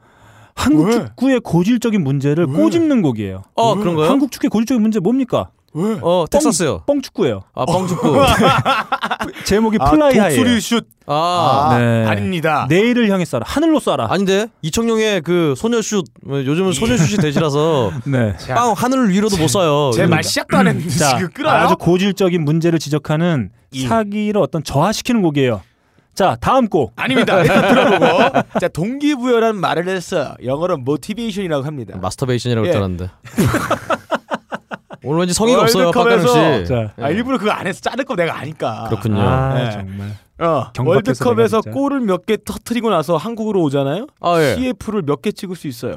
Speaker 1: 한국
Speaker 4: 왜?
Speaker 1: 축구의 고질적인 문제를
Speaker 4: 왜?
Speaker 1: 꼬집는 곡이에요.
Speaker 2: 어, 그런가요?
Speaker 1: 한국 축구의 고질적인 문제 뭡니까?
Speaker 2: 왜? 어 텍사스요.
Speaker 1: 뻥축구예요.
Speaker 4: 어.
Speaker 2: 아 뻥축구.
Speaker 1: 제목이 플라이 하이.
Speaker 2: 아,
Speaker 1: 네. 내일을 향해 쏴라. 하늘로 쏴라.
Speaker 2: 아닌데 이청용의 그 소녀슛 어,
Speaker 4: 예.
Speaker 2: 요즘은 소녀슛이 대지라서
Speaker 1: 네.
Speaker 2: 빵 하늘을 위로도 못
Speaker 4: 어,
Speaker 2: 쏴요.
Speaker 1: 그러니까. 자, 아주 고질적인 문제를 지적하는 사기를 어떤 저하시키는 곡이에요. 자, 다음 곡.
Speaker 4: 아닙니다. 일단 들어보고. 네. 자, 동기부여란 말을 했어. 영어로 motivation이라고 합니다.
Speaker 2: 마스터베이션이라고
Speaker 4: 예.
Speaker 2: 했더는데 오늘 왠지 성의가 없어요, 박가름
Speaker 4: 월드컵에서-
Speaker 2: 씨.
Speaker 4: 아,
Speaker 2: 예.
Speaker 4: 일부러 그거 안 해서 자를 거 내가 아니까.
Speaker 2: 그렇군요.
Speaker 1: 네.
Speaker 4: 예. 어,
Speaker 12: 경박해서
Speaker 4: 월드컵에서
Speaker 12: 내가 진짜.
Speaker 4: 골을 몇 개 터트리고 나서 한국으로 오잖아요.
Speaker 2: 아, 예.
Speaker 4: CF를 몇 개 찍을 수 있어요.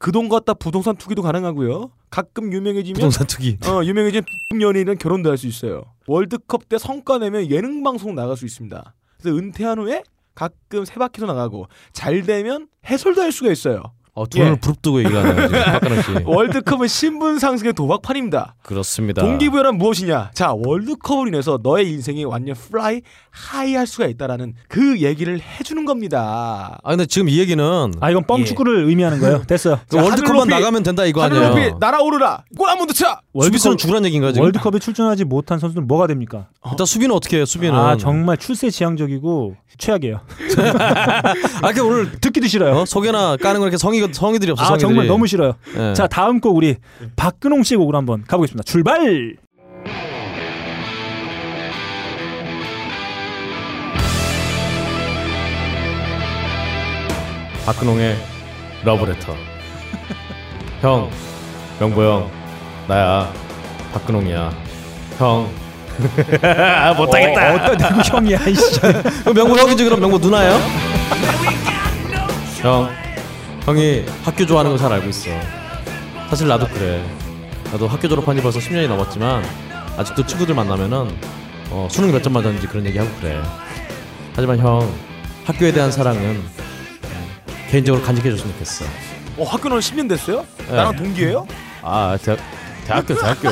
Speaker 4: 그 돈 갖다 부동산 투기도 가능하고요. 가끔 유명해지면
Speaker 2: 부동산 투기.
Speaker 4: 어, 유명해지면 연예인은 결혼도 할 수 있어요. 월드컵 때 성과 내면 예능 방송 나갈 수 있습니다. 그래서 은퇴한 후에 가끔 세 바퀴도 나가고 잘 되면 해설도 할 수가 있어요.
Speaker 2: 어, 돈을 부릅뜨고 얘기하네요, 지금 박가람
Speaker 12: 예.
Speaker 2: 씨.
Speaker 4: 월드컵은 신분 상승의 도박판입니다.
Speaker 2: 그렇습니다.
Speaker 4: 동기부여란 무엇이냐? 자, 월드컵으로 인해서 너의 인생이 완전 플라이 하이할 수가 있다라는 그 얘기를 해주는 겁니다.
Speaker 2: 아 근데 지금 이 얘기는
Speaker 1: 아 이건 뻥축구를 의미하는 거예요. 됐어요.
Speaker 2: 예. 그 월드컵만 나가면 된다 이거
Speaker 4: 하늘
Speaker 2: 아니에요.
Speaker 4: 높이 날아오르라. 골 한 번 더 차.
Speaker 2: 수비수는 죽으란 얘기인가요, 지금?
Speaker 1: 월드컵에 출전하지 못한 선수는 뭐가 됩니까?
Speaker 2: 일단 수비는 어떻게 해요? 수비는
Speaker 1: 아 정말 출세 지향적이고 최악이에요.
Speaker 2: 아, 그 오늘
Speaker 1: 듣기도 싫어요.
Speaker 2: 소개나 까는 거 이렇게 성의 성의들이 없어.
Speaker 1: 아
Speaker 2: 성의들이.
Speaker 1: 정말 너무 싫어요.
Speaker 2: 예.
Speaker 1: 자 다음 곡 우리 박근홍 씨의 곡으로 한번 가보겠습니다. 출발.
Speaker 2: 박근홍의 러브레터. 형, 명보 형, 나야. 박근홍이야. 형. 아, 못하겠다.
Speaker 1: 어, 어떤 누구 형이야 이 씨.
Speaker 2: 명보 형이지 그럼 명보 누나예요? 형, 형이 학교 좋아하는 거 잘 알고 있어. 사실 나도 그래. 나도 학교 졸업한 지 벌써 10년이 넘었지만 아직도 친구들 만나면은 어, 수능 몇 점 맞았는지 그런 얘기하고 그래. 하지만 형, 학교에 대한 사랑은 개인적으로 간직해줬으면 좋겠어.
Speaker 4: 어, 학교는 10년 됐어요?
Speaker 2: 예.
Speaker 4: 나랑 동기예요?
Speaker 2: 아 대학 대학교 대학교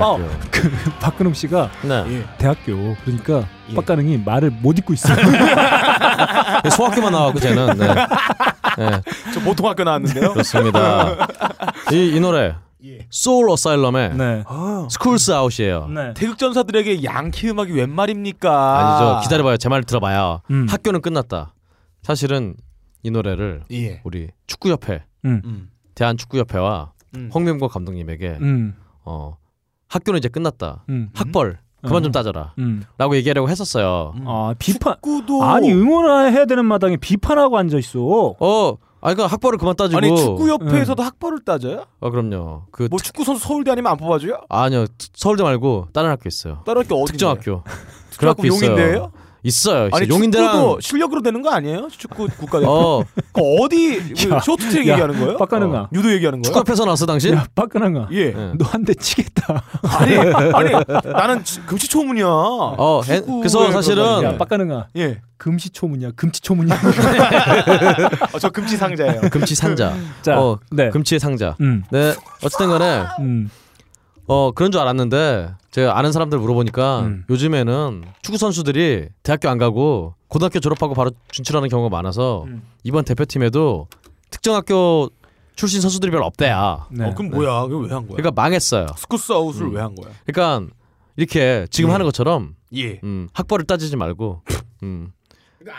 Speaker 1: 어, 그, 박근홍 씨가
Speaker 2: 네.
Speaker 1: 대학교 그러니까 빡가능이 말을 못 읽고 있어요.
Speaker 2: 네. 소학교만 나왔고 쟤는 네. 네.
Speaker 4: 저 보통 학교 나왔는데요.
Speaker 2: 그렇습니다. 이, 이 노래 소울 어사일럼의 스쿨스 아웃이에요.
Speaker 1: 네.
Speaker 4: 태극전사들에게 양키 음악이 웬 말입니까?
Speaker 2: 아니죠 기다려봐요 제 말을 들어봐요. 학교는 끝났다. 사실은 이 노래를
Speaker 4: 예.
Speaker 2: 우리 축구협회
Speaker 1: 음.
Speaker 2: 대한축구협회와
Speaker 4: 음.
Speaker 2: 홍명보 감독님에게
Speaker 1: 음.
Speaker 2: 어, 학교는 이제 끝났다.
Speaker 1: 음.
Speaker 2: 학벌 그만 좀 따져라.
Speaker 1: 음.
Speaker 2: 라고 얘기하려고 했었어요.
Speaker 1: 아 비판. 아니 응원을 해야 되는 마당에 비판하고 앉아 있어.
Speaker 2: 어, 아니 그 학벌을 그만 따지고.
Speaker 4: 아니 축구협회에서도 학벌을 따져요?
Speaker 2: 어 그럼요. 그
Speaker 4: 뭐 축구 선수 서울대 아니면 안 뽑아줘요?
Speaker 2: 아니요 트- 서울대 말고 다른 학교 있어요.
Speaker 4: 다른 학교 어디?
Speaker 2: 특정 학교.
Speaker 4: 특정 학교 용인대예요?
Speaker 2: 네. 있어요. 있어요.
Speaker 4: 아니
Speaker 2: 용인대랑
Speaker 4: 축구도 실력으로 되는 거 아니에요? 축구 국가대표.
Speaker 2: 어.
Speaker 4: 그 어디 그
Speaker 1: 야,
Speaker 4: 쇼트트랙
Speaker 1: 야,
Speaker 4: 얘기하는 거예요?
Speaker 1: 빡가는가?
Speaker 4: 어. 유도 얘기하는 거예요?
Speaker 2: 축구협회에서 나왔어 당신?
Speaker 1: 야 빡가능아.
Speaker 4: 예.
Speaker 1: 너 한 대 치겠다.
Speaker 4: 아니, 아니 나는 지- 금시초문이야.
Speaker 2: 어, 엔- 그래서 사실은-
Speaker 1: 야 빡가능아.
Speaker 4: 예.
Speaker 1: 금시초문이야. 금치초문이야.
Speaker 4: 어, 저 금치 상자예요.
Speaker 2: 금치 상자.
Speaker 1: 자,
Speaker 2: 어,
Speaker 4: 네.
Speaker 2: 금치의 상자.
Speaker 1: 음.
Speaker 2: 네. 어쨌든 간에
Speaker 1: 음.
Speaker 2: 어, 그런 줄 알았는데 제가 아는 사람들 물어보니까
Speaker 4: 음.
Speaker 2: 요즘에는 축구 선수들이 대학교 안 가고 고등학교 졸업하고 바로 진출하는 경우가 많아서
Speaker 4: 음.
Speaker 2: 이번 대표팀에도 특정 학교 출신 선수들이 별로 없대야.
Speaker 1: 네.
Speaker 4: 어, 그럼 뭐야? 그거 왜 한 거야?
Speaker 2: 그러니까 망했어요.
Speaker 4: 스쿠스 아웃을
Speaker 2: 음.
Speaker 4: 왜 한 거야?
Speaker 2: 그러니까 이렇게 지금
Speaker 4: 예.
Speaker 2: 하는 것처럼
Speaker 4: 예.
Speaker 2: 음, 학벌을 따지지 말고 음,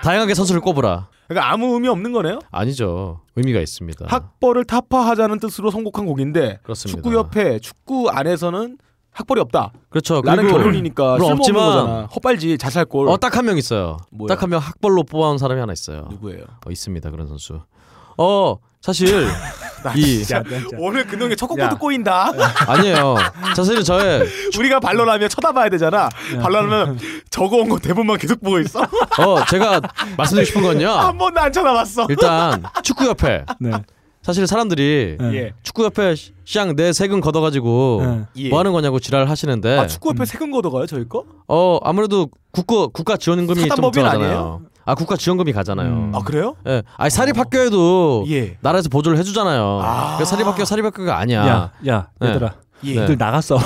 Speaker 2: 다양하게 선수를 꼽으라.
Speaker 4: 그러니까 아무 의미 없는 거네요.
Speaker 2: 아니죠. 의미가 있습니다.
Speaker 4: 학벌을 타파하자는 뜻으로 선곡한 곡인데
Speaker 2: 그렇습니다.
Speaker 4: 축구 협회 축구 안에서는 학벌이 없다.
Speaker 2: 그렇죠.
Speaker 4: 라는
Speaker 2: 그리고
Speaker 4: 결론이니까
Speaker 2: 물론
Speaker 4: 어, 쓸모없는
Speaker 2: 없지만-
Speaker 4: 거잖아. 헛발질 자살골.
Speaker 2: 어, 딱 한 명 있어요. 딱 한 명 학벌로 뽑아온 사람이 하나 있어요.
Speaker 4: 누구예요?
Speaker 2: 어, 있습니다. 그런 선수. 어, 사실
Speaker 4: 나
Speaker 2: 이
Speaker 4: 진짜 오늘 근홍이 첫 곡부터
Speaker 2: 야.
Speaker 4: 꼬인다.
Speaker 2: 아니에요. 사실은 저의
Speaker 4: 우리가 발론하면 쳐다봐야 되잖아. 발론하면 저거 온 거 대본만 계속 보고 있어.
Speaker 2: 어, 제가 말씀드리고 싶은 건요.
Speaker 4: 한 번도 안 쳐다봤어.
Speaker 2: 일단 축구 협회.
Speaker 1: 네.
Speaker 2: 사실 사람들이
Speaker 4: 예.
Speaker 2: 축구 협회 시장 내 세금 걷어 가지고
Speaker 4: 예.
Speaker 2: 뭐 하는 거냐고 지랄 하시는데
Speaker 4: 아, 축구 협회 세금 걷어가요 저희 거?
Speaker 2: 어 아무래도 국고 국가 지원금이 좀
Speaker 4: 사단법인
Speaker 2: 들어가잖아요.
Speaker 4: 아니에요?
Speaker 2: 아 국가 지원금이 가잖아요.
Speaker 4: 아 그래요?
Speaker 2: 예, 아니 사립 학교에도 나라에서 보조를 해주잖아요. 그래서 사립 학교 사립 학교가 아니야.
Speaker 1: 야, 야, 얘들아. 얘들 나갔어.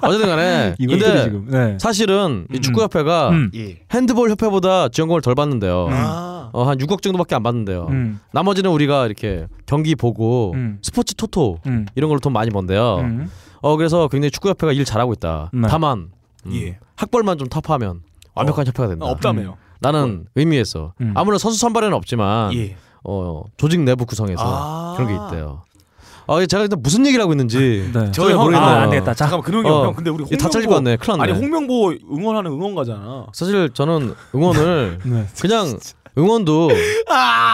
Speaker 2: 어쨌든간에
Speaker 1: 이것들이
Speaker 2: 근데
Speaker 1: 지금, 네.
Speaker 2: 사실은 이 축구 협회가
Speaker 1: 음.
Speaker 4: 음. 아,
Speaker 2: 핸드볼 협회보다 지원금을 덜 받는데요. 어, 한 6억 정도밖에 안 받는데요.
Speaker 1: 음.
Speaker 2: 나머지는 우리가 이렇게 경기 보고
Speaker 1: 음.
Speaker 2: 스포츠 토토
Speaker 1: 음.
Speaker 2: 이런 걸로 돈 많이 번대요.
Speaker 1: 음.
Speaker 2: 어 그래서 굉장히 축구협회가 일 잘하고 있다.
Speaker 1: 네.
Speaker 2: 다만 음,
Speaker 4: 예.
Speaker 2: 학벌만 좀 타파하면 완벽한 협회가
Speaker 4: 아,
Speaker 2: 된다.
Speaker 1: 어, 없다며요. 음.
Speaker 2: 나는 의미에서
Speaker 1: 음. 예.
Speaker 2: 아무런 선수 선발에는 없지만
Speaker 4: 예.
Speaker 2: 어, 조직 내부 구성에서
Speaker 1: 아.
Speaker 2: 그런 게 있대요. 아 제가 일단 무슨 얘기를 하고 있는지
Speaker 1: 네.
Speaker 2: 전혀
Speaker 1: 형,
Speaker 2: 모르겠네요.
Speaker 1: 아, 안 되겠다. 자.
Speaker 4: 잠깐만 근홍이 형,
Speaker 2: 어,
Speaker 4: 형 근데 우리
Speaker 2: 이거 다
Speaker 4: 홍명보-
Speaker 2: 찰릴 것 같네. 큰일 났네.
Speaker 4: 아니 홍명보 응원하는 응원가잖아.
Speaker 2: 사실 저는 응원을
Speaker 1: 네,
Speaker 2: 그냥 응원도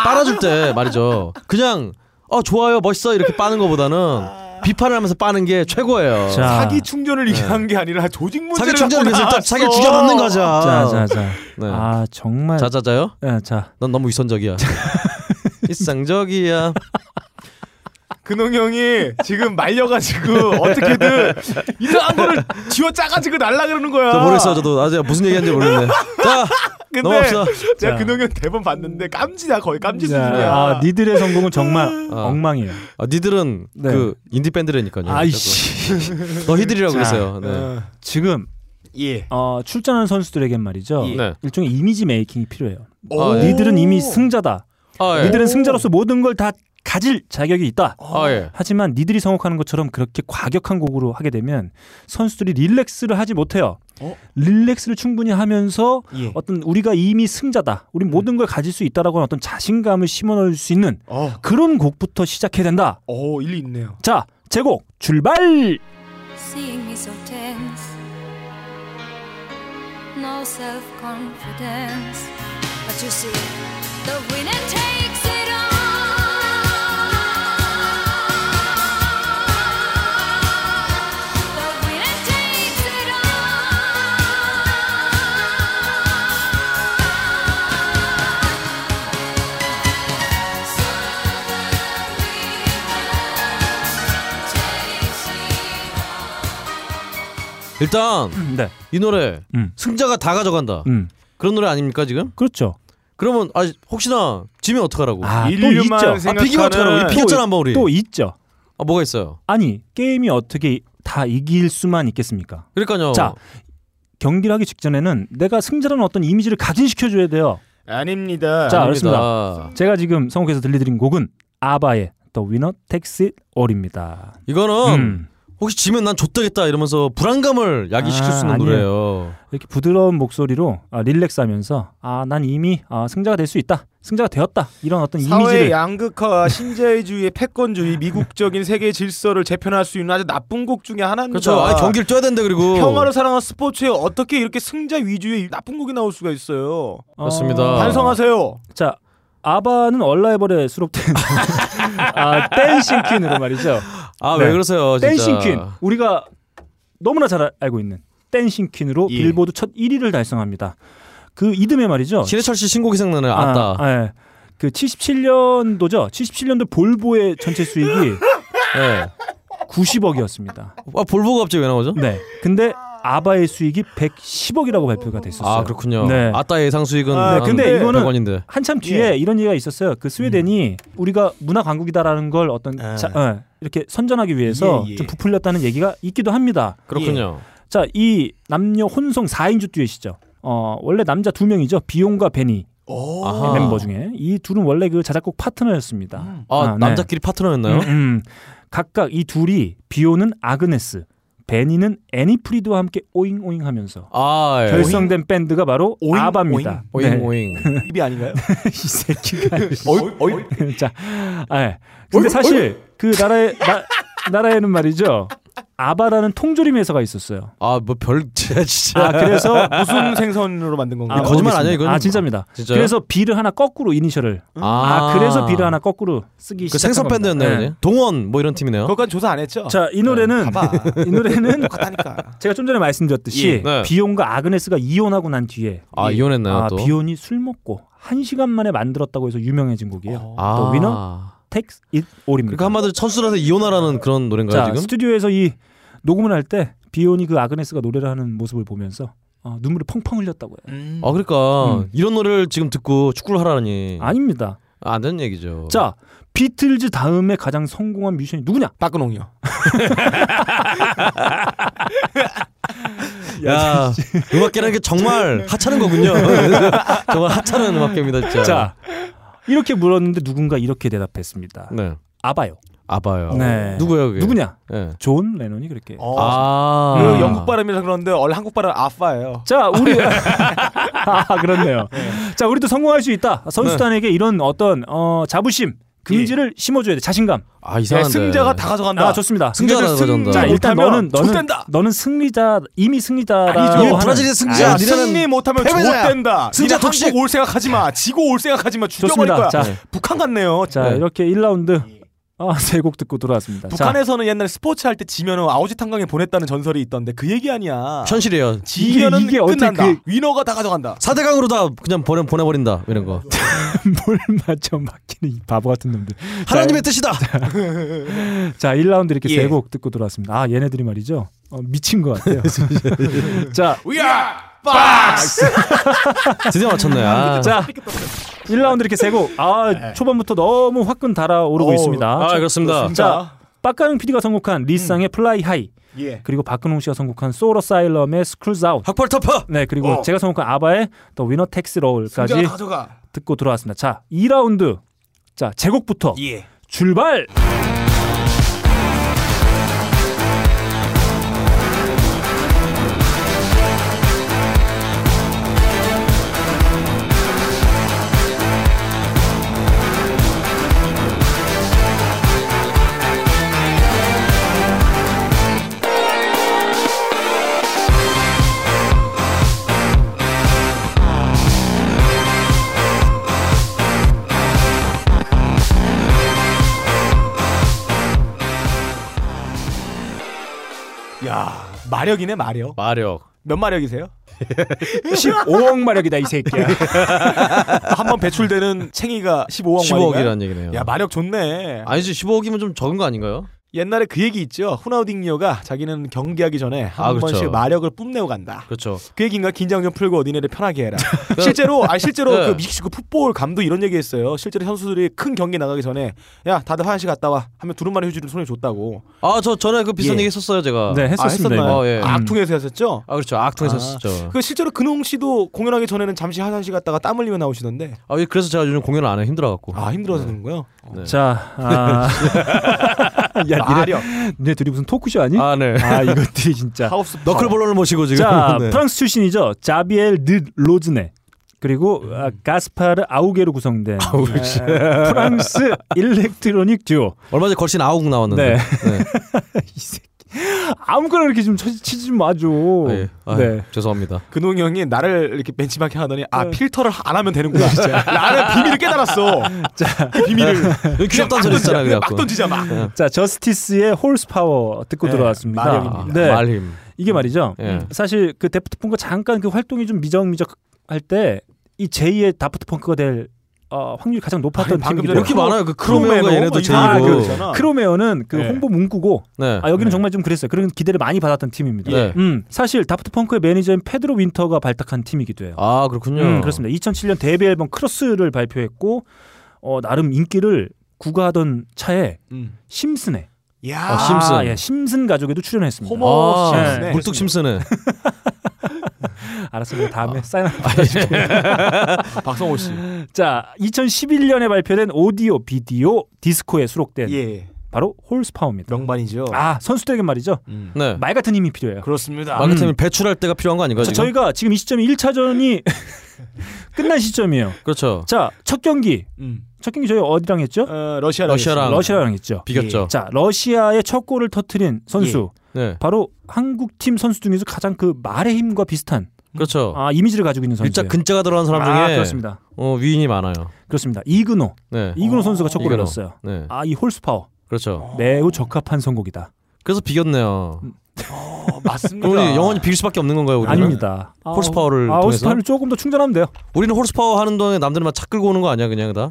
Speaker 2: 빨아줄 때 말이죠. 그냥 어 좋아요 멋있어 이렇게 빠는
Speaker 4: 아.
Speaker 2: 것보다는 비판을 하면서 빠는 게 최고예요.
Speaker 4: 사기 충전을 얘기한 게 아니라 조직 문제를
Speaker 2: 아. 네. 사기 충전을
Speaker 4: 갖고
Speaker 2: 위해서 딱
Speaker 4: 나왔어.
Speaker 2: 사기 죽여먹는 거죠.
Speaker 1: 자자자.
Speaker 2: 네.
Speaker 1: 아 정말.
Speaker 2: 자자자요?
Speaker 1: 예, 자.
Speaker 2: 넌 너무 위선적이야. 일상적이야.
Speaker 4: 근홍이 형이 지금 말려가지고 어떻게든 이상한 거를 지워 짜가지고 날라 그러는 거야.
Speaker 2: 저 모르겠어요. 저도 아직 무슨 얘기하는지 모르겠네. 자
Speaker 4: 근데
Speaker 2: 넘어갑시다.
Speaker 4: 제가
Speaker 2: 자.
Speaker 4: 근홍이 형 대본 봤는데 깜지야 거의 깜지 수준이야.
Speaker 1: 아, 니들의 성공은 정말 엉망이에요.
Speaker 2: 아, 니들은 그 인디 밴드라니까요.
Speaker 1: 네. 아이씨.
Speaker 2: 너희들이라고
Speaker 1: 자,
Speaker 2: 그랬어요. 네.
Speaker 1: 어, 지금
Speaker 4: 예.
Speaker 1: 어, 출전한 선수들에겐 말이죠.
Speaker 2: 예. 네. 어, 예.
Speaker 1: 일종의 이미지 메이킹이 필요해요.
Speaker 2: 오.
Speaker 1: 니들은 이미 승자다.
Speaker 2: 아, 예.
Speaker 1: 니들은 승자로서 모든 걸 다 가질 자격이 있다.
Speaker 2: 아, 예.
Speaker 1: 하지만 니들이 성혹하는 것처럼 그렇게 과격한 곡으로 하게 되면 선수들이 릴렉스를 하지 못해요.
Speaker 2: 어?
Speaker 1: 릴렉스를 충분히 하면서
Speaker 2: 예.
Speaker 1: 어떤 우리가 이미 승자다,
Speaker 2: 음.
Speaker 1: 우리 모든 걸 가질 수 있다라고 하는 어떤 자신감을 심어넣을 수 있는 그런 곡부터 시작해야 된다.
Speaker 4: 어 일리 있네요.
Speaker 1: 자, 제곡 출발.
Speaker 13: Seeing me so tense. No self confidence. But you see, the winner takes it all. The winner takes it all. So the winner takes it all.
Speaker 2: 일단 이 노래
Speaker 1: 음.
Speaker 2: 승자가 다 가져간다. 그런 노래 아닙니까 지금?
Speaker 1: 그렇죠.
Speaker 2: 그러면 아 혹시나 지면 어떡하라고?
Speaker 1: 아, 또 인류만 있죠.
Speaker 2: 아, 비기면 어떡하라고?
Speaker 1: 또
Speaker 2: 비겼잖아
Speaker 1: 있-
Speaker 2: 한번 우리.
Speaker 1: 또 있죠.
Speaker 2: 아 뭐가 있어요?
Speaker 1: 아니 게임이 어떻게 다 이길 수만 있겠습니까?
Speaker 2: 그러니까요.
Speaker 1: 자 경기를 하기 직전에는 내가 승자라는 어떤 이미지를 각인시켜줘야 돼요.
Speaker 4: 아닙니다.
Speaker 1: 자 그렇습니다. 제가 지금 성욱에서 들려드린 곡은 아바의 The Winner Takes It All입니다.
Speaker 2: 이거는
Speaker 1: 음.
Speaker 2: 혹시 지면 난 좆되겠다 이러면서 불안감을 야기시킬
Speaker 1: 아,
Speaker 2: 수 있는
Speaker 1: 아니에요.
Speaker 2: 노래예요.
Speaker 1: 이렇게 부드러운 목소리로 아, 릴렉스하면서 아 난 이미 아, 승자가 될 수 있다, 승자가 되었다 이런 어떤
Speaker 4: 사회
Speaker 1: 이미지를
Speaker 4: 양극화와 신자유주의, 패권주의, 미국적인 세계 질서를 재편할 수 있는 아주 나쁜 곡 중에 하나입니다.
Speaker 2: 그렇죠.
Speaker 1: 그러니까
Speaker 2: 아, 경기를 뛰어야 된다 그리고.
Speaker 4: 평화를 사랑한 스포츠에 어떻게 이렇게 승자 위주의 나쁜 곡이 나올 수가 있어요.
Speaker 1: 그렇습니다.
Speaker 4: 반성하세요.
Speaker 1: 자 아바는 얼라이벌에 수록된 아, 댄싱 퀸으로 말이죠.
Speaker 2: 아, 왜 그러세요, 진짜.
Speaker 1: 네. 댄싱 퀸 우리가 너무나 잘 알고 있는 댄싱 퀸으로
Speaker 2: 예.
Speaker 1: 빌보드 첫 1위를 달성합니다. 그 이듬해 말이죠.
Speaker 2: 신해철 씨 신곡이 생각나네요. 아따.
Speaker 1: 아, 예. 그 77년도죠. 77년도 볼보의 전체 수익이 90억이었습니다.
Speaker 2: 네. 아 볼보가 갑자기 왜 나오죠?
Speaker 1: 네. 근데 아바의 수익이 110억이라고 발표가 됐었어요.
Speaker 2: 아 그렇군요.
Speaker 1: 네.
Speaker 2: 아따 예. 예상 수익은
Speaker 1: 아,
Speaker 2: 한
Speaker 1: 근데 이거는
Speaker 2: 100원인데.
Speaker 1: 한참 뒤에 이런 얘기가 있었어요. 그 스웨덴이
Speaker 2: 음.
Speaker 1: 우리가 문화 강국이다라는 걸 어떤 자, 어, 이렇게 선전하기 위해서
Speaker 2: 아. 예, 예.
Speaker 1: 좀 부풀렸다는 얘기가 있기도 합니다.
Speaker 2: 그렇군요.
Speaker 1: 예. 자, 이 남녀 혼성 4인조 듀엣이죠. 어, 원래 남자 두 명이죠. 비용과 베니.
Speaker 2: 아하.
Speaker 1: 예. 멤버 중에 이 둘은 원래 그 자작곡 파트너였습니다.
Speaker 2: 아, 남자끼리 파트너였나요?
Speaker 1: 네. 음, 음. 각각 이 둘이 비오는 아그네스, 베니는 애니프리드와 함께 오잉오잉하면서
Speaker 2: 아, 예.
Speaker 1: 결성된 네. 밴드가 바로 아바입니다.
Speaker 2: 오잉, 오잉.
Speaker 4: 입이 아닌가요?
Speaker 1: 이 새끼가.
Speaker 4: 어이, 어이.
Speaker 1: 자, 예. 근데
Speaker 4: 어이,
Speaker 1: 사실
Speaker 4: 어이.
Speaker 1: 그 나라에 나, 나라에는 말이죠. 아바라는 통조림 회사가 있었어요.
Speaker 2: 아뭐별 진짜.
Speaker 1: 아, 그래서
Speaker 4: 네. 무슨 생선으로 만든 건가요?
Speaker 1: 아, 모르겠습니다. 아 진짜입니다.
Speaker 2: 진짜요?
Speaker 1: 그래서 B를 하나 거꾸로 이니셜을.
Speaker 2: 아.
Speaker 1: 아, 그래서 B를 하나 거꾸로 쓰기
Speaker 2: 그
Speaker 1: 시작한
Speaker 2: 생선
Speaker 1: 겁니다.
Speaker 2: 밴드였네요.
Speaker 1: 네.
Speaker 2: 네. 동원 뭐 이런 팀이네요.
Speaker 4: 그것까지 조사 안 했죠?
Speaker 1: 자, 이 노래는 이 노래는 제가 좀 전에 말씀드렸듯이
Speaker 2: 예. 네.
Speaker 1: 비욘과 아그네스가 이혼하고 난 뒤에
Speaker 2: 아, 이혼했나요,
Speaker 1: 아,
Speaker 2: 또?
Speaker 1: 비욘이 술 먹고 한 시간 만에 만들었다고 해서 유명해진 곡이에요.
Speaker 2: 아.
Speaker 1: 또 위너 텍스 잇 올입니다.
Speaker 2: 그러니까 한마디로 천수라서 이혼하라는 그런 노래인가요
Speaker 1: 자,
Speaker 2: 지금?
Speaker 1: 스튜디오에서 이 녹음을 할 때 비욘이 그 아그네스가 노래를 하는 모습을 보면서 어, 눈물을 펑펑 흘렸다고 해요.
Speaker 4: 어,
Speaker 2: 아 그러니까
Speaker 1: 음.
Speaker 2: 이런 노래를 지금 듣고 축구를 하라니.
Speaker 1: 아닙니다.
Speaker 2: 안 되는 얘기죠.
Speaker 1: 자, 비틀즈 다음에 가장 성공한 뮤지션이 누구냐?
Speaker 4: 박근홍이요.
Speaker 2: 야, 네. 음악계라는 게 정말 하찮은 거군요. 정말 하찮은 음악계입니다, 진짜.
Speaker 1: 자, 이렇게 물었는데 누군가 이렇게 대답했습니다.
Speaker 2: 네.
Speaker 1: 아바요.
Speaker 2: 아바요.
Speaker 1: 네.
Speaker 2: 누구예요, 그게?
Speaker 1: 누구냐?
Speaker 2: 네.
Speaker 1: 존 레논이 그렇게.
Speaker 4: 어.
Speaker 2: 아.
Speaker 1: 그
Speaker 4: 영국 발음이라 그런데 원래 한국 발음 아빠예요.
Speaker 1: 자, 우리 아, 그렇네요. 자, 우리도 성공할 수 있다. 선수단에게 이런 어떤 어, 자부심, 긍지를 심어줘야 돼. 자신감.
Speaker 2: 아, 이상한데. 네, 승자가 다 가져간다.
Speaker 1: 아, 좋습니다.
Speaker 2: 승자가 다 가져간다.
Speaker 1: 자, 일단
Speaker 2: 못하면
Speaker 1: 너는 너는
Speaker 2: 족된다.
Speaker 1: 너는 승리자 이미 승리다라고
Speaker 4: 아니죠.
Speaker 1: 하는-
Speaker 4: 브라질이 승자야.
Speaker 1: 아니,
Speaker 4: 니네는 승리 못하면
Speaker 1: 패배자야.
Speaker 4: 족된다.
Speaker 1: 승자
Speaker 4: 승자 독식 올 생각하지 마. 지고 올 생각하지 마. 죽여버릴
Speaker 1: 좋습니다.
Speaker 4: 거야.
Speaker 1: 자,
Speaker 4: 북한 같네요.
Speaker 1: 자, 이렇게 1라운드 아, 세곡 듣고 돌아왔습니다. 자,
Speaker 4: 북한에서는 옛날 에 스포츠 할 때 지면은 아오지 탄광에 보냈다는 전설이 있던데 그 얘기 아니야.
Speaker 2: 현실이에요.
Speaker 4: 지면은
Speaker 2: 이게- 이게 어떻게
Speaker 4: 끝난다.
Speaker 2: 그-
Speaker 4: 위너가 다 가져간다.
Speaker 2: 4대강으로 다 그냥 보내 보내버린다 이런 거.
Speaker 1: 뭘 맞춰 맡기는 이 바보 같은 놈들.
Speaker 2: 하나님의
Speaker 1: 자,
Speaker 2: 뜻이다.
Speaker 1: 자, 1라운드 이렇게
Speaker 2: 예.
Speaker 1: 세곡 듣고 돌아왔습니다. 아, 얘네들이 말이죠. 어, 미친 것 같아요. 자,
Speaker 4: We are 박스.
Speaker 2: 드디어 맞췄네. 아.
Speaker 1: 자, 1라운드 이렇게 세고 아 초반부터 너무 화끈 달아오르고
Speaker 2: 어우,
Speaker 1: 있습니다.
Speaker 2: 아, 그렇습니다.
Speaker 1: 자, 빡가능 PD가 선곡한 리쌍의 플라이 하이.
Speaker 4: 예.
Speaker 1: 그리고 박근홍 씨가 선곡한 소울 어사일럼의 스크루즈 아웃.
Speaker 2: 학벌 터프.
Speaker 1: 네, 그리고
Speaker 4: 어.
Speaker 1: 제가 선곡한 아바의 더 위너 텍스 롤까지
Speaker 4: 승자가 가져가.
Speaker 1: 듣고 돌아왔습니다. 자, 2라운드. 자, 제곡부터
Speaker 4: 예.
Speaker 1: 출발.
Speaker 4: 야 마력이네 마력.
Speaker 2: 마력.
Speaker 4: 몇 마력이세요?
Speaker 1: 15억 마력이다 이 새끼야.
Speaker 4: 한 번 배출되는 챙이가 15억
Speaker 2: 15억
Speaker 4: 마력이야?
Speaker 2: 이라는 얘기네요.
Speaker 4: 야 마력 좋네.
Speaker 2: 아니지 15억이면 좀 적은 거 아닌가요?
Speaker 4: 옛날에 그 얘기 있죠. 후나우딩요가 자기는 경기하기 전에 한
Speaker 2: 아, 그렇죠.
Speaker 4: 번씩 마력을 뿜내고 간다.
Speaker 2: 그렇죠.
Speaker 4: 그 얘기인가 긴장 좀 풀고 니네를 편하게 해라. 실제로 아 실제로
Speaker 2: 네.
Speaker 4: 그 멕시코 풋볼 감독 이런 얘기했어요. 실제로 선수들이 큰 경기 나가기 전에 야 다들 화장실 갔다 와 하면 두루마리 휴지를 손에 줬다고.
Speaker 2: 아 저 전에 그 비슷한
Speaker 4: 예.
Speaker 2: 얘기 했었어요 제가.
Speaker 4: 아, 했었나요?
Speaker 2: 어, 예.
Speaker 4: 아, 악통에서 했었죠.
Speaker 2: 아 그렇죠. 악통에서
Speaker 4: 아.
Speaker 2: 했었죠.
Speaker 4: 그 실제로 근홍 씨도 공연하기 전에는 잠시 화장실 갔다가 땀 흘리며 나오시던데.
Speaker 2: 아 예, 그래서 제가 요즘 공연을 안 해 힘들어갖고.
Speaker 4: 아 힘들어서 그런 거요?
Speaker 1: 자, 아. 야,
Speaker 4: 아,
Speaker 1: 니네, 니네 둘이 무슨 토크쇼 아니?
Speaker 2: 아, 네.
Speaker 1: 아, 이것들이 진짜.
Speaker 4: 하우스
Speaker 2: 너클볼러를 모시고 지금.
Speaker 1: 자,
Speaker 2: 네.
Speaker 1: 프랑스 출신이죠. 자비엘 드 로즈네. 그리고 아, 가스파르 아우게로 구성된 네, 프랑스 일렉트로닉 듀오.
Speaker 2: 얼마 전에 걸신 아우국 나왔는데.
Speaker 1: 네. 아무거나 이렇게 좀 쳐- 치지 좀 마줘.
Speaker 2: 아, 예. 아,
Speaker 1: 네.
Speaker 2: 죄송합니다.
Speaker 4: 근홍이 형이 나를 이렇게 벤치마킹 하더니 아 필터를 안 하면 되는구나 진짜 나는 비밀을 깨달았어 그 비밀을
Speaker 2: 귀엽다는 소리
Speaker 4: 막
Speaker 2: 있잖아
Speaker 4: 던지자,
Speaker 2: 그래갖고.
Speaker 4: 막 던지자 막
Speaker 1: 자, 저스티스의 홀스 파워 듣고
Speaker 4: 네,
Speaker 1: 들어왔습니다.
Speaker 4: 말힘입니다.
Speaker 1: 네.
Speaker 2: 아, 말힘.
Speaker 1: 이게 말이죠.
Speaker 2: 예.
Speaker 1: 사실 그 데프트 펑크가 잠깐 그 활동이 좀 미적미적 할 때 이 제2의 다프트 펑크가 될 어, 확률이 가장 높았던
Speaker 4: 아니, 방금
Speaker 1: 팀이죠.
Speaker 4: 전에 이렇게 많아요. 그 크로메어가 얘네도
Speaker 1: 아,
Speaker 4: 제이고.
Speaker 1: 그 크로메어는 그
Speaker 4: 네.
Speaker 1: 홍보 문구고
Speaker 2: 네.
Speaker 1: 아, 여기는 정말 좀 그랬어요. 그런 기대를 많이 받았던 팀입니다.
Speaker 2: 네.
Speaker 1: 음, 사실 다프트 펑크의 매니저인 페드로 윈터가 발탁한 팀이기도 해요.
Speaker 2: 아 그렇군요.
Speaker 1: 음, 그렇습니다. 2007년 데뷔 앨범 크로스를 발표했고 어, 나름 인기를 구가하던 차에
Speaker 4: 음.
Speaker 1: 심슨에
Speaker 4: 야
Speaker 2: 어, 심슨.
Speaker 1: 아, 예, 심슨 가족에도
Speaker 2: 아,
Speaker 1: 출연했습니다.
Speaker 4: 호모
Speaker 1: 예.
Speaker 4: 심슨에.
Speaker 1: 네.
Speaker 2: 물뚝 심슨은
Speaker 1: 알았습니다. 다음에
Speaker 2: 아.
Speaker 1: 사인
Speaker 2: 예.
Speaker 1: 하나 받아주고.
Speaker 4: 박성호 씨.
Speaker 1: 자, 2011년에 발표된 오디오 비디오 디스코에 수록된
Speaker 4: 예.
Speaker 1: 바로 홀스파워입니다.
Speaker 4: 명반이죠.
Speaker 1: 네.
Speaker 4: 음.
Speaker 1: 아, 선수들에게 말이죠.
Speaker 2: 네.
Speaker 1: 말 같은 힘이 필요해요.
Speaker 4: 그렇습니다.
Speaker 2: 마그템이 배출할 때가 필요한 거 아닌가요?
Speaker 1: 음. 자,
Speaker 2: 지금?
Speaker 1: 저희가 지금 이 시점이 1차전이 끝난 시점이에요.
Speaker 2: 그렇죠.
Speaker 1: 자, 첫 경기.
Speaker 4: 음.
Speaker 1: 첫 경기 저희 어디랑 했죠?
Speaker 4: 어, 러시아랑
Speaker 2: 러시아랑
Speaker 4: 했습니다.
Speaker 1: 러시아랑 했죠.
Speaker 2: 비겼죠.
Speaker 1: 예, 자, 음. 러시아의 첫 골을 터트린 선수.
Speaker 2: 네.
Speaker 1: 바로 한국 팀 선수 중에서 가장 그 말의 힘과 비슷한
Speaker 2: 그렇죠.
Speaker 1: 아, 이미지를 가지고 있는 선수.
Speaker 2: 일자 근자가 들어간 그 사람 중에
Speaker 1: 아, 그렇습니다.
Speaker 2: 어, 위인이 많아요.
Speaker 1: 그렇습니다. 이근호.
Speaker 2: 네.
Speaker 1: 이근호 선수가 첫 골을
Speaker 2: 이근호.
Speaker 1: 넣었어요.
Speaker 2: 네.
Speaker 1: 아, 어. 이 홀스파워.
Speaker 2: 그렇죠.
Speaker 1: 매우 적합한 선곡이다.
Speaker 2: 그래서 비겼네요. 어,
Speaker 4: 맞습니다.
Speaker 2: 그럼 우리 영원히 비길 수밖에 없는 건가요, 우리는?
Speaker 1: 음, 그러니까 아닙니다. 아,
Speaker 2: 홀스파워를
Speaker 1: 아,
Speaker 2: 통해서.
Speaker 1: 홀스파워를 조금 더 충전하면 돼요.
Speaker 2: 우리는 홀스파워 하는 동안에 남들만 차 끌고 오는 거 아니야, 그냥 다?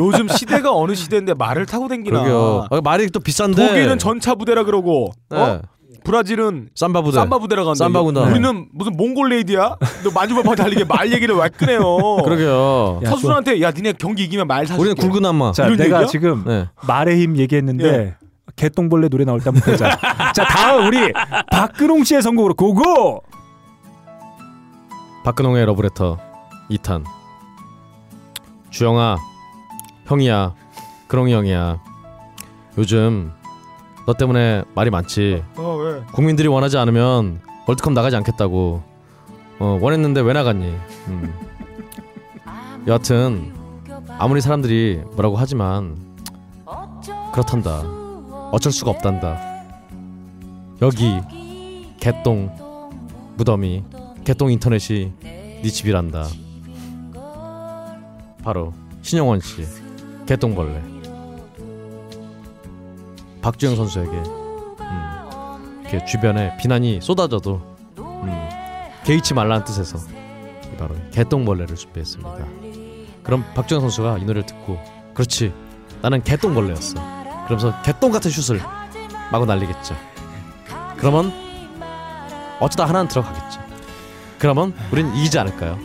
Speaker 4: 요즘 시대가 어느 시대인데 말을 타고 댕기나.
Speaker 2: 그러게요. 아, 말이 또 비싼데.
Speaker 4: 독일은 전차 부대라 그러고 어?
Speaker 2: 네.
Speaker 4: 브라질은
Speaker 2: 삼바 부대.
Speaker 4: 삼바 부대라 간다.
Speaker 2: 삼바 군단.
Speaker 4: 우리는 무슨 몽골 레이디야? 너 만주바파 달리게 말 얘기를 왜 끄네요?
Speaker 2: 아, 그러게요.
Speaker 1: 야,
Speaker 4: 선수들한테 야 니네 경기 이기면 말 사줄게.
Speaker 2: 우리는 굵은 한마.
Speaker 1: 자,
Speaker 4: 이런
Speaker 1: 내가
Speaker 4: 얘기야?
Speaker 1: 지금
Speaker 2: 네.
Speaker 1: 말의 힘 얘기했는데 개똥벌레 노래 나올 때 한번 보자. 자 다음 우리 박근홍 씨의 선곡으로 고고.
Speaker 2: 박근홍의 러브레터 2탄 주영아 형이야 그롱이 형이야 요즘 너 때문에 말이 많지
Speaker 4: 어, 왜?
Speaker 2: 국민들이 원하지 않으면 월드컵 나가지 않겠다고 어, 원했는데 왜 나갔니 음. 여하튼 아무리 사람들이 뭐라고 하지만 그렇단다 어쩔 수가 없단다 여기 개똥 무덤이 개똥 인터넷이 네 집이란다 바로 신영원 씨 개똥벌레 박주영 선수에게 음, 이렇게 주변에 비난이 쏟아져도 음, 개의치 말라는 뜻에서 이 바로 개똥벌레를 준비했습니다. 그럼 박주영 선수가 이 노래를 듣고 그렇지 나는 개똥벌레였어. 그러면서 개똥 같은 슛을 마구 날리겠죠. 그러면 어쩌다 하나는 들어가겠죠. 그러면 우린 이기지 않을까요?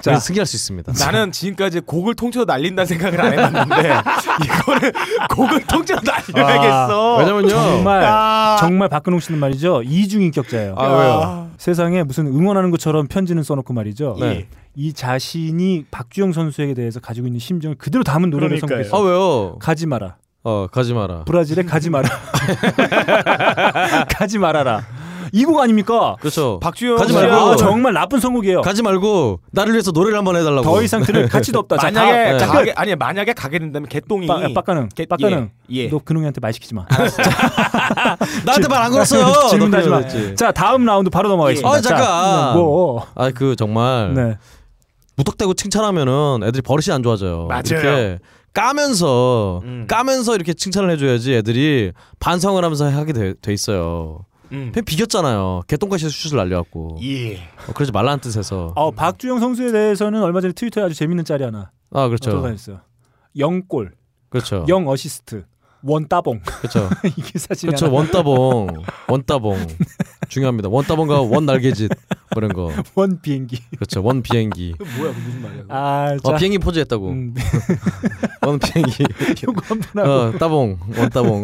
Speaker 2: 자, 승리할 수 있습니다.
Speaker 4: 나는 지금까지 곡을 통째로 날린다는 생각을 안 해봤는데 이거는 곡을 통째로
Speaker 2: 아,
Speaker 4: 날려야겠어.
Speaker 1: 정말 정말 박근홍 씨는 말이죠 이중 인격자예요.
Speaker 4: 아, 왜요?
Speaker 1: 세상에 무슨 응원하는 것처럼 편지는 써놓고 말이죠.
Speaker 2: 네.
Speaker 1: 이 자신이 박주영 선수에게 대해서 가지고 있는 심정을 그대로 담은 노래를
Speaker 2: 그러니까요.
Speaker 1: 선곡했어요.
Speaker 2: 아, 왜요?
Speaker 1: 가지 마라.
Speaker 2: 어 가지 마라.
Speaker 1: 브라질에 가지 마라. 가지 말아라. 이 곡 아닙니까?
Speaker 2: 그렇죠.
Speaker 1: 박주영
Speaker 2: 가지
Speaker 1: 씨야.
Speaker 2: 말고
Speaker 1: 아, 정말 나쁜 선곡이에요.
Speaker 2: 가지 말고 나를 위해서 노래를 한번 해달라고.
Speaker 1: 더 이상 들을 가치도 없다. 자,
Speaker 4: 만약에
Speaker 1: 다음.
Speaker 2: 네.
Speaker 1: 자,
Speaker 4: 가게, 아니 만약에 가게 된다면 개똥이
Speaker 1: 빠- 빡가능,
Speaker 4: 개-
Speaker 1: 빡가능.
Speaker 4: 예, 예.
Speaker 1: 너 근홍이한테 말 시키지 마.
Speaker 2: 나한테 말 안 걸었어요.
Speaker 1: 질문
Speaker 2: 너
Speaker 1: 하지 마.
Speaker 2: 그랬지.
Speaker 1: 자 다음 라운드 바로 넘어가겠습니다.
Speaker 2: 아
Speaker 1: 자,
Speaker 2: 잠깐.
Speaker 1: 뭐
Speaker 2: 아 그 정말
Speaker 1: 네.
Speaker 2: 무턱대고 칭찬하면은 애들이 버릇이 안 좋아져요.
Speaker 1: 맞아요.
Speaker 2: 이렇게 까면서 까면서 이렇게 칭찬을 해줘야지 애들이 반성을 하면서 하게 돼, 돼 있어요.
Speaker 4: 음.
Speaker 2: 팬 비겼잖아요. 개똥같이 슛을 날려갖고.
Speaker 4: 예.
Speaker 2: 어, 그러지 말라는 뜻에서.
Speaker 1: 어, 박주영 선수에 대해서는 얼마 전에 트위터에 아주 재밌는 짤이 하나
Speaker 2: 아 그렇죠.
Speaker 1: 돌아다녔어요. 0골,
Speaker 2: 그렇죠.
Speaker 1: 0 어시스트, 원 따봉.
Speaker 2: 그렇죠.
Speaker 1: 이게 사실
Speaker 2: 그렇죠. 원따봉, 원따봉 중요합니다. 원따봉과 원 날개짓 뭐 이런 거.
Speaker 1: 원 비행기.
Speaker 2: 그렇죠. 원 비행기.
Speaker 4: 뭐야 그 무슨 말이야?
Speaker 1: 아,
Speaker 2: 어,
Speaker 1: 자.
Speaker 2: 비행기 포즈했다고.
Speaker 1: 음. 네,
Speaker 2: 원 비행기.
Speaker 1: 요거 한번 하고.
Speaker 2: 어, 따봉, 원 따봉.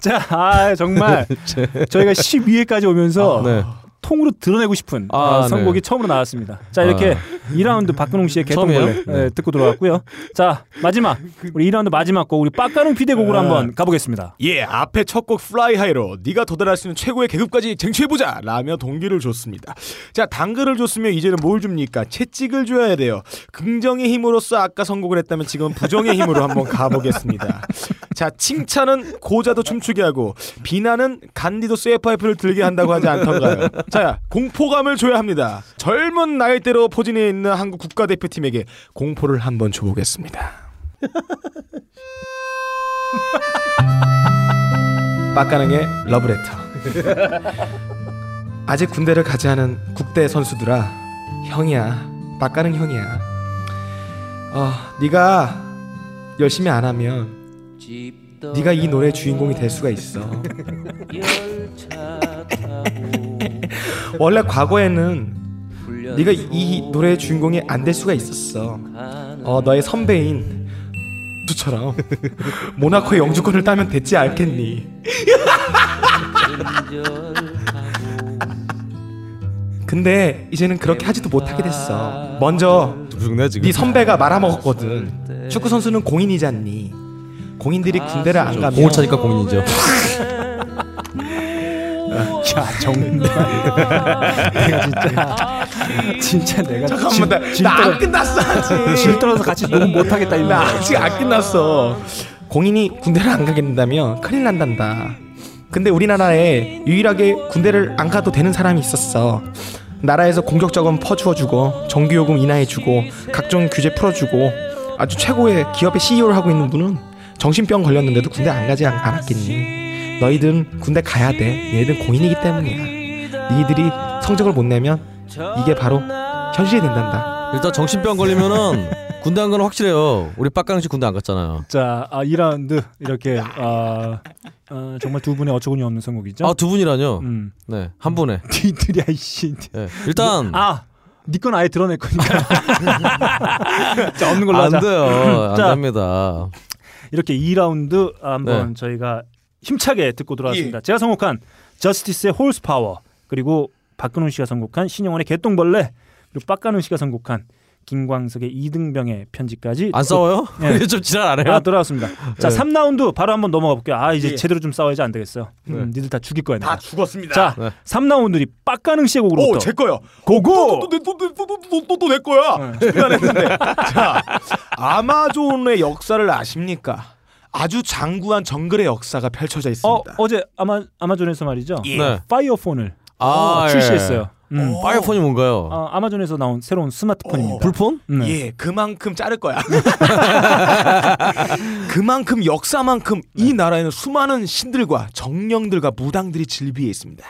Speaker 1: 자, 아, 정말 저희가 12회까지 오면서
Speaker 2: 네.
Speaker 1: 통으로 드러내고 싶은
Speaker 2: 아,
Speaker 1: 어, 선곡이
Speaker 2: 네.
Speaker 1: 처음으로 나왔습니다. 자, 이렇게
Speaker 2: 아.
Speaker 1: 2라운드 박근홍 씨의 개똥벌레
Speaker 2: 처음이에요?
Speaker 1: 네,
Speaker 2: 네.
Speaker 1: 듣고 돌아왔고요. 자, 마지막 우리 2라운드 마지막 곡 우리 빡가는 피대곡으로
Speaker 4: 아.
Speaker 1: 한번 가보겠습니다.
Speaker 4: 예, 앞에 첫 곡 플라이 하이로 네가 도달할 수 있는 최고의 계급까지 쟁취해보자 라며 동기를 줬습니다. 자, 당근을 줬으면 이제는 뭘 줍니까? 채찍을 줘야 돼요. 긍정의 힘으로써 아까 선곡을 했다면 지금 부정의 힘으로 한번 가보겠습니다. 자, 칭찬은 고자도 춤추게 하고 비난은 간디도 쇠파이프를 들게 한다고 하지 않던가요? 자, 공포감을 줘야 합니다. 젊은 나이대로 포진해 있는 한국 국가대표팀에게 공포를 한번 줘보겠습니다. 빡가능의 러브레터. 아직 군대를 가지 않은 국대 선수들아 형이야 빡가는 형이야 어 네가 열심히 안 하면 네가 이 노래 주인공이 될 수가 있어 원래 과거에는 네가 이 노래의 주인공이 안 될 수가 있었어 어 너의 선배인 두처럼 모나코의 영주권을 따면 됐지 않겠니 근데 이제는 그렇게 하지도 못하게 됐어. 먼저 네 선배가 말아먹었거든. 축구 선수는 공인이잖니. 아, 공인들이 군대를 안 가면
Speaker 2: 공을 차니까
Speaker 1: 어,
Speaker 2: 공인이죠.
Speaker 1: 네. 야 정말 내가 진짜 진짜 내가
Speaker 4: 잠깐만 나 안 끝났어 아직.
Speaker 1: 질 떨어서 같이 녹음 못하겠다
Speaker 4: 나 아직 안 끝났어. 공인이 군대를 안 가게 된다면 큰일 난단다. 근데 우리나라에 유일하게 군대를 안 가도 되는 사람이 있었어. 나라에서 공적 자금 퍼주어주고 정규요금 인하해주고 각종 규제 풀어주고 아주 최고의 기업의 CEO를 하고 있는 분은 정신병 걸렸는데도 군대 안 가지 않- 않았겠니? 너희들은 군대 가야 돼. 얘네들 공인이기 때문이야. 너희들이 성적을 못 내면 이게 바로 현실이 된단다.
Speaker 2: 일단 정신병 걸리면은 군대 안 가는 확실해요. 우리 빡가능 씨 군대 안 갔잖아요.
Speaker 1: 자, 아, 2라운드 이렇게 아, 아, 정말 두 분의 어처구니 없는 선곡이죠.
Speaker 2: 아두 분이라뇨.
Speaker 1: 음.
Speaker 2: 네, 한 분에.
Speaker 1: 니들이 아이씨.
Speaker 2: 네. 일단
Speaker 1: 아, 니 건 아예 드러낼 거니까. 자, 없는 걸로
Speaker 2: 안
Speaker 1: 하자.
Speaker 2: 돼요. 안
Speaker 1: 자,
Speaker 2: 됩니다.
Speaker 1: 이렇게 2라운드 한번
Speaker 2: 네.
Speaker 1: 저희가 힘차게 듣고 돌아왔습니다. 제가 선곡한 저스티스의 홀스 파워 그리고 박근훈 씨가 선곡한 신영원의 개똥벌레 그리고 빡가는 씨가 선곡한 김광석의 이등병의 편지까지
Speaker 2: 안 싸워요?
Speaker 1: 예.
Speaker 2: 좀 지랄 안 해요?
Speaker 1: 아, 돌아왔습니다. 자,
Speaker 2: 예.
Speaker 1: 3라운드 바로 한번 넘어가 볼게요. 아, 이제
Speaker 2: 예.
Speaker 1: 제대로 좀 싸워야지 안 되겠어요.
Speaker 2: 네.
Speaker 1: 음, 니들 다 죽일 거야.
Speaker 4: 아,
Speaker 1: 다
Speaker 14: 죽었습니다.
Speaker 1: 자, 3라운드리 빡가능 씨의 곡으로부터.
Speaker 14: 오, 어, 제 거요.
Speaker 1: 고고.
Speaker 14: 또또또또또또내 거야.
Speaker 4: 네. 아마존의 역사를 아십니까? 아주 장구한 정글의 역사가 펼쳐져 있습니다.
Speaker 1: 어, 제 아마 아마존에서 말이죠.
Speaker 4: 예.
Speaker 2: 네.
Speaker 1: 파이어폰을
Speaker 2: 아,
Speaker 1: 어,
Speaker 2: 예.
Speaker 1: 출시했어요.
Speaker 2: 오. 파이어폰이 뭔가요?
Speaker 1: 아, 아마존에서 나온 새로운 스마트폰입니다.
Speaker 2: 불폰?
Speaker 1: 네.
Speaker 4: 예, 그만큼 자를 거야.
Speaker 2: 네.
Speaker 4: 그만큼 역사만큼
Speaker 2: 네.
Speaker 4: 이 나라에는 수많은 신들과 정령들과 무당들이 즐비해 있습니다.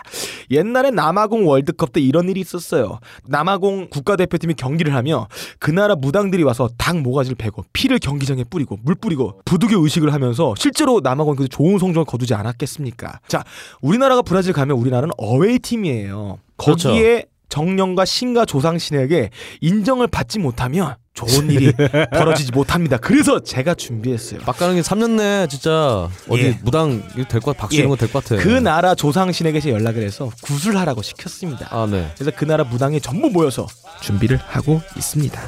Speaker 4: 옛날에 남아공 월드컵 때 이런 일이 있었어요. 남아공 국가대표팀이 경기를 하며 그 나라 무당들이 와서 닭 모가지를 베고 피를 경기장에 뿌리고 물 뿌리고 부두교 의식을 하면서 실제로 남아공이 그 좋은 성적을 거두지 않았겠습니까? 자, 우리나라가 브라질 가면 우리나라는 어웨이 팀이에요.
Speaker 2: 그렇죠.
Speaker 4: 거기에 정령과 신과 조상신에게 인정을 받지 못하면 좋은 일이
Speaker 2: 예.
Speaker 4: 벌어지지 못합니다. 그래서 제가 준비했어요.
Speaker 2: 막가는 게 3년 내 진짜 어디
Speaker 4: 예.
Speaker 2: 무당 이거 될 것,
Speaker 1: 예.
Speaker 2: 박수 이런 거 될 것 같아.
Speaker 4: 그 나라 조상신에게서 연락을 해서 구슬하라고 시켰습니다.
Speaker 2: 아, 네.
Speaker 4: 그래서 그 나라 무당이 전부 모여서 준비를 하고 있습니다.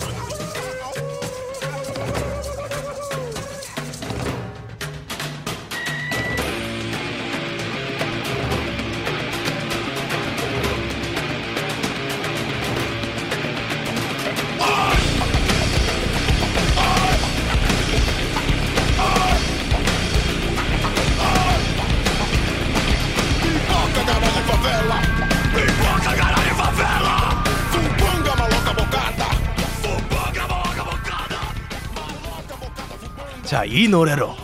Speaker 4: 자, 이 노래로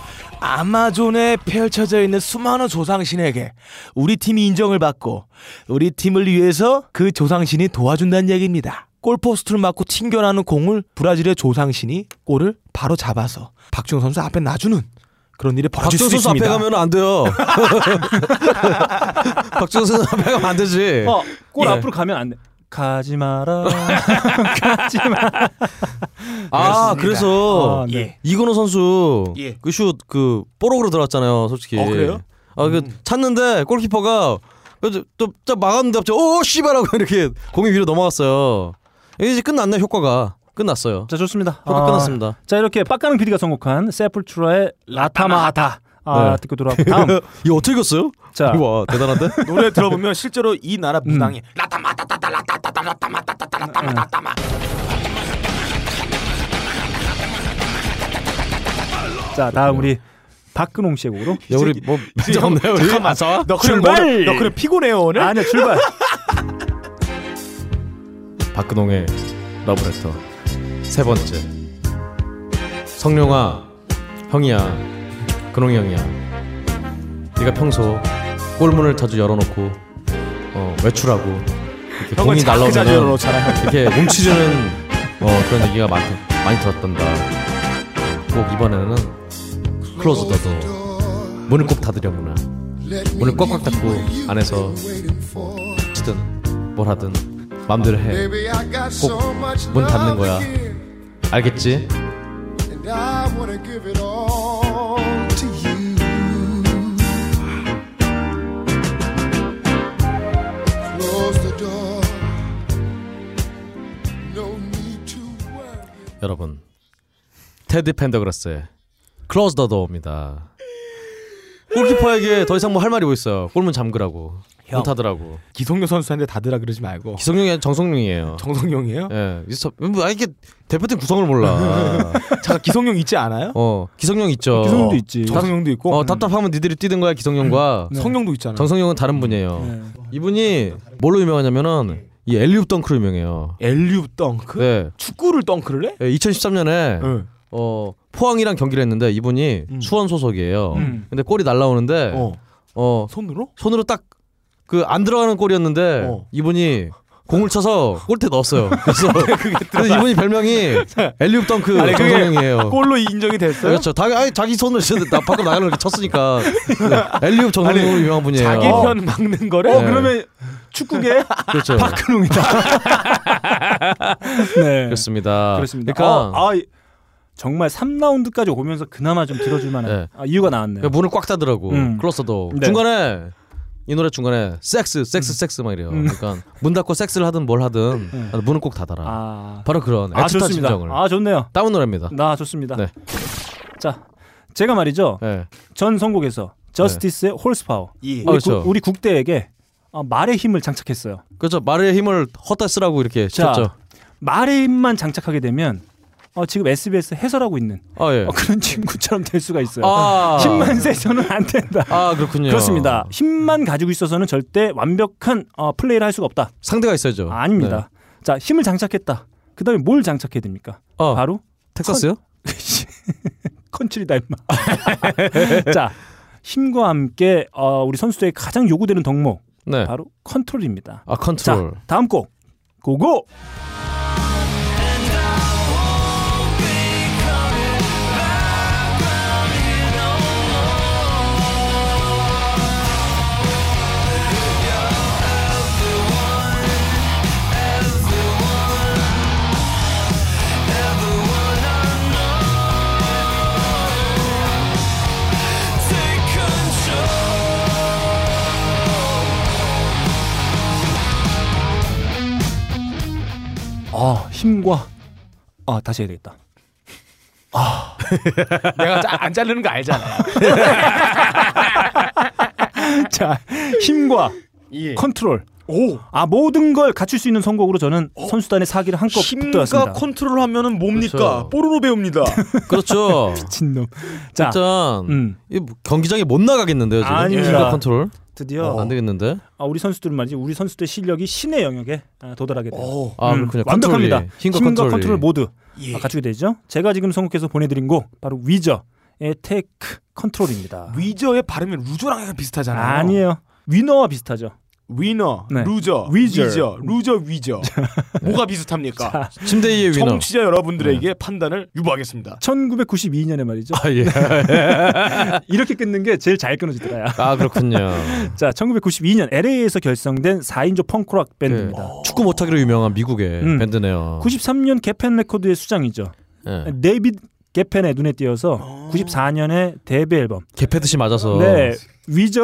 Speaker 4: 아마존에 펼쳐져 있는 수많은 조상신에게 우리 팀이 인정을 받고 우리 팀을 위해서 그 조상신이 도와준다는 얘기입니다. 골포스트를 맞고 튕겨나는 공을 브라질의 조상신이 골을 바로 잡아서 박지훈 선수 앞에 놔주는 그런 일이 벌어질 수
Speaker 2: 박지훈 선수
Speaker 4: 있습니다.
Speaker 2: 앞에 가면 안 돼요. 박지훈 선수 앞에 가면 안 되지.
Speaker 1: 어, 골
Speaker 2: 예.
Speaker 1: 앞으로 가면 안 돼. 가지 마라. 가지 마. 그렇습니다.
Speaker 2: 아 그래서
Speaker 1: 아, 네.
Speaker 2: 이건호 선수
Speaker 1: 예.
Speaker 2: 그슛그 뽀록으로 들어왔잖아요 솔직히
Speaker 1: 어, 그래요?
Speaker 2: 아그 찾는데 골키퍼가 그래서 또, 또 막았는데 갑자기 오 씨발 하고 이렇게 공이 위로 넘어갔어요 이제 끝났네 효과가 끝났어요
Speaker 1: 자 좋습니다
Speaker 4: 아,
Speaker 1: 아.
Speaker 2: 효과 끝났습니다
Speaker 1: 어, 자, 이렇게 빡가능 PD가 선곡한 세풀트라의 라타마하다. 아,
Speaker 2: 네.
Speaker 1: 듣고 돌아왔고 다음.
Speaker 2: 이거 어떻게 겼어요?
Speaker 1: 자.
Speaker 2: 와 대단한데
Speaker 4: 노래 들어보면 실제로 이 나라 무당이
Speaker 1: 자, 다음 우리 박근홍 씨의 곡으로.
Speaker 2: 야, 우리 뭐
Speaker 4: 형, 잠깐만. 너 그래
Speaker 1: 출발!
Speaker 4: 오늘- 너 그래 피곤해요 오늘?
Speaker 1: 아니야, 출발.
Speaker 2: 박근홍의 러브레터 세 번째 성룡아 형이야 근홍이 형이야 네가 평소 골문을 자주 열어놓고 어, 외출하고 이렇게
Speaker 4: 형은
Speaker 2: 공이
Speaker 4: 자꾸
Speaker 2: 날라오면
Speaker 4: 자주 열어놓잖아요.
Speaker 2: 이렇게 뭉치지는 어, 그런 얘기가 많, 많이 들었단다 꼭 이번에는 클로즈 더도 문을 꼭 닫으려 문아 문을 꽉꽉 닫고 안에서 뭐 치든 뭘 하든 맘대로 해꼭 문 닫는 거야 알겠지?
Speaker 6: And I wanna give it all to you. Close the door. No need to worry.
Speaker 2: 여러분 테디 펜더그라스의 클로즈 더 더입니다 골키퍼에게 더 이상 뭐 할 말이 뭐 있어요 골문 잠그라고
Speaker 4: 형.
Speaker 2: 못하더라고
Speaker 4: 기성용 선수한테 다드라 그러지 말고
Speaker 2: 기성용이 정성용이에요
Speaker 4: 정성용이에요?
Speaker 2: 예, 이 서- 뭐, 아, 이게 대표팀 구성을 몰라
Speaker 4: 잠깐 기성용 있지 않아요?
Speaker 2: 어 기성용 있죠
Speaker 4: 기성용도 있지.
Speaker 2: 답-
Speaker 4: 정성용도 있고. 음.
Speaker 2: 어, 답답하면 니들이 뛰는 거야 기성용과
Speaker 4: 네. 음. 성용도 있잖아.
Speaker 2: 정성용은 다른 분이에요 이분이 뭘로 유명하냐면은 이 엘리웁 덩크로 유명해요
Speaker 4: 엘리웁 덩크?
Speaker 2: 네
Speaker 4: 축구를 덩크를 해?
Speaker 2: 2013년에
Speaker 4: 네.
Speaker 2: 어 포항이랑 경기를 했는데 이분이 수원 소속이에요.
Speaker 4: 음.
Speaker 2: 근데 골이 날라오는데 어,
Speaker 4: 손으로
Speaker 2: 손으로 딱 그 안 들어가는 골이었는데 이분이 공을 쳐서 골대 넣었어요. 그래서, 그래서 이분이 별명이 엘리웁 덩크
Speaker 4: 아니, 그게
Speaker 2: 정성형이에요.
Speaker 4: 골로 인정이 됐어요?
Speaker 2: 그렇죠. 다, 아니, 자기 손을 진짜 나 밖으로 나가는 걸 쳤으니까 네. 엘리웁 정성형으로
Speaker 4: 아니,
Speaker 2: 유명한 분이에요.
Speaker 4: 자기
Speaker 1: 어.
Speaker 4: 편 막는 거래?
Speaker 2: 네.
Speaker 4: 축구계
Speaker 2: 그렇죠.
Speaker 4: 박근홍이다.
Speaker 1: 네.
Speaker 2: 그렇습니다.
Speaker 1: 그렇습니다.
Speaker 2: 그러니까
Speaker 1: 아, 아, 이- 정말 3라운드까지 오면서 그나마 좀 들어줄 만한 아, 이유가 나왔네요.
Speaker 2: 그 문을 꽉 닫으라고
Speaker 1: 음.
Speaker 2: 클로서도
Speaker 1: 네.
Speaker 2: 중간에 이 노래 중간에 섹스 섹스 섹스 막 이래요.
Speaker 1: 음.
Speaker 2: 그러니까 문 닫고 섹스를 하든 뭘 하든 문은 꼭 닫아라. 바로 그런
Speaker 1: 아,
Speaker 2: 애틋한
Speaker 1: 좋습니다.
Speaker 2: 심정을.
Speaker 1: 아 음. 좋네요.
Speaker 2: 다운 노래입니다.
Speaker 1: 나 좋습니다.
Speaker 2: 네.
Speaker 1: 자, 제가 말이죠. 전 선곡에서 저스티스의 홀스파워. 우리,
Speaker 2: 네. 그렇죠.
Speaker 1: 국- 우리 국대에게 아, 말의 힘을 장착했어요.
Speaker 2: 그렇죠. 말의 힘을 헛다 쓰라고 이렇게
Speaker 1: 자,
Speaker 2: 쳤죠.
Speaker 1: 말의 힘만 장착하게 되면 어, 지금 SBS 해설하고 있는
Speaker 2: 아 예.
Speaker 1: 어, 그런 친구처럼 될 수가 있어요.
Speaker 2: 아.
Speaker 1: 힘만 세서는 안 된다.
Speaker 2: 아 그렇군요.
Speaker 1: 그렇습니다.
Speaker 2: 음.
Speaker 1: 힘만 가지고 있어서는 절대 완벽한 어, 플레이를 할 수가 없다.
Speaker 2: 상대가 있어야죠. 네.
Speaker 1: 아, 닙니다 자, 힘을 장착했다. 그다음에 뭘 장착해야 됩니까?
Speaker 2: 어.
Speaker 1: 바로
Speaker 2: 네. 텍사스요?
Speaker 1: 컨트리다 임마. 자, 힘과 함께 어, 우리 선수들에게 가장 요구되는 덕목
Speaker 2: 네.
Speaker 1: 바로 컨트롤입니다.
Speaker 2: 아 컨트롤.
Speaker 1: 자, 다음 곡 고고. 아 힘과 아 다시 해야 되겠다. 아
Speaker 4: 내가 짜- 안 자르는 거 알잖아.
Speaker 1: 자 힘과
Speaker 4: 예.
Speaker 1: 컨트롤. 오. 아 모든 걸 갖출 수 있는 선곡으로 저는 선수단의 사기를 한껏
Speaker 4: 힘과
Speaker 1: 붙들었습니다.
Speaker 4: 컨트롤 하면은 뭡니까?
Speaker 1: 그렇죠.
Speaker 4: 뽀로로 배웁니다.
Speaker 2: 그렇죠.
Speaker 1: 미친놈. 자,
Speaker 2: 그 일단
Speaker 1: 음.
Speaker 2: 이뭐 경기장에 못 나가겠는데요 지금.
Speaker 1: 아닙니다.
Speaker 2: 힘과 컨트롤.
Speaker 1: 드디어.
Speaker 2: 어, 안 되겠는데.
Speaker 1: 아, 우리 선수들은 말이지 우리 선수들의 실력이 신의 영역에 아, 도달하게 돼요.
Speaker 2: 아, 그렇군요.
Speaker 1: 음, 완벽합니다.
Speaker 2: 컨트롤이,
Speaker 1: 힘과,
Speaker 2: 힘과
Speaker 1: 컨트롤.
Speaker 2: 컨트롤이.
Speaker 1: 모두 아, 갖추게 되죠. 제가 지금 선곡해서 보내드린 곡 바로 위저의 테크 컨트롤입니다.
Speaker 4: 위저의 발음이 루저랑 약간 비슷하잖아요.
Speaker 1: 아니에요. 위너와 비슷하죠.
Speaker 4: 위너,
Speaker 1: 네.
Speaker 4: 루저,
Speaker 1: 위저.
Speaker 4: 위저, 루저, 위저. 뭐가 비슷합니까?
Speaker 2: 침대 위의 위너.
Speaker 4: 청취자 여러분들에게 판단을 유보하겠습니다.
Speaker 1: 1992년에 말이죠.
Speaker 2: 아, 예.
Speaker 1: 아, 이렇게 끊는 게 제일 잘 끊어지더라요.
Speaker 2: 아 그렇군요.
Speaker 1: 자, 1992년 LA에서 결성된 4인조 펑크락 밴드입니다.
Speaker 2: 축구 못하기로 유명한 미국의
Speaker 1: 음.
Speaker 2: 밴드네요.
Speaker 1: 93년 개펜 레코드의 수장이죠.
Speaker 2: 예.
Speaker 1: 데이빗 개펜의 눈에 띄어서 94년에 데뷔 앨범
Speaker 2: 개패듯이 맞아서.
Speaker 1: 네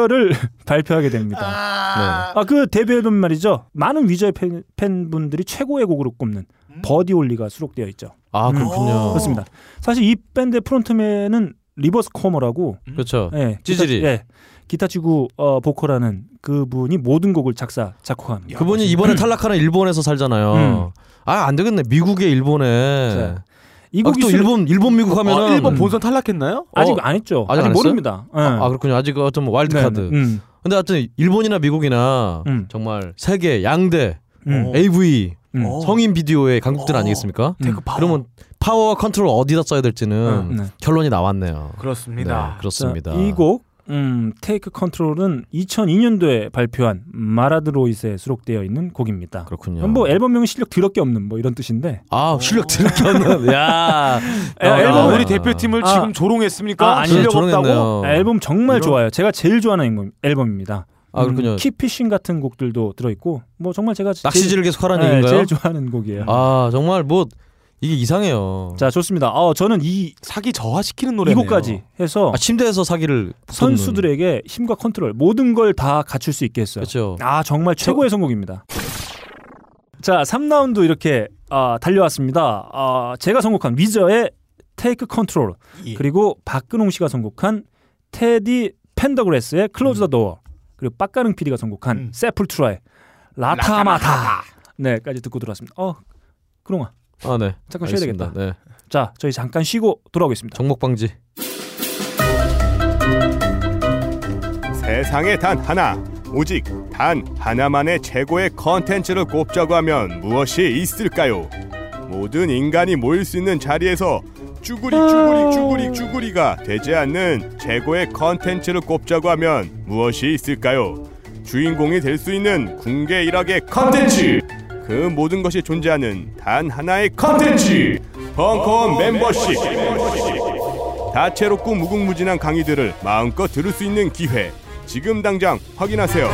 Speaker 1: 위저를 발표하게 됩니다. 아 그 데뷔 앨범 말이죠. 많은 위저의 팬, 팬분들이 최고의 곡으로 꼽는 버디 올리가 수록되어 있죠. 어.
Speaker 2: 아, 그렇군요.
Speaker 1: 그렇습니다. 사실 이 밴드의 프론트맨은 리버스 코머라고
Speaker 2: 그렇죠.
Speaker 1: 예,
Speaker 2: 찌질이.
Speaker 1: 기타, 예, 기타 치고 어, 보컬하는 그분이 모든 곡을 작사 작곡합니다.
Speaker 2: 그분이 이번에 탈락하는 일본에서 살잖아요. 아 안 되겠네. 미국에 일본에.
Speaker 1: 음. 자, 이 곡이
Speaker 2: 아, 또
Speaker 1: 수-
Speaker 2: 일본 일본 미국 하면은
Speaker 1: 아, 일본 본선
Speaker 4: 어, 탈락했나요? 어,
Speaker 1: 아직 안 했죠. 아직
Speaker 2: 했어요?
Speaker 1: 모릅니다. 예.
Speaker 2: 아, 아, 그렇군요. 아직 어떤 뭐 와일드
Speaker 1: 네,
Speaker 2: 카드.
Speaker 1: 네, 음.
Speaker 2: 근데 하여튼 일본이나 미국이나
Speaker 1: 음.
Speaker 2: 정말 세계 양대
Speaker 1: 음.
Speaker 2: AV
Speaker 1: 음.
Speaker 2: 성인 비디오의 강국들 아니겠습니까?
Speaker 1: 음. 대그 파워.
Speaker 2: 그러면 파워와 컨트롤 어디다 써야 될지는
Speaker 1: 음, 네.
Speaker 2: 결론이 나왔네요.
Speaker 4: 그렇습니다.
Speaker 2: 네, 그렇습니다.
Speaker 1: 이 곡 음, 테이크 컨트롤은 2002년도에 발표한 마라드 로이스에 수록되어 있는 곡입니다.
Speaker 2: 그렇군요.
Speaker 1: 뭐 앨범명이 실력 드럽게 없는 뭐 이런 뜻인데.
Speaker 2: 아 실력 드럽게 없는. 야.
Speaker 1: 아,
Speaker 4: 앨범
Speaker 1: 아,
Speaker 4: 우리 대표팀을
Speaker 1: 아.
Speaker 4: 지금 조롱했습니까?
Speaker 1: 아, 아니요.
Speaker 4: 실력
Speaker 1: 아,
Speaker 4: 없다고?
Speaker 1: 앨범 정말 좋아요. 제가 제일 좋아하는 앨범, 앨범입니다. 음,
Speaker 2: 아, 그렇군요.
Speaker 1: 키피싱 같은 곡들도 들어 있고 뭐 정말 제가 제일-
Speaker 2: 낚시질을 계속 하라는
Speaker 1: 네,
Speaker 2: 얘기인가요?
Speaker 1: 제일 좋아하는 곡이에요.
Speaker 2: 아 정말 뭐 이게 이상해요.
Speaker 1: 자 좋습니다. 어, 저는 이
Speaker 4: 사기 저하시키는
Speaker 1: 노래네요. 이곡까지 해서
Speaker 2: 아, 침대에서 사기를 붙잡는.
Speaker 1: 선수들에게 힘과 컨트롤 모든 걸 다 갖출 수 있게 했어요.
Speaker 2: 그렇죠.
Speaker 1: 아 정말 최고의 선곡입니다. 자 3라운드 이렇게 아, 달려왔습니다. 아, 제가 선곡한 위저의 테이크 컨트롤 그리고 박근홍 씨가 선곡한 테디 펜더그레스의 클로즈 더 도어 그리고 빡가릉 PD가 선곡한 음. 세풀트라의 라타마타 네까지 듣고 들어왔습니다. 어 그롱아
Speaker 2: 아 네.
Speaker 1: 잠깐 쉬어야 되겠다.
Speaker 2: 알겠습니다. 네.
Speaker 1: 자 저희 잠깐 쉬고 돌아오겠습니다.
Speaker 2: 정목 방지.
Speaker 15: 세상에 단 하나 오직 단 하나만의 최고의 컨텐츠를 꼽자고 하면 무엇이 있을까요? 모든 인간이 모일 수 있는 자리에서 쭈구리 쭈구리 쭈구리 쭈구리가 되지 않는 최고의 컨텐츠를 꼽자고 하면 무엇이 있을까요? 주인공이 될 수 있는 궁계 일학의 컨텐츠 그 모든 것이 존재하는 단 하나의 컨텐츠 벙커원 멤버십 다채롭고 무궁무진한 강의들을 마음껏 들을 수 있는 기회 지금 당장 확인하세요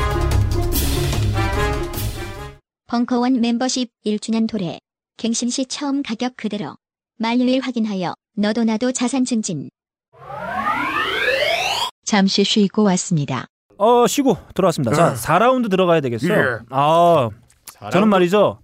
Speaker 16: 벙커원 멤버십 1주년 도래. 갱신 시 처음 가격 그대로. 만료일 확인하여 너도 나도 자산 증진. 잠시 쉬고 왔습니다.
Speaker 1: 어 쉬고 돌아왔습니다. 자, 4라운드 들어가야 되겠어요.
Speaker 16: 예.
Speaker 1: 아, 저는
Speaker 16: 네. 라운드?
Speaker 1: 말이죠.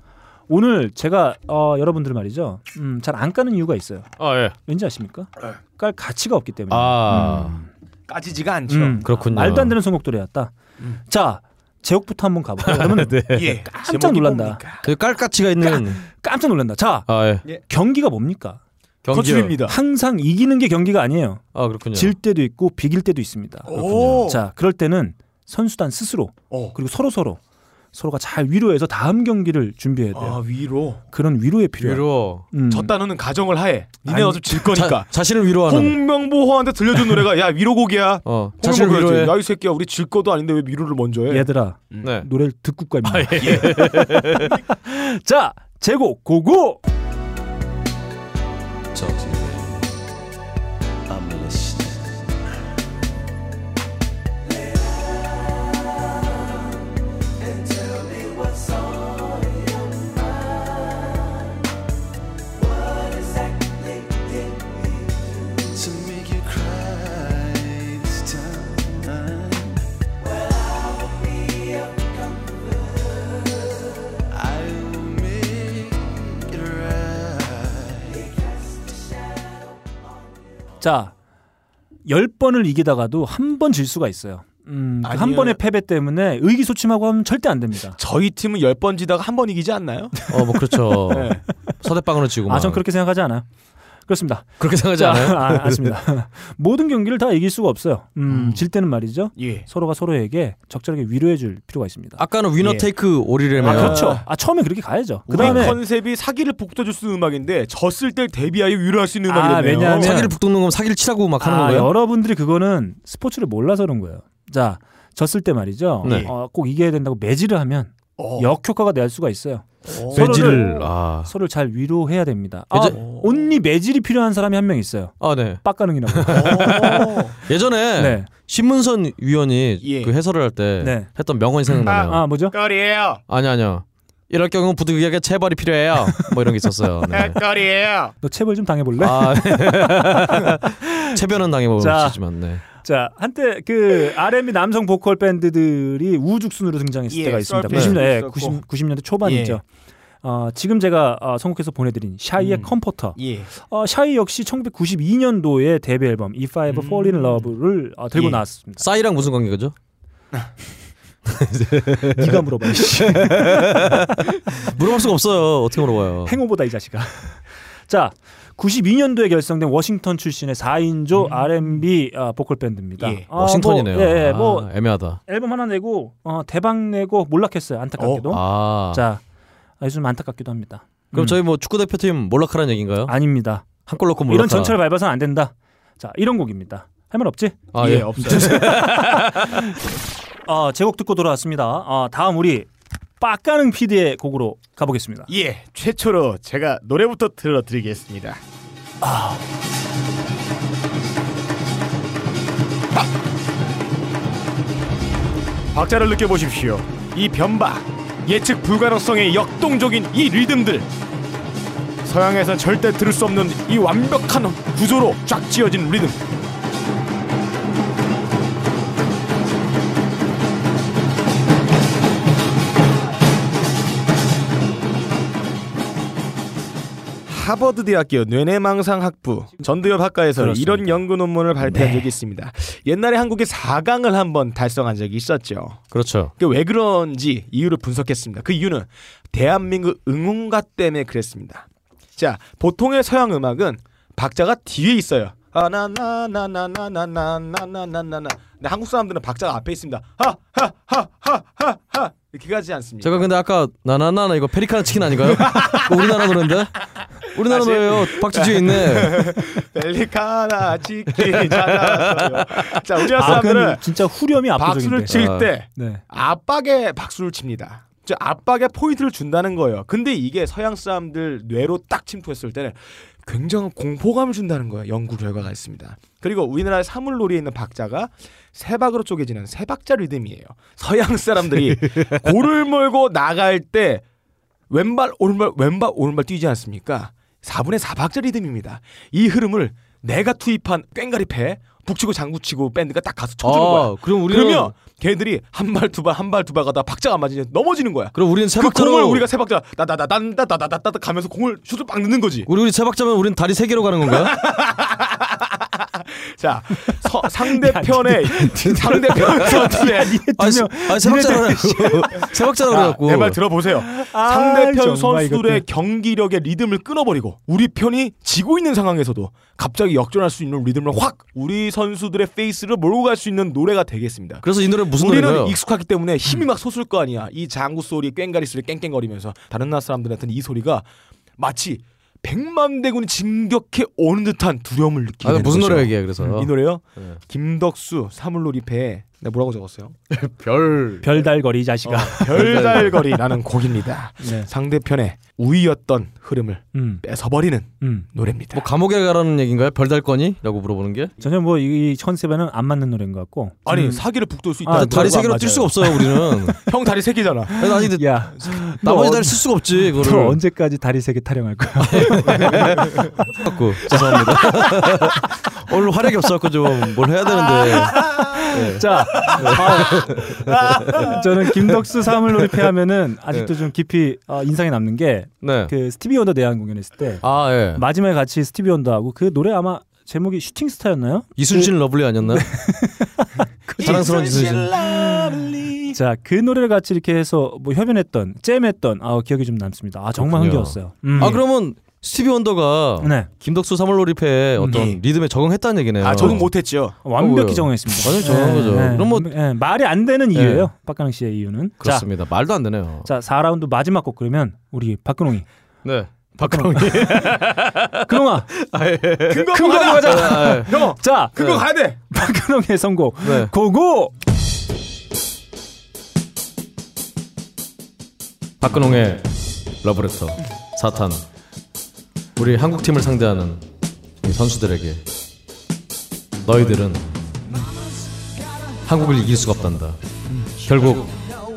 Speaker 1: 오늘 제가 어, 여러분들 말이죠. 음, 잘 안 까는 이유가 있어요.
Speaker 2: 아 예.
Speaker 1: 왠지 아십니까?
Speaker 16: 네.
Speaker 1: 깔 가치가 없기 때문에.
Speaker 2: 아.
Speaker 4: 까지지가 않죠.
Speaker 1: 음,
Speaker 2: 그렇군요.
Speaker 1: 말도 안 되는 선곡들이 왔다.
Speaker 16: 음.
Speaker 1: 자, 제목부터 한번 가볼까요? 그러면
Speaker 2: 네.
Speaker 4: 예.
Speaker 1: 깜짝 놀란다.
Speaker 2: 그 깔가치가 있는
Speaker 1: 깜짝 놀란다. 자,
Speaker 2: 아 예.
Speaker 1: 경기가 뭡니까?
Speaker 2: 경기요. 거칠입니다.
Speaker 1: 항상 이기는 게 경기가 아니에요.
Speaker 2: 아 그렇군요.
Speaker 1: 질 때도 있고 비길 때도 있습니다.
Speaker 2: 그렇군요.
Speaker 1: 자, 그럴 때는 선수단 스스로 그리고 서로 서로 서로가 잘 위로해서 다음 경기를 준비해야 돼요.
Speaker 4: 아, 위로.
Speaker 1: 그런 음. 위로에 필요해요.
Speaker 2: 위로.
Speaker 4: 졌다는 가정을 하에 니네
Speaker 1: 아니,
Speaker 4: 어차피 질 거니까
Speaker 2: 자, 신을 위로하는.
Speaker 4: 홍명보호한테 들려준 노래가 야 위로곡이야.
Speaker 2: 어,
Speaker 4: 홍명보
Speaker 2: 자신을
Speaker 4: 그러지.
Speaker 2: 위로해.
Speaker 4: 야이 새끼야 우리 질 것도 아닌데 왜 위로를 먼저 해?
Speaker 1: 얘들아
Speaker 2: 네.
Speaker 1: 노래를 듣고 갑니다.
Speaker 4: 아,
Speaker 2: 예.
Speaker 1: 자 제곡 고고.
Speaker 17: Talk to me, baby. I'm listening.
Speaker 3: To make you cry this time. Well, I will be your comfort. I will make it right.
Speaker 1: 자, 열 번을 이기다가도 한 번 질 수가 있어요. 음, 그한
Speaker 4: 아니요.
Speaker 1: 번의 패배 때문에 의기소침하고 하면 절대 안 됩니다.
Speaker 4: 저희 팀은 10번 지다가 한 번 이기지 않나요?
Speaker 2: 어, 뭐 그렇죠. 서대빵으로 치고 막.
Speaker 1: 아, 전 그렇게 생각하지 않아요. 그렇습니다.
Speaker 2: 그렇게 생각하지
Speaker 1: 자,
Speaker 2: 않아요?
Speaker 1: 아, 맞습니다. 모든 경기를 다 이길 수가 없어요. 음, 질 때는 말이죠.
Speaker 4: 예.
Speaker 1: 서로가 서로에게 적절하게 위로해줄 필요가 있습니다.
Speaker 2: 아까는 위너
Speaker 1: 예.
Speaker 2: 테이크 오리레며.
Speaker 1: 아, 그렇죠. 아, 처음에 그렇게 가야죠.
Speaker 4: 그 다음에
Speaker 1: 그다음에
Speaker 4: 컨셉이 사기를 북돋을 수 있는 음악인데 졌을 때 대비하여 위로할 수 있는
Speaker 1: 아,
Speaker 4: 음악이네요.
Speaker 1: 왜냐하면 사기를
Speaker 2: 북돋는 건 사기를 치라고 막
Speaker 1: 아, 여러분들이 그거는 스포츠를 몰라서 그런 거예요. 자, 졌을 때 말이죠.
Speaker 2: 네.
Speaker 1: 어, 꼭 이겨야 된다고 매질을 하면 역효과가 날 수가 있어요.
Speaker 2: 예.
Speaker 1: 서로를-
Speaker 2: 매질을, 아.
Speaker 1: 서로를 잘 위로해야 됩니다. 아,
Speaker 2: 예전-
Speaker 1: 온리 매질이 필요한 사람이 한 명 있어요.
Speaker 2: 아, 네.
Speaker 1: 빡가능이라고.
Speaker 2: 예전에
Speaker 1: 네.
Speaker 2: 신문선 위원이 그 해설을 할 때
Speaker 1: 네.
Speaker 2: 했던 명언이 생각나요.
Speaker 1: 아, 아, 뭐죠?
Speaker 14: 거리예요.
Speaker 2: 아니 아니요. 이럴 경우 부득이하게 체벌이 필요해요. 뭐 이런 게 있었어요. 네.
Speaker 14: 거리예요.
Speaker 1: 너 체벌 좀 당해볼래?
Speaker 2: 아, 네. 체변은 당해볼 수
Speaker 1: 네. 자.
Speaker 2: 있지만 네.
Speaker 1: 자 한때 그 R&B 남성 보컬 밴드들이 우죽순으로 등장했을
Speaker 4: 예,
Speaker 1: 때가 있습니다.
Speaker 4: 썰풀도
Speaker 1: 90년, 예,
Speaker 4: 있었고.
Speaker 1: 90, 90년대 초반이죠.
Speaker 4: 예.
Speaker 1: 어, 지금 제가 어, 선곡해서 보내드린 샤이의 컴포터.
Speaker 4: 예.
Speaker 1: 어, 샤이 역시 1992년도에 데뷔 앨범 If I Ever Fall in Love를 어, 들고
Speaker 2: 예.
Speaker 1: 나왔습니다.
Speaker 2: 싸이랑 무슨 관계죠?
Speaker 1: 네가 물어봐. 이씨.
Speaker 2: 물어볼 수가 없어요. 어떻게 물어봐요?
Speaker 1: 행오보다 이 자식아. 자, 92년도에 결성된 워싱턴 출신의 4인조 R&B 어, 보컬 밴드입니다. 아, 뭐,
Speaker 2: 워싱턴이네요.
Speaker 1: 예, 예, 뭐
Speaker 2: 아, 애매하다.
Speaker 1: 앨범 하나 내고 어, 대박 내고 몰락했어요. 안타깝게도.
Speaker 2: 아.
Speaker 1: 자, 아, 요즘 안타깝기도 합니다.
Speaker 2: 그럼
Speaker 1: 음.
Speaker 2: 저희 뭐 축구 대표팀 몰락하라는 얘기인가요?
Speaker 1: 아닙니다.
Speaker 2: 한 골 넣고 몰락하라.
Speaker 1: 이런 전철 밟아서는 안 된다. 자, 이런 곡입니다. 할 말 없지?
Speaker 2: 아, 예, 없어요.
Speaker 1: 아, 제곡 듣고 돌아왔습니다. 아, 다음 우리 빡가능 PD의 곡으로 가보겠습니다.
Speaker 14: 예, 최초로 제가 노래부터 들려드리겠습니다. 박자를 느껴보십시오. 이 변박, 예측 불가능성의 역동적인 이 리듬들. 서양에선 절대 들을 수 없는 이 완벽한 구조로 쫙 지어진 리듬.
Speaker 4: 하버드 대학교 뇌내망상 학부 전두엽 학과에서
Speaker 18: 그렇습니다.
Speaker 4: 이런 연구 논문을 발표한
Speaker 18: 네.
Speaker 4: 적이 있습니다. 옛날에 한국이 4강을 한번 달성한 적이 있었죠.
Speaker 2: 그렇죠.
Speaker 4: 그 왜 그런지 이유를 분석했습니다. 그 이유는 대한민국 응원가 때문에 그랬습니다. 자, 보통의 서양 음악은 박자가 뒤에 있어요. 아, 아나나나나나나나나나나나나. 근데 한국 사람들은 박자가 앞에 있습니다. 하하하하하하 이렇게 가지 않습니다.
Speaker 2: 제가 근데 아까 나나나나 이거 페리카나 치킨 아닌가요? 그거 우리나라 노래인데? 우리나라
Speaker 1: 아,
Speaker 4: 다시.
Speaker 2: 노래예요. 박자 뒤에 있네.
Speaker 4: 벨리카나 치킨 잘나왔어요 자, 우리나라
Speaker 1: 아, 그건
Speaker 4: 사람들은
Speaker 1: 진짜 후렴이 압도적인데.
Speaker 4: 박수를 칠 때
Speaker 1: 네.
Speaker 4: 압박에 박수를 칩니다. 즉 압박에 포인트를 준다는 거예요. 근데 이게 서양 사람들 뇌로 딱 침투했을 때는 굉장한 공포감을 준다는 거예요. 연구 결과가 있습니다. 그리고 우리나라의 사물놀이에 있는 박자가 세 박으로 쪼개지는 세 박자 리듬이에요. 서양 사람들이 고를 몰고 나갈 때 왼발 오른발 왼발 오른발 뛰지 않습니까? 4분의 4박자 리듬입니다. 이 흐름을 내가 투입한 꽹가리패 북치고 장구치고 밴드가 딱 가서 쳐주는
Speaker 2: 아,
Speaker 4: 거야.
Speaker 2: 그럼 우리는-
Speaker 4: 그러면 걔들이 한 발 두 발 한 발 두 발 가다 박자가 안 맞으면 넘어지는 거야.
Speaker 2: 그럼 우리는
Speaker 4: 그
Speaker 2: 세박자로
Speaker 4: 공을 우리가 세 박자 나다다다다다다다다 가면서 공을 슛을 빡 넣는 거지.
Speaker 2: 우리 우리 세박자면 우린 다리 세 개로 가는 건가요?
Speaker 4: 자 서, 상대편의 상대편에서
Speaker 2: 아, 세박자라고 세박자라고 그래갖고
Speaker 4: 내말 들어보세요.
Speaker 2: 아,
Speaker 4: 상대편
Speaker 2: 정말
Speaker 4: 선수들의
Speaker 2: 이것도.
Speaker 4: 경기력의 리듬을 끊어버리고 우리 편이 지고 있는 상황에서도 갑자기 역전할 수 있는 리듬을 확 우리 선수들의 페이스를 몰고 갈 수 있는 노래가 되겠습니다.
Speaker 2: 그래서 이 노래 무슨
Speaker 4: 우리는
Speaker 2: 노래인가요? 음.
Speaker 4: 익숙하기 때문에 힘이 막 솟을 거 아니야. 이 장구 소리, 꽹가리 소리, 깽깽거리면서 다른 나라 사람들한테는 이 소리가 마치 백만 대군이 진격해 오는 듯한 두려움을 느끼게
Speaker 2: 아,
Speaker 4: 되는
Speaker 2: 무슨
Speaker 4: 거죠.
Speaker 2: 노래 얘기해 그래서
Speaker 4: 이 노래요?
Speaker 2: 네.
Speaker 4: 김덕수 사물놀이패 내가 뭐라고 적었어요?
Speaker 2: 별
Speaker 1: 별달거리 이 자식아.
Speaker 4: 별달거리라는 곡입니다.
Speaker 1: 네.
Speaker 4: 상대편의 우위였던 흐름을
Speaker 1: 음.
Speaker 4: 뺏어버리는
Speaker 1: 음.
Speaker 4: 노래입니다.
Speaker 2: 뭐 감옥에 가라는 얘기인가요? 별달거니라고 물어보는 게?
Speaker 1: 전혀 뭐 이 컨셉에는 안 맞는 노래인 것 같고.
Speaker 4: 아니
Speaker 2: 그 음.
Speaker 1: 저는-
Speaker 4: 사기를 북돋을 수 있다.
Speaker 1: 아,
Speaker 4: 는
Speaker 1: 다리 세 개로 뛸 수가 없어요, 우리는.
Speaker 4: 형 다리 세 개잖아.
Speaker 2: 아니 근데
Speaker 1: 야,
Speaker 2: 나머지
Speaker 1: 너
Speaker 2: 다리 쓸 수가 없지 그거를.
Speaker 1: 너 언제까지 다리 세 개 타령할 거야?
Speaker 2: 갖고 죄송합니다. 오늘 활약이 없어갖고 좀 뭘 해야 되는데. 네.
Speaker 1: 자, 아. 저는 김덕수 사물놀이 패하면은 아직도
Speaker 2: 네.
Speaker 1: 좀 깊이 어, 인상에 남는 게 그
Speaker 2: 네.
Speaker 1: 스티비 원더 대한 공연했을 때
Speaker 2: 아 예.
Speaker 1: 마지막에 같이 스티비 원더하고 그 노래 아마 제목이 슈팅 스타였나요?
Speaker 2: 이순신 러블리 아니었나요? 자랑스러운 이순신.
Speaker 1: 자, 그 노래를 같이 이렇게 해서 뭐 협연했던 잼했던 아 기억이 좀 남습니다. 아 정말
Speaker 2: 그렇군요.
Speaker 1: 흥겨웠어요.
Speaker 2: 아 그러면 스티비 원더가
Speaker 1: 네.
Speaker 2: 김덕수 사물놀이패 어떤
Speaker 1: 네.
Speaker 2: 리듬에 적응했다는 얘기네요.
Speaker 4: 아 적응 못했죠.
Speaker 1: 완벽히
Speaker 2: 어,
Speaker 1: 정했습니다. 네. 음, 예,
Speaker 2: 완전 정한 거죠. 그럼 뭐
Speaker 1: 말이 안 되는
Speaker 2: 네.
Speaker 1: 이유예요. 박가능 씨의 이유는
Speaker 2: 그렇습니다. 말도 안 되네요.
Speaker 1: 자, 자 4라운드 마지막 곡 그러면 우리 박근홍이
Speaker 2: 네. 박근홍이.
Speaker 1: 근홍아
Speaker 2: 아, 예.
Speaker 1: 근거 가자.
Speaker 2: 아, 예.
Speaker 1: 형, 자 네.
Speaker 2: 그거
Speaker 4: 가야 돼.
Speaker 1: 박근홍의 선곡
Speaker 2: 네.
Speaker 1: 고고.
Speaker 2: 박근홍의 러브레터 사탄 우리 한국 팀을 상대하는 이 선수들에게 너희들은 한국을 이길 수가 없단다. 결국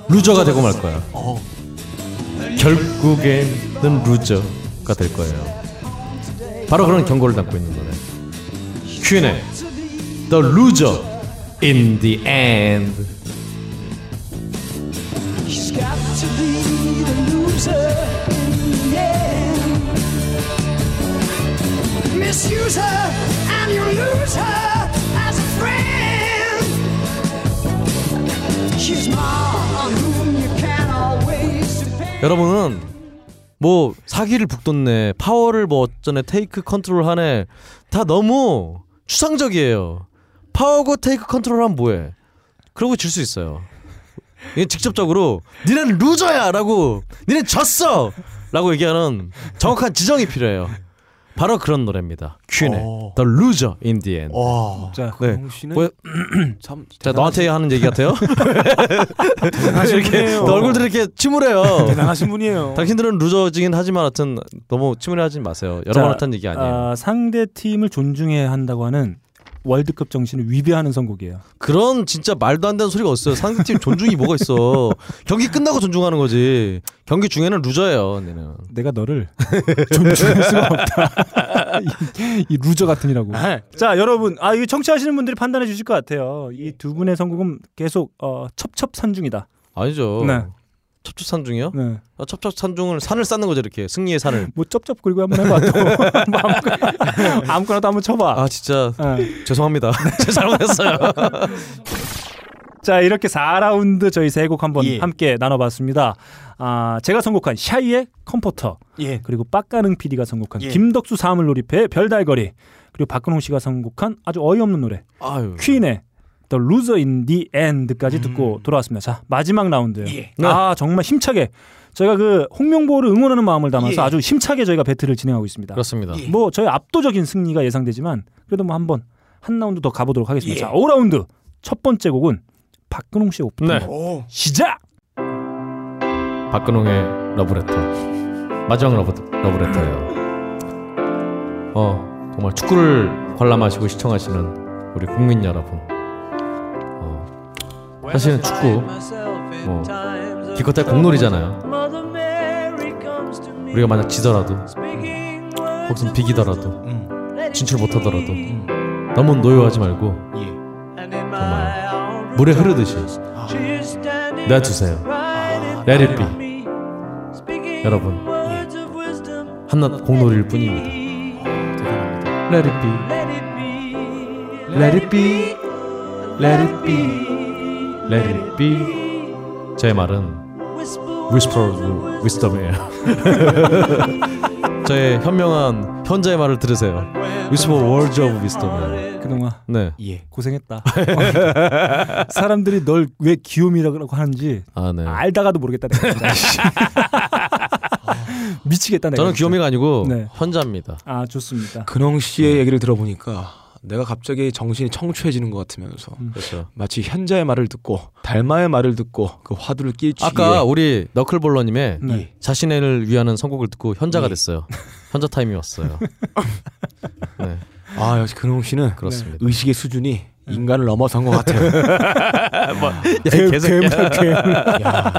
Speaker 2: 루저가 되고 말 거야. 결국에는 루저가 될 거예요. 바로 그런 경고를 담고 있는 노래. 퀸의 The Loser in the End.
Speaker 3: He's got to be the loser in the end. Misuse her and you lose her as a friend. She's mom on whom you can always depend.
Speaker 2: 여러분은 뭐 사기를 북돋네 파워를 뭐 어쩌네 테이크 컨트롤 하네 다 너무 추상적이에요 파워고 테이크 컨트롤하면 뭐해 그러고 질 수 있어요 이게 직접적으로 니네는 루저야 라고 니네 졌어 라고 얘기하는 정확한 지정이 필요해요 바로 그런 노래입니다 퀸의 The Loser in the End
Speaker 4: 와.
Speaker 1: 자,
Speaker 2: 네.
Speaker 4: 어. 씨는 어.
Speaker 2: 뭐-
Speaker 4: 참
Speaker 2: 자 너한테 하는 얘기 같아요
Speaker 4: 대단하신
Speaker 2: 이렇게
Speaker 4: 분이에요.
Speaker 2: 얼굴들 이렇게 침울해요
Speaker 4: 대단하신 분이에요.
Speaker 2: 어. 당신들은 루저지긴 하지만 하여튼 너무 침울해하지 마세요. 여러 번 했던 얘기 아니에요.
Speaker 1: 아, 상대 팀을 존중해야 한다고 하는 월드컵 정신을 위배하는 선곡이에요.
Speaker 2: 그런 진짜 말도 안 되는 소리가 없어요. 상대팀 존중이 뭐가 있어. 경기 끝나고 존중하는 거지. 경기 중에는 루저예요. 얘는.
Speaker 1: 내가 너를 존중할 수가 없다. 이, 이 루저 같은이라고. 자, 여러분, 아, 이 청취하시는 분들이 판단해 주실 것 같아요. 이 두 분의 선곡은 계속 어, 첩첩산중이다.
Speaker 2: 아니죠.
Speaker 1: 네.
Speaker 2: 첩첩산중이요?
Speaker 1: 네.
Speaker 2: 아, 첩첩산중을 산을 쌓는 거죠 이렇게 승리의 산을.
Speaker 1: 뭐 쩝쩝 긁고 한번 해봐. 또. 뭐 아무거나, 아무거나도 한번 쳐봐.
Speaker 2: 아 진짜
Speaker 1: 네.
Speaker 2: 죄송합니다. 제가 잘못했어요.
Speaker 1: 자, 이렇게 4라운드 저희 세 곡 한번 함께 나눠봤습니다. 아, 제가 선곡한 샤이의 컴포터.
Speaker 4: 예.
Speaker 1: 그리고 빡가능 PD가 선곡한
Speaker 4: 예.
Speaker 1: 김덕수 사물놀이패의 별달거리. 그리고 박근홍 씨가 선곡한 아주 어이없는 노래.
Speaker 2: 아유.
Speaker 1: 퀸의 The Loser in the End까지 듣고 돌아왔습니다. 자, 마지막 라운드예요. 아, 정말 힘차게 저희가 그 홍명보를 응원하는 마음을 담아서
Speaker 2: 예.
Speaker 1: 아주 힘차게 저희가 배틀을 진행하고 있습니다.
Speaker 2: 그렇습니다.
Speaker 1: 뭐 저희 압도적인 승리가 예상되지만 그래도 뭐 한번 한 라운드 더 가보도록 하겠습니다. 자, 5라운드 첫 번째 곡은 박근홍 씨의 오픈.
Speaker 2: 예. 네.
Speaker 1: 시작.
Speaker 2: 박근홍의 러브레터 마지막 러브, 러브레터예요 어 정말 축구를 관람하시고 시청하시는 우리 국민 여러분 어, 사실은 축구 뭐 기껏해 공놀이잖아요 우리가 만약 지더라도 혹은 비기더라도 진출 못하더라도 너무 노여워하지 말고
Speaker 4: 예.
Speaker 2: 정말 물에 흐르듯이 놔주세요 Let it be 여러분 한낱 공놀이일 뿐입니다 Let it be Let it be Let it be Let it be 제 말은 Whisper of Wisdom이에요 저의 현명한 현자의 말을 들으세요. Whisper Words of Wisdom.
Speaker 1: 그동안
Speaker 2: 네.
Speaker 1: 고생했다. 사람들이 널 왜 귀요미라고 하는지
Speaker 2: 아, 네.
Speaker 1: 알다가도 모르겠다. 내가 진짜. 미치겠다. 내가
Speaker 2: 저는
Speaker 1: 진짜.
Speaker 2: 귀요미가 아니고
Speaker 1: 네.
Speaker 2: 현자입니다.
Speaker 1: 아 좋습니다.
Speaker 4: 근홍
Speaker 2: 네.
Speaker 4: 씨의 얘기를 들어보니까 내가 갑자기 정신이 청초해지는 것 같으면서
Speaker 2: 그렇죠.
Speaker 4: 마치 현자의 말을 듣고 달마의 말을 듣고 그 화두를 끼치기에
Speaker 2: 아까 우리 너클볼러님의
Speaker 4: 네.
Speaker 2: 자신을 위하는 선곡을 듣고 현자가
Speaker 4: 예.
Speaker 2: 됐어요. 현자 타임이 왔어요. 네.
Speaker 4: 아 역시 근홍 씨는
Speaker 2: 그렇습니다. 네.
Speaker 4: 의식의 수준이 인간을 넘어선 것 같아요.
Speaker 2: 뭐, 야, 이
Speaker 4: 괴물,
Speaker 2: 개새끼야.
Speaker 4: 괴물, 괴물. 야.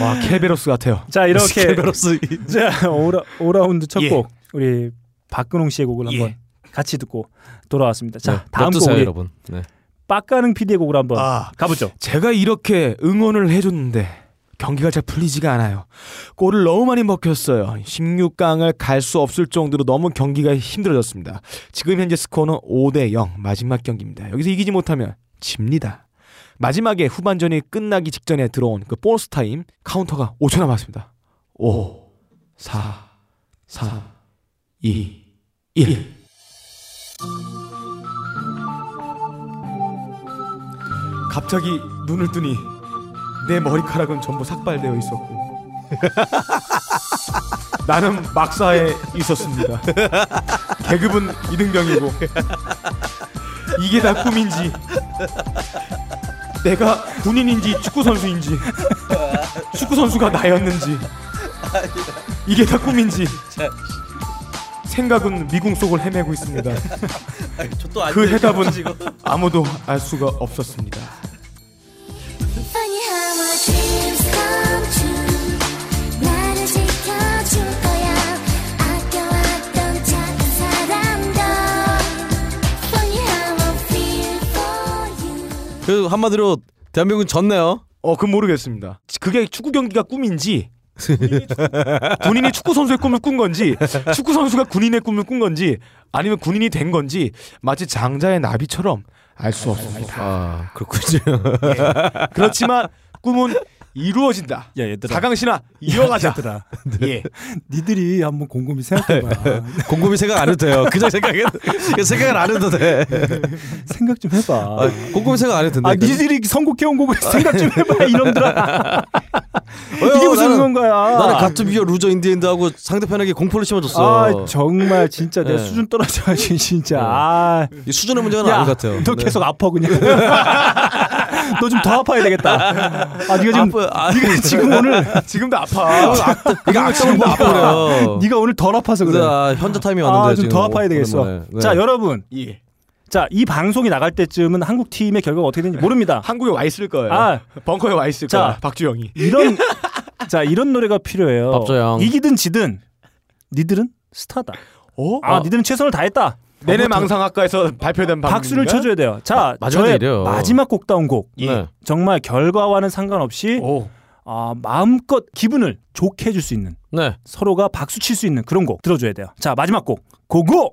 Speaker 4: 와 케베로스 같아요.
Speaker 1: 자 이렇게
Speaker 2: 스케베로스.
Speaker 1: 자 오라 오라운드 첫
Speaker 4: 예.
Speaker 1: 곡 우리 박근홍 씨의 곡을
Speaker 4: 예.
Speaker 1: 한번 같이 듣고 돌아왔습니다. 자
Speaker 2: 네,
Speaker 1: 다음 곡
Speaker 2: 냅두세요,
Speaker 1: 우리
Speaker 2: 여러분. 네.
Speaker 1: 빡가는 PD의 곡으로 한번 가보죠.
Speaker 4: 제가 이렇게 응원을 해줬는데 경기가 잘 풀리지가 않아요. 골을 너무 많이 먹혔어요. 16강을 갈 수 없을 정도로 너무 경기가 힘들어졌습니다. 지금 현재 스코어는 5대 0 마지막 경기입니다. 여기서 이기지 못하면 집니다. 마지막에 후반전이 끝나기 직전에 들어온 그 보너스 타임 카운터가 5초 남았습니다. 5, 4, 3, 2, 1. 갑자기 눈을 뜨니 내 머리카락은 전부 삭발되어 있었고 나는 막사에 있었습니다. 계급은 이등병이고 이게 다 꿈인지 내가 군인인지 축구 선수인지 축구 선수가 나였는지 이게 다 꿈인지 생각은 미궁 속을 헤매고 있습니다.
Speaker 3: 저또 아니에요,
Speaker 4: 그 해답은
Speaker 3: 지금.
Speaker 4: 아무도 알 수가 없었습니다.
Speaker 3: Funny how my dreams come true. 나를 지켜줄 거야. 아껴왔던 작은 사람도. Funny how I feel for you.
Speaker 2: 그 한마디로 대한민국은 졌네요.
Speaker 4: 어, 그건 모르겠습니다. 그게 축구 경기가 꿈인지 군인이 축구 선수의 꿈을 꾼 건지 축구 선수가 군인의 꿈을 꾼 건지 아니면 군인이 된 건지 마치 장자의 나비처럼 알 수 없습니다.
Speaker 2: 아 그렇군요.
Speaker 4: 그렇지만 꿈은 이루어진다.
Speaker 1: 야 얘들아.
Speaker 4: 사강신아 이어가자.
Speaker 1: 얘들아.
Speaker 2: 네.
Speaker 4: 예.
Speaker 1: 니들이 한번 곰곰이 생각해봐.
Speaker 2: 곰곰이 생각 안 해도 돼요. 그냥 생각해 생각을 안 해도 돼.
Speaker 1: 생각 좀 해봐.
Speaker 2: 아, 네. 곰곰이 생각 안 해도 된다.
Speaker 1: 아 니들이 선곡해온 곡을 생각 좀 해봐 이놈들아. 이게 무슨
Speaker 2: 나는-
Speaker 1: 그런 거야.
Speaker 2: 나는 갑자기 위어 루저 인디엔드 하고 상대편에게 공포를 심어줬어.
Speaker 1: 아 정말 진짜 내
Speaker 2: 네.
Speaker 1: 수준 떨어져 진짜. 아.
Speaker 2: 이 수준의 문제가 아닌 것 같아요.
Speaker 1: 너
Speaker 2: 네.
Speaker 1: 계속 아파 그냥. 너 좀 더 아파야 되겠다. 아 네가 지금 네가 지금 오늘
Speaker 4: 지금도 아파.
Speaker 2: 이거 악당으로 아파요.
Speaker 1: 네가 오늘 덜 아파서 그래.
Speaker 2: 아, 현자 타임이 왔는데
Speaker 1: 아, 좀
Speaker 2: 지금
Speaker 1: 더 아파야 되겠어.
Speaker 2: 오랜만에. 네.
Speaker 1: 자, 여러분. 자, 이 방송이 나갈 때쯤은 한국 팀의 결과가 어떻게 되는지 모릅니다.
Speaker 4: 한국에 와 있을 거예요.
Speaker 1: 아,
Speaker 4: 벙커에 와 있을
Speaker 1: 자,
Speaker 4: 거야. 박주영이.
Speaker 1: 이런 자, 이런 노래가 필요해요.
Speaker 4: 박주영.
Speaker 1: 이기든 지든 니들은 스타다. 아,
Speaker 4: 어.
Speaker 1: 니들은 최선을 다했다.
Speaker 4: 내내 망상학과에서 발표된 방법.
Speaker 1: 박수를 쳐줘야 돼요. 자,
Speaker 4: 마- 마지막
Speaker 1: 저의
Speaker 4: 일이에요.
Speaker 1: 마지막 곡다운 곡.
Speaker 2: 네.
Speaker 4: 예. 어.
Speaker 1: 정말 결과와는 상관없이 아, 마음껏 기분을 좋게 해줄 수 있는 서로가 박수 칠 수 있는 그런 곡 들어줘야 돼요. 자, 마지막 곡 고고.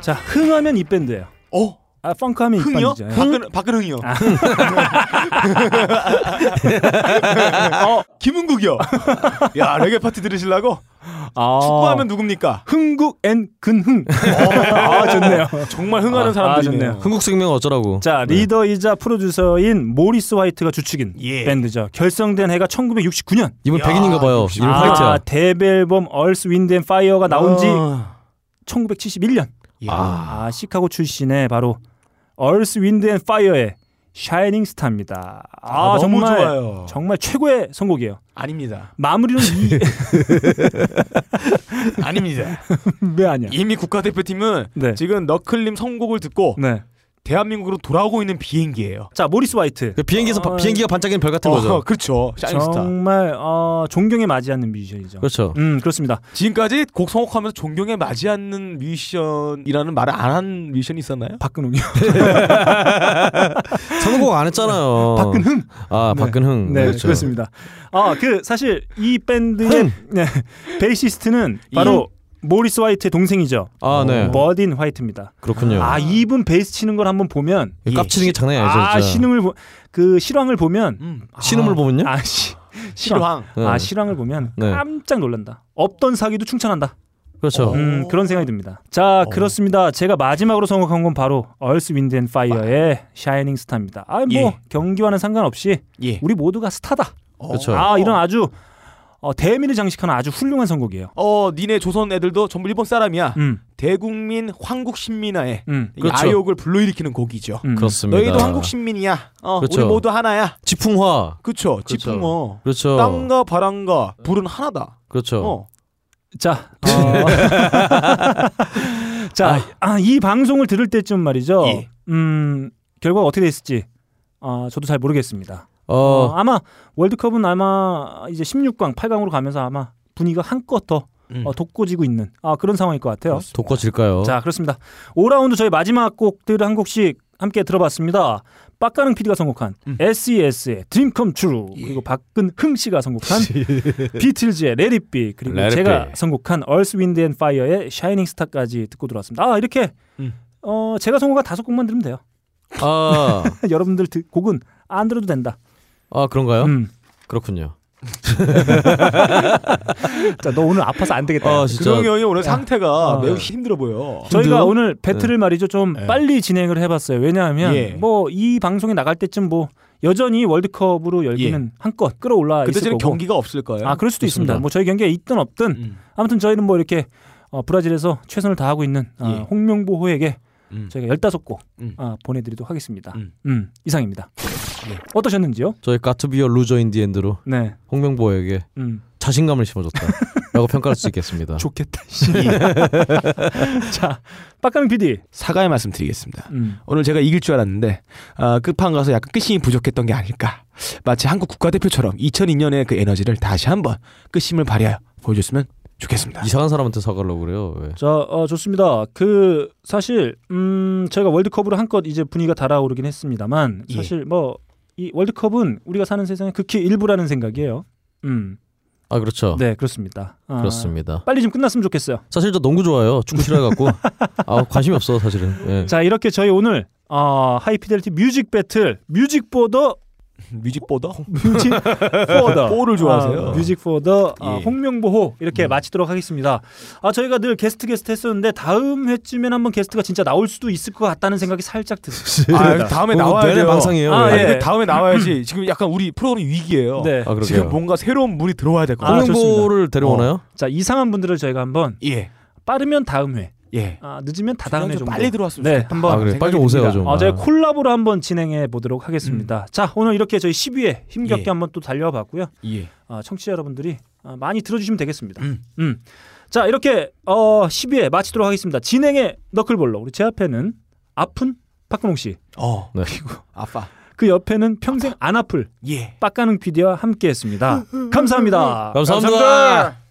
Speaker 1: 자, 흥하면 이 밴드예요.
Speaker 4: 어?
Speaker 1: 아, 펑크하면
Speaker 4: 흥이요?
Speaker 1: 이 밴드죠. 아.
Speaker 4: 박근 박근흥이요. 어, 김은국이요. 야 레게 파티 들으실라고?
Speaker 1: 아.
Speaker 4: 축구하면 누굽니까?
Speaker 1: 흥국 앤 근흥. 아, 좋네요.
Speaker 4: 정말 흥하는
Speaker 1: 아,
Speaker 4: 사람들이네요.
Speaker 1: 아, 좋네요.
Speaker 2: 흥국생명 어쩌라고.
Speaker 1: 자 리더이자 프로듀서인 모리스 화이트가 주축인 밴드죠. 결성된 해가 1969년.
Speaker 2: 이분 백인인가 봐요. 이분
Speaker 1: 아,
Speaker 2: 화이트야.
Speaker 4: 아.
Speaker 1: 데뷔 앨범 얼스 윈드 앤 파이어가 나온 지 1971년 아, 시카고 출신의 바로 얼스 윈드 앤 파이어의 샤이닝 스타입니다. 아,
Speaker 4: 아, 너무
Speaker 1: 정말
Speaker 4: 좋아요.
Speaker 1: 정말 최고의 선곡이에요.
Speaker 4: 아닙니다.
Speaker 1: 마무리는 이
Speaker 4: 아닙니다.
Speaker 1: 왜 아니야?
Speaker 4: 이미 국가대표팀은
Speaker 1: 네.
Speaker 4: 지금 너클림 선곡을 듣고 대한민국으로 돌아오고 있는 비행기예요.
Speaker 1: 자 모리스 화이트.
Speaker 2: 그 비행기에서
Speaker 1: 아.
Speaker 2: 바- 비행기가 반짝이는 별 같은 거죠.
Speaker 4: 그렇죠. 샤이닝스타.
Speaker 1: 정말 어, 존경에 마지 않는 뮤지션이죠.
Speaker 2: 그렇죠.
Speaker 1: 음 그렇습니다.
Speaker 4: 지금까지 곡 선곡하면서 존경에 마지 않는 뮤지션이라는 말을 안 한 뮤지션이 있었나요?
Speaker 1: 박근홍이요.
Speaker 2: 선곡 안 했잖아요.
Speaker 1: 박근흥.
Speaker 2: 아 박근흥.
Speaker 1: 네,
Speaker 2: 그렇죠.
Speaker 1: 그렇습니다 아, 그 사실 이 밴드의 네, 베이시스트는 바로 모리스 화이트의 동생이죠.
Speaker 2: 아, 네.
Speaker 1: 버딘 화이트입니다.
Speaker 2: 그렇군요.
Speaker 1: 아, 이분 베이스 치는 걸 한번 보면
Speaker 2: 깝치는 게 장난이 아니죠,
Speaker 1: 아,
Speaker 2: 진짜.
Speaker 1: 신음을 보, 그 실황을 보면
Speaker 2: 신음을 보면요?
Speaker 1: 아, 시, 아,
Speaker 4: 실황.
Speaker 2: 네.
Speaker 1: 실황을 보면
Speaker 2: 네.
Speaker 1: 깜짝 놀란다. 없던 사기도 충천한다.
Speaker 2: 그렇죠.
Speaker 1: 음, 그런 생각이 듭니다. 자, 그렇습니다. 제가 마지막으로 선곡한 건 바로 얼스 윈드 앤 파이어의 샤이닝 스타입니다. 아, 뭐
Speaker 2: 예.
Speaker 1: 경기와는 상관없이
Speaker 4: 예.
Speaker 1: 우리 모두가 스타다.
Speaker 2: 그렇죠.
Speaker 1: 아, 이런 아주 어, 대미를 장식하는 아주 훌륭한 선곡이에요.
Speaker 4: 어, 니네 조선 애들도 전부 일본 사람이야.
Speaker 1: 음.
Speaker 4: 대국민 황국 신민아의
Speaker 1: 음.
Speaker 4: 이
Speaker 2: 그렇죠.
Speaker 4: 아욕을 불러일으키는 곡이죠.
Speaker 2: 그렇습니다.
Speaker 4: 음. 너희도 한국 신민이야. 어,
Speaker 2: 그렇죠.
Speaker 4: 우리 모두 하나야.
Speaker 2: 지풍화.
Speaker 4: 그렇죠.
Speaker 2: 그렇죠.
Speaker 4: 지풍어.
Speaker 2: 그렇죠.
Speaker 4: 땅과 바람과 불은 하나다.
Speaker 2: 그렇죠.
Speaker 4: 어.
Speaker 1: 자. 어. 자, 아, 이 방송을 들을 때쯤 말이죠. 음, 결과가 어떻게 됐을지 아, 저도 잘 모르겠습니다.
Speaker 2: 어.
Speaker 1: 어, 아마 월드컵은 아마 이제 16강, 8강으로 가면서 아마 분위기가 한껏 더
Speaker 2: 음.
Speaker 1: 어, 돋궈지고 있는 아, 그런 상황일 것 같아요.
Speaker 2: 돋궈질까요?
Speaker 1: 자, 그렇습니다. 5라운드 저희 마지막 곡들을 한 곡씩 함께 들어봤습니다. 빡가능 PD가 선곡한
Speaker 2: 음.
Speaker 1: SES의 Dream Come True
Speaker 2: 예.
Speaker 1: 그리고 박근흥 씨가 선곡한 비틀즈의 Let It Be 그리고
Speaker 2: Let It
Speaker 1: 제가
Speaker 2: Be.
Speaker 1: 선곡한 Earth, Wind and Fire의 Shining Star까지 듣고 들어왔습니다. 아 이렇게
Speaker 2: 음.
Speaker 1: 어, 제가 선곡한 다섯 곡만 들으면 돼요.
Speaker 2: 아,
Speaker 1: 여러분들 드- 곡은 안 들어도 된다.
Speaker 2: 아 그런가요?
Speaker 1: 음.
Speaker 2: 그렇군요.
Speaker 1: 자, 너 오늘 아파서 안 되겠다.
Speaker 2: 아, 진짜.
Speaker 4: 네,
Speaker 2: 네.
Speaker 4: 그동이 형이 오늘
Speaker 1: 야.
Speaker 4: 상태가
Speaker 1: 아.
Speaker 4: 매우 힘들어 보여.
Speaker 1: 저희가 오늘 배틀을
Speaker 4: 네.
Speaker 1: 말이죠 좀
Speaker 4: 네.
Speaker 1: 빨리 진행을 해봤어요. 왜냐하면
Speaker 4: 예.
Speaker 1: 뭐 이 방송이 나갈 때쯤 뭐 여전히 월드컵으로 열기는 한껏 끌어올라 있을
Speaker 4: 예. 그때는
Speaker 1: 거고.
Speaker 4: 경기가 음. 없을 거예요.
Speaker 1: 아 그럴 수도 있습니다. 뭐 저희 경기가 있든 없든 아무튼 저희는 뭐 이렇게 어, 브라질에서 최선을 다하고 있는 아,
Speaker 4: 예.
Speaker 1: 홍명보호에게
Speaker 4: 음.
Speaker 1: 저희가 15곡
Speaker 4: 음.
Speaker 1: 아, 보내드리도록 하겠습니다. 음,
Speaker 4: 음. 네.
Speaker 1: 이상입니다. 어떠셨는지요?
Speaker 2: 저희 가트비어 루저 인디엔드로
Speaker 1: 네.
Speaker 2: 홍명보에게
Speaker 1: 음.
Speaker 2: 자신감을 심어줬다라고 평가할 수 있겠습니다.
Speaker 1: 좋겠다. 자, 빡가는 PD.
Speaker 18: 사과의 말씀 드리겠습니다.
Speaker 1: 음.
Speaker 18: 오늘 제가 이길 줄 알았는데 아, 끝판 가서 약간 끝심이 부족했던 게 아닐까. 마치 한국 국가대표처럼 2002년의 그 에너지를 다시 한번 끝심을 발휘하여 보여줬으면 좋겠습니다.
Speaker 2: 이상한 사람한테 사과하려고 그래요. 왜?
Speaker 1: 자, 어, 좋습니다. 그 사실 음, 저희가 월드컵으로 한껏 이제 분위기가 달아오르긴 했습니다만
Speaker 2: 예.
Speaker 1: 사실 뭐 이 월드컵은 우리가 사는 세상의 극히 일부라는 생각이에요. 음.
Speaker 2: 아
Speaker 4: 어.
Speaker 2: 그렇죠.
Speaker 1: 네, 그렇습니다. 아,
Speaker 2: 그렇습니다.
Speaker 1: 빨리 좀 끝났으면 좋겠어요.
Speaker 2: 사실 저 농구 좋아해요. 축구 싫어해갖고 아 관심이 없어 사실은. 예.
Speaker 1: 자, 이렇게 저희 오늘 어, 하이피델티 뮤직 배틀 뮤직 보더
Speaker 4: 뮤직 보더
Speaker 1: 뮤직 포더
Speaker 4: 볼을 좋아하세요.
Speaker 1: 뮤직 포더 아,
Speaker 4: 예.
Speaker 1: 홍명보호 이렇게 마치도록 하겠습니다. 아 저희가 늘 게스트 게스트 했었는데 다음 회쯤엔 한번 게스트가 진짜 나올 수도 있을 것 같다는 생각이 살짝 듭니다.
Speaker 4: 아,
Speaker 2: 어,
Speaker 4: 다음에 나와야 돼요. 아,
Speaker 1: 아,
Speaker 4: 근데
Speaker 1: 예.
Speaker 4: 다음에 나와야지. 지금 약간 우리 프로그램 위기예요.
Speaker 1: 네. 아, 그러게요.
Speaker 4: 지금 뭔가 새로운 물이 들어와야 될 것
Speaker 1: 아,
Speaker 4: 같아요.
Speaker 1: 좋습니다.
Speaker 4: 어.
Speaker 1: 어. 자 이상한 분들을 저희가 한번 빠르면 다음 회.
Speaker 4: 예.
Speaker 1: 아, 늦으면 다다음
Speaker 4: 시간
Speaker 1: 회
Speaker 4: 좀
Speaker 1: 정도.
Speaker 4: 빨리 들어왔으면
Speaker 1: 네.
Speaker 4: 좋겠다. 한번 아, 그래. 생각이 빨리 오세요, 듭니다. 좀.
Speaker 1: 아,
Speaker 4: 아.
Speaker 1: 저희 콜라보로 한번 진행해 보도록 하겠습니다. 자 오늘 이렇게 저희 10위에 힘겹게 한번 또 달려봤고요.
Speaker 4: 예.
Speaker 1: 아, 청취자 여러분들이 아, 많이 들어주시면 되겠습니다. 음. 자 이렇게 어, 10위에 마치도록 하겠습니다. 진행의 너클볼러 우리 제 앞에는 아픈 박근홍 씨.
Speaker 4: 어.
Speaker 2: 네.
Speaker 4: 아빠.
Speaker 1: 그 옆에는 평생 안 아플 예. 빡가능 PD와 함께했습니다. 감사합니다.
Speaker 2: 감사합니다.